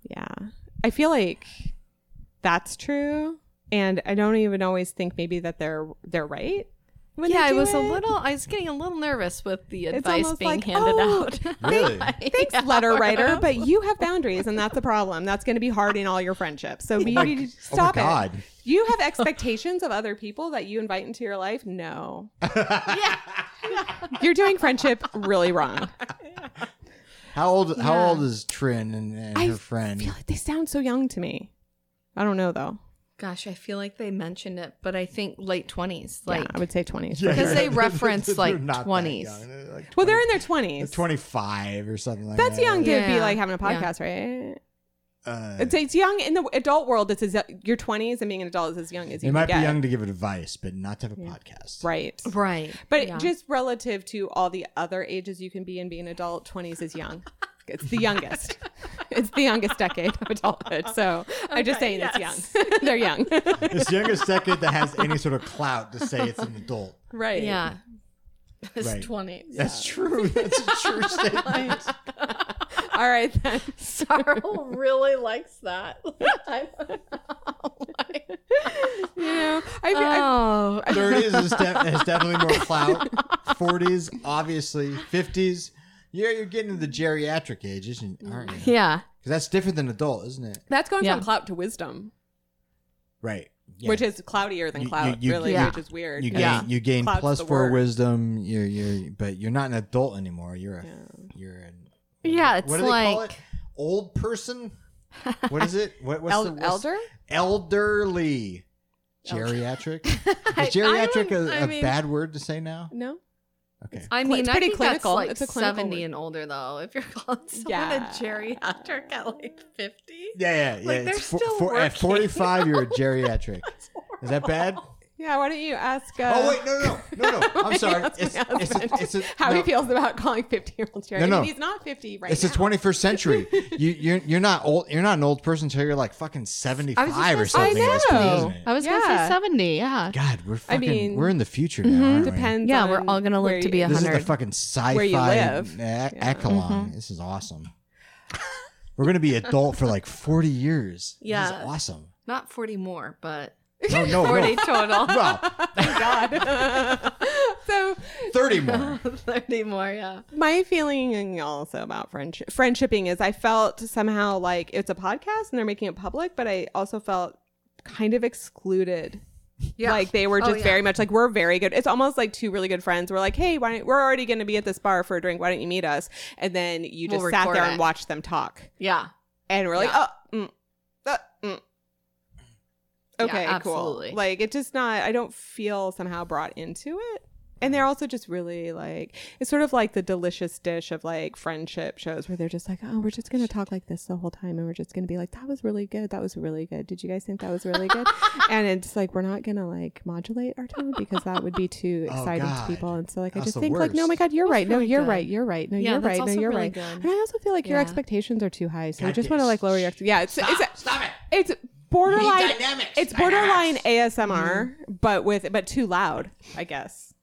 C: yeah. I feel like that's true. And I don't even always think maybe that they're they're right. when they
E: yeah. I
C: do
E: was a
C: it.
E: little. I was getting a little nervous with the
C: It's
E: advice
C: almost
E: being
C: like,
E: handed
C: oh,
E: out.
B: Really?
E: Thanks,
C: Thanks, letter writer, but you have boundaries, and that's a problem. That's going to be hard in all your friendships. So we need to
B: Oh my
C: stop it.
B: god.
C: You have expectations of other people that you invite into your life? No. You're doing friendship really wrong.
B: How old how old is Trin and, and
C: I
B: her friend?
C: I feel like they sound so young to me. I don't know though.
E: Gosh, I feel like they mentioned it, but I think late twenties.
C: Like
E: Like
C: I would say 20s.
B: Yeah,
E: because
B: yeah.
E: they reference,
B: They're
E: like,
B: not that
E: 20s.
B: young. They're like
C: Well, they're in
B: 20
C: their 20s.
B: twenty five or something like
C: That's
B: that.
C: young to be
E: Yeah.
C: like having a
E: Yeah.
C: podcast, right?
B: Uh,
C: It's, it's young in the adult world. It's as, your 20s and being an adult is as young as you
B: It
C: can
B: might be
C: get.
B: young to give advice, but not to have a podcast.
C: Right.
E: right,
C: But
E: yeah.
C: just relative to all the other ages you can be and be an adult, 20s is young. It's the youngest. it's the youngest decade of adulthood. So I'm just saying it's young. They're young.
B: It's the youngest decade that has any sort of clout to say it's an adult.
C: right.
E: yeah,
B: Right.
E: it's twenties.
B: That's true. That's a true statement.
C: All right then.
E: Sarl really likes that. I'm-
C: You know, I, I,
E: oh,
B: Thirties is, def- is definitely more clout. Forties, obviously. Fifties, yeah, you're getting to the geriatric age, isn't aren't you? Because
E: yeah.
B: that's different than adult, isn't it?
C: that's going
E: Yeah.
C: from clout to wisdom.
B: Right. Yeah.
C: which is cloudier than
B: You-
C: cloud,
B: you- you-
C: really,
E: Yeah.
C: which is weird.
B: you gain,
E: Yeah.
B: you gain
C: Cloud's
B: plus
C: the
B: four
C: word.
B: wisdom. You're you're but you're not an adult anymore. You're a you're an
E: Yeah, it's
B: what do they call
E: like
B: it? Old person. What is it? What what's the
C: El-
B: what's-
C: elder?
B: Elderly. Geriatric. is geriatric a
E: I
B: a
E: mean-
B: bad word to say now?
C: No.
B: Okay.
E: I
C: It's
E: mean, I
C: pretty
E: think
C: clinical.
E: that's like
C: It's a clinical
E: seventy
C: word.
E: and older, though. If you're calling someone
C: Yeah.
E: a geriatric at like fifty,
B: Yeah, yeah, yeah.
E: Like, they're
B: it's fo-
E: still
B: fo- at
E: working.
B: 45, you're a geriatric. Is that bad?
C: Yeah, why don't you ask? Uh,
B: oh, wait, no, no, no, no, no. I'm sorry.
C: ask my
B: It's, it's,
C: husband
B: a, it's a,
C: how he
B: no.
C: feels about calling 50 year olds Jerry.
B: No,
C: I
B: no.
C: mean, he's not 50 right
B: It's
C: now.
B: the 21st century. You, you're you're not old. You're not an old person until you're like fucking 75 or
E: just gonna
B: something.
C: say-
B: at this point,
C: I know.
B: isn't it?
E: I was gonna say
C: Yeah.
E: seventy. Yeah,
B: God, we're fucking.
C: mean, mm-hmm,
B: we're in the future now. Aren't
C: Depends.
E: Yeah, we're
C: on
E: all gonna live
C: where
E: to be
B: We?
E: a-
B: This is the
E: 100.
B: fucking sci-fi
C: Where you live. Mm-hmm.
B: e- echelon. This is awesome. We're gonna be adult for like 40 years. this
E: Yeah.
B: is awesome.
E: not forty more, but
B: No, no,
E: forty
B: no.
E: total.
B: Well,
C: God. so
B: 30 more.
E: Thirty more. Yeah.
C: my feeling also about friendship friendshipping is I felt somehow like it's a podcast and they're making it public, but I also felt kind of excluded.
E: Yeah.
C: Like they were
E: Oh,
C: just
E: yeah.
C: very much like we're very good. It's almost like two really good friends. We're like, hey, why don't, we're already going to be at this bar for a drink. Why don't you meet us? And then you
E: We'll
C: just sat
E: record
C: there
E: it.
C: and watched them talk,
E: Yeah.
C: and we're like,
E: Yeah.
C: oh, mm, uh, mm.
E: Yeah,
C: okay, cool.
E: absolutely.
C: Like it's just not. I don't feel somehow brought into it. And they're also just really like it's sort of like the delicious dish of like friendship shows where they're just like, oh, we're just gonna talk like this the whole time, and we're just gonna be like, that was really good, that was really good. Did you guys think that was really good? and it's like we're not gonna like modulate our tone because that would be too
B: Oh,
C: exciting to
B: God.
C: people. And so like I
B: That's
C: just
B: the
C: think like, no,
B: worst.
C: my God, you're
E: That's
C: right. No,
E: really
C: you're
E: good.
C: right. You're right. No,
E: Yeah,
C: you're
E: that's
C: right. No,
E: also
C: you're
E: really
C: right.
E: good.
C: And I also feel like your
E: Yeah.
C: expectations are too high, so I
B: God
C: just
B: damn-
C: want to like lower your expectations. Yeah, it's it's
B: Stop it.
C: it's borderline.
B: dynamics.
C: It's borderline ASMR, but with but too loud. I guess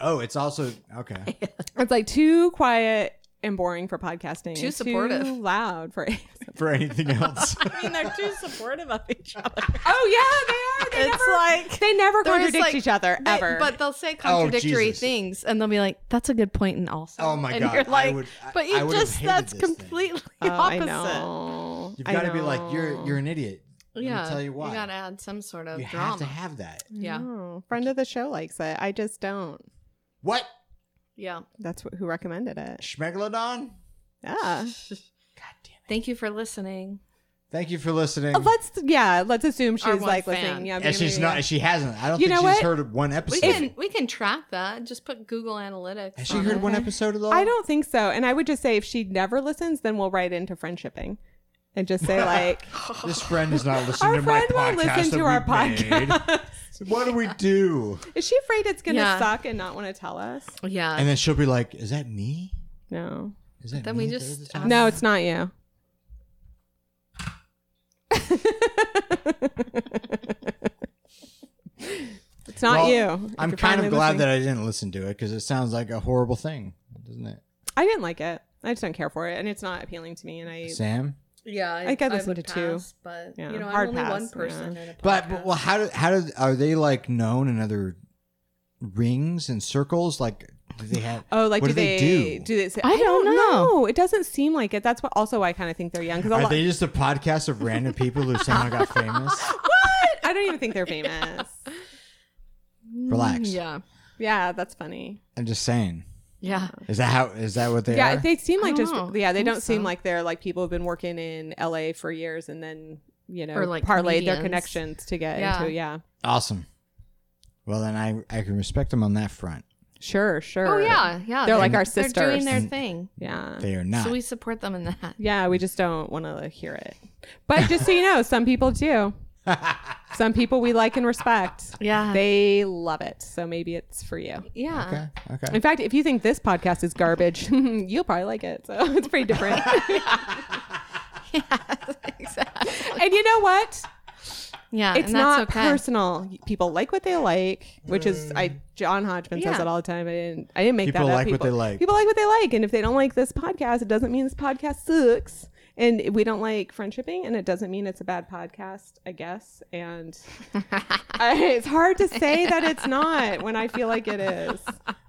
B: Oh, it's also okay.
C: it's like too quiet and boring for podcasting.
E: Too
C: and
E: supportive.
C: Too loud for. ASMR.
B: For anything else,
D: I mean, they're too supportive of each other.
C: oh yeah, they are. They
E: It's
C: never,
E: like-
C: they never
E: They're just
C: contradict
E: like-
C: each other
E: They-
C: ever.
E: but they'll say
B: Oh,
E: contradictory
B: Jesus.
E: things, and they'll be like, "That's a good point," and also,
B: Oh, my
E: and
B: God,
E: you're
B: I
E: like,
B: would- I-
E: "But you
B: I would have
E: just
B: hated
E: that's
B: this thing."
E: completely
C: oh, I
E: opposite."
C: know.
B: you've
C: I
B: got to be like you're
C: know.
B: you're an idiot. Let me
E: Yeah,
B: tell you why.
E: You gotta add some sort of
B: You
E: drama.
B: have to have that.
E: yeah,
C: No, Oh, friend of the show likes it. I just don't.
B: What
E: yeah.
C: That's what, who recommended it.
B: Schmegalodon?
C: Yeah.
E: Thank you for listening.
B: Thank you for listening.
C: Uh, Let's yeah, let's assume she's
E: Our one
C: like
E: fan.
C: listening. Yeah,
B: and she's
C: maybe-
B: not. She hasn't. I don't
C: You
B: think
C: know
B: she's
C: what?
B: heard one
E: We
B: episode.
E: can we can track that. Just put Google Analytics.
B: Has she
E: on
B: heard
E: it.
B: one episode at all?
C: I don't think so. And I would just say if she never listens, then we'll write into friendshipping and just say like
B: This friend is not listening
C: our
B: to my
C: friend
B: podcast.
C: won't listen to our
B: that we made.
C: podcast.
B: What do we do?
C: Is she afraid it's gonna
E: Yeah.
C: suck and not want to tell us?
E: Yeah.
B: And then she'll be like, "Is that me?
C: No.
B: Is that
E: Then
B: me
E: we
B: at the
E: just
B: other
E: ask-
B: time?"
C: No, it's not you. it's not
B: Well,
C: you. if
B: I'm
C: you're
B: kind
C: finally
B: of glad
C: listening.
B: that I didn't listen to it because it sounds like a horrible thing, doesn't it?
C: I didn't like it. I just don't care for it, and it's not appealing to me. And I
B: Sam.
E: yeah,
C: I could listen to two.
E: pass, but
C: Yeah,
E: you know,
C: hard
E: I'm only one
C: pass,
E: person.
C: yeah.
E: in a
B: But, but
E: podcast.
B: well, how do how do are they like known in other rings and circles? Like, do they have?
C: Oh, like
B: what
C: do, they, do? they say, I, don't,
E: don't
C: know.
E: know.
C: It doesn't seem like it. That's what also why I kind of think they're young because a
B: Are
C: lot.
B: they just a podcast of random people who somehow got famous?
C: what? I don't even think they're famous.
B: Relax.
E: Yeah.
C: yeah, that's funny.
B: I'm just saying.
E: Yeah.
B: Is that how? Is that what they
C: yeah,
B: are?
C: they seem
E: I
C: like
E: don't
C: just
E: know.
C: yeah. They
E: Think
C: don't seem
E: so.
C: like they're like people who've been working in L.A. for years and then you know
E: Or, like,
C: parlayed their
E: comedians.
C: connections to get
E: Yeah.
C: into yeah.
B: awesome. Well, then I I can respect them on that front.
C: Sure, sure.
E: Oh yeah, yeah.
C: They're like our
E: They're
C: sisters.
E: doing their
B: And-
E: thing.
C: yeah.
B: They are not.
E: So we support them in that.
C: Yeah, we just don't want to hear it. But just so you know, some people do. Some people we like and respect.
E: Yeah.
C: They love it. So maybe it's for you.
E: yeah.
B: okay. Okay.
C: In fact, if you think this podcast is garbage, you'll probably like it. So it's pretty different.
E: exactly.
C: and you know what?
E: Yeah,
C: It's
E: and that's
C: not
E: okay.
C: personal. People like what they like, which is I. John Hodgman says
E: Yeah.
C: it all the time. I didn't. I didn't make
B: Mm. People
C: that up.
B: like what they like.
C: People like what they like, and if they don't like this podcast, it doesn't mean this podcast sucks. And we don't like friendshipping, and it doesn't mean it's a bad podcast, I guess. And I, it's hard to say that it's not when I feel like it is.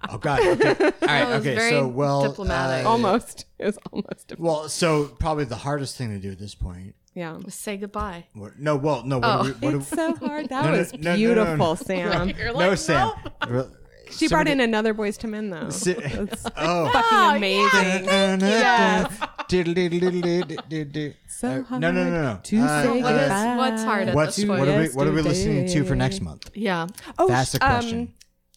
B: oh God. Okay. All right.
E: was
B: okay.
E: very
B: So well.
E: diplomatic.
B: uh,
C: Almost, it was almost.
B: Well, so probably the hardest thing to do at this point
C: Yeah.
E: Say goodbye.
B: What- No, well, no. What
E: Oh.
B: do we, what do-
C: It's so hard. That
B: No, no,
C: was
B: no, no, no,
C: beautiful,
B: no.
C: Sam.
E: You're
B: no, Sam. Re-
C: She brought in another boys to men though.
B: Si-
C: That's
B: oh.
C: fucking amazing.
B: Yes.
C: So
B: No, no, no, no.
C: hard to
B: Uh,
C: say
E: What
C: goodbye.
B: uh,
E: is, what's hard at
B: What's
E: this
B: what
E: point?
B: are we what are we listening to for
C: Yesterday.
B: next month?
E: yeah.
C: Oh,
B: That's
C: sh-
B: the
C: um,
B: question.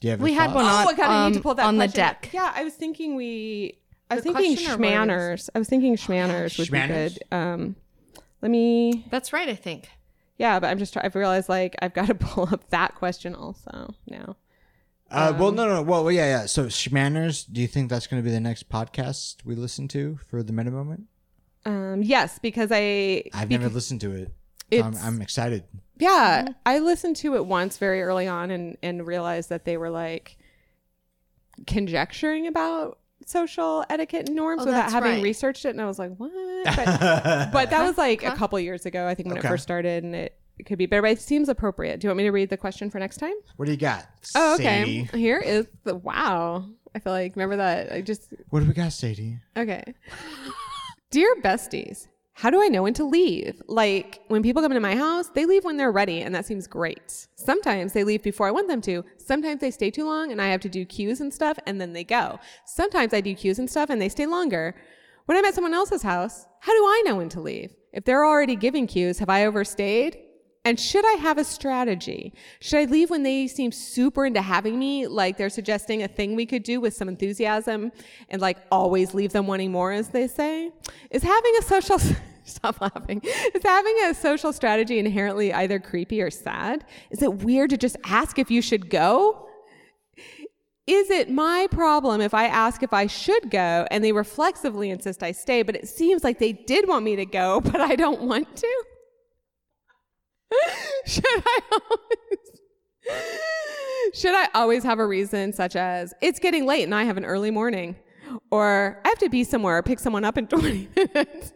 B: Do you have
E: we
B: any
E: had
B: thoughts?
E: one on-
C: oh, I gotta need to
E: um,
C: pull that
E: on the
C: question.
E: deck.
C: Yeah, I was thinking we. I was
E: The
C: thinking
E: question or words? Oh,
C: schmanners. I was thinking schmanners would
B: Schmanners?
C: be good. Um, let me.
E: That's right, I think.
C: Yeah, but I'm just. Try- I've realized like I've got to pull up that question also now.
B: Uh, well, no, no. Well, yeah, yeah. So, Schmanners, do you think that's going to be the next podcast we listen to for the meta moment?
C: Um, yes, because I.
B: I've never listened to it. So I'm,
C: It's-
B: I'm excited.
C: Yeah, I listened to it once very early on and and realized that they were like conjecturing about social etiquette and norms
E: Oh,
C: without
E: that's
C: having
E: right.
C: researched it, and I was like, what? But, but that was like a couple years ago, I think, when
B: Okay.
C: it first started, and it, it could be better. But it seems appropriate. Do you want me to read the question for next time?
B: What do you got?
C: Oh, okay.
B: Sadie?
C: Here is the wow. I feel like remember that. I just
B: What do we got, Sadie?
C: Okay. Dear besties, how do I know when to leave? Like, when people come into my house, they leave when they're ready, and that seems great. Sometimes they leave before I want them to. Sometimes they stay too long, and I have to do cues and stuff, and then they go. Sometimes I do cues and stuff, and they stay longer. When I'm at someone else's house, how do I know when to leave? If they're already giving cues, have I overstayed? And should I have a strategy? Should I leave when they seem super into having me, like they're suggesting a thing we could do with some enthusiasm and like always leave them wanting more, as they say? Is having a social, stop laughing, is having a social strategy inherently either creepy or sad? Is it weird to just ask if you should go? Is it my problem if I ask if I should go and they reflexively insist I stay, but it seems like they did want me to go, but I don't want to? should I always should I always have a reason such as it's getting late and I have an early morning, or I have to be somewhere or pick someone up in twenty minutes?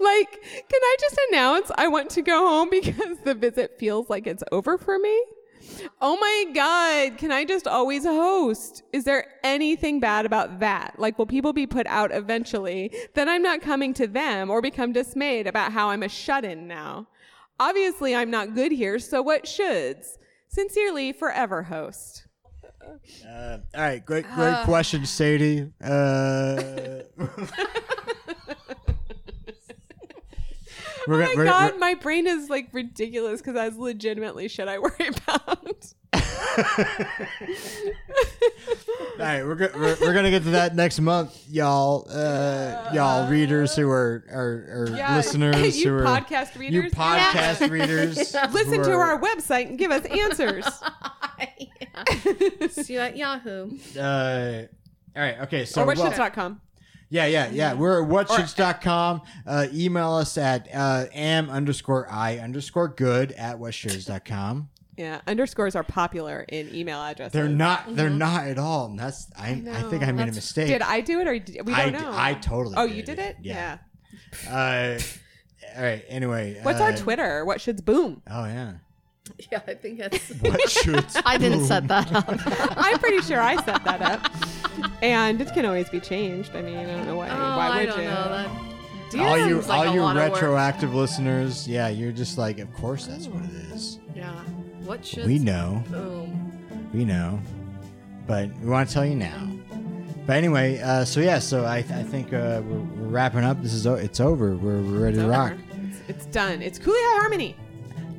C: like, can I just announce I want to go home because the visit feels like it's over for me? Oh my God, can I just always host? Is there anything bad about that? Like, will people be put out eventually? Then I'm not coming to them or become dismayed about how I'm a shut in now. Obviously, I'm not good here, so what shoulds? Sincerely, forever host.
B: Uh, all right, great, great
C: Uh.
B: question, Sadie. Uh, we're
C: Oh my God, my brain is like ridiculous because that's legitimately shit I worry about.
B: All right, we're, go- we're we're gonna get to that next month, y'all. Uh, y'all readers who are are, are listeners
C: you
B: who are
C: podcast readers.
B: you podcast readers.
C: Listen
B: who
C: to
B: are,
C: our website and give us answers.
E: See you at Yahoo.
B: Uh, all right, okay. So
C: or
B: well-
C: whatshits.com.
B: yeah, yeah, yeah. We're at whatshits.com. Uh, email us at uh, am underscore i underscore good at whatshits.com.
C: Yeah, underscores are popular in email addresses.
B: They're not. They're
C: Mm-hmm.
B: not at all. And that's. I. I, think I made a mistake.
C: Did I do it or did, we
B: I,
C: don't know?
B: I totally.
C: Oh,
B: did
C: you did it.
B: Yeah. Uh, all right. Anyway.
C: What's
B: uh,
C: our Twitter? What should boom?
B: Oh yeah.
E: Yeah, I think that's. Oh,
B: What shoots?
E: I didn't set that up.
C: I'm pretty sure I set that up. And it can always be changed. I mean, I don't know why. why would
E: Oh, I don't
C: you?
E: know that.
B: all you,
E: Seems like
B: all
E: a
B: you
E: lot of work.
B: retroactive listeners, yeah, you're just like, of course that's what it is.
E: Yeah. What should Oh,
B: We know,
E: Boom.
B: we know, but we want to tell you now. But anyway, uh, so yeah, so I, I think uh, we're, we're wrapping up. This is o- it's over. We're, we're ready to rock.
C: It's, it's done. It's Cooley High Harmony.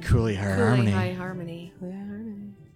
B: Cooley High Harmony.
E: High harmony.
C: Cooley High Harmony.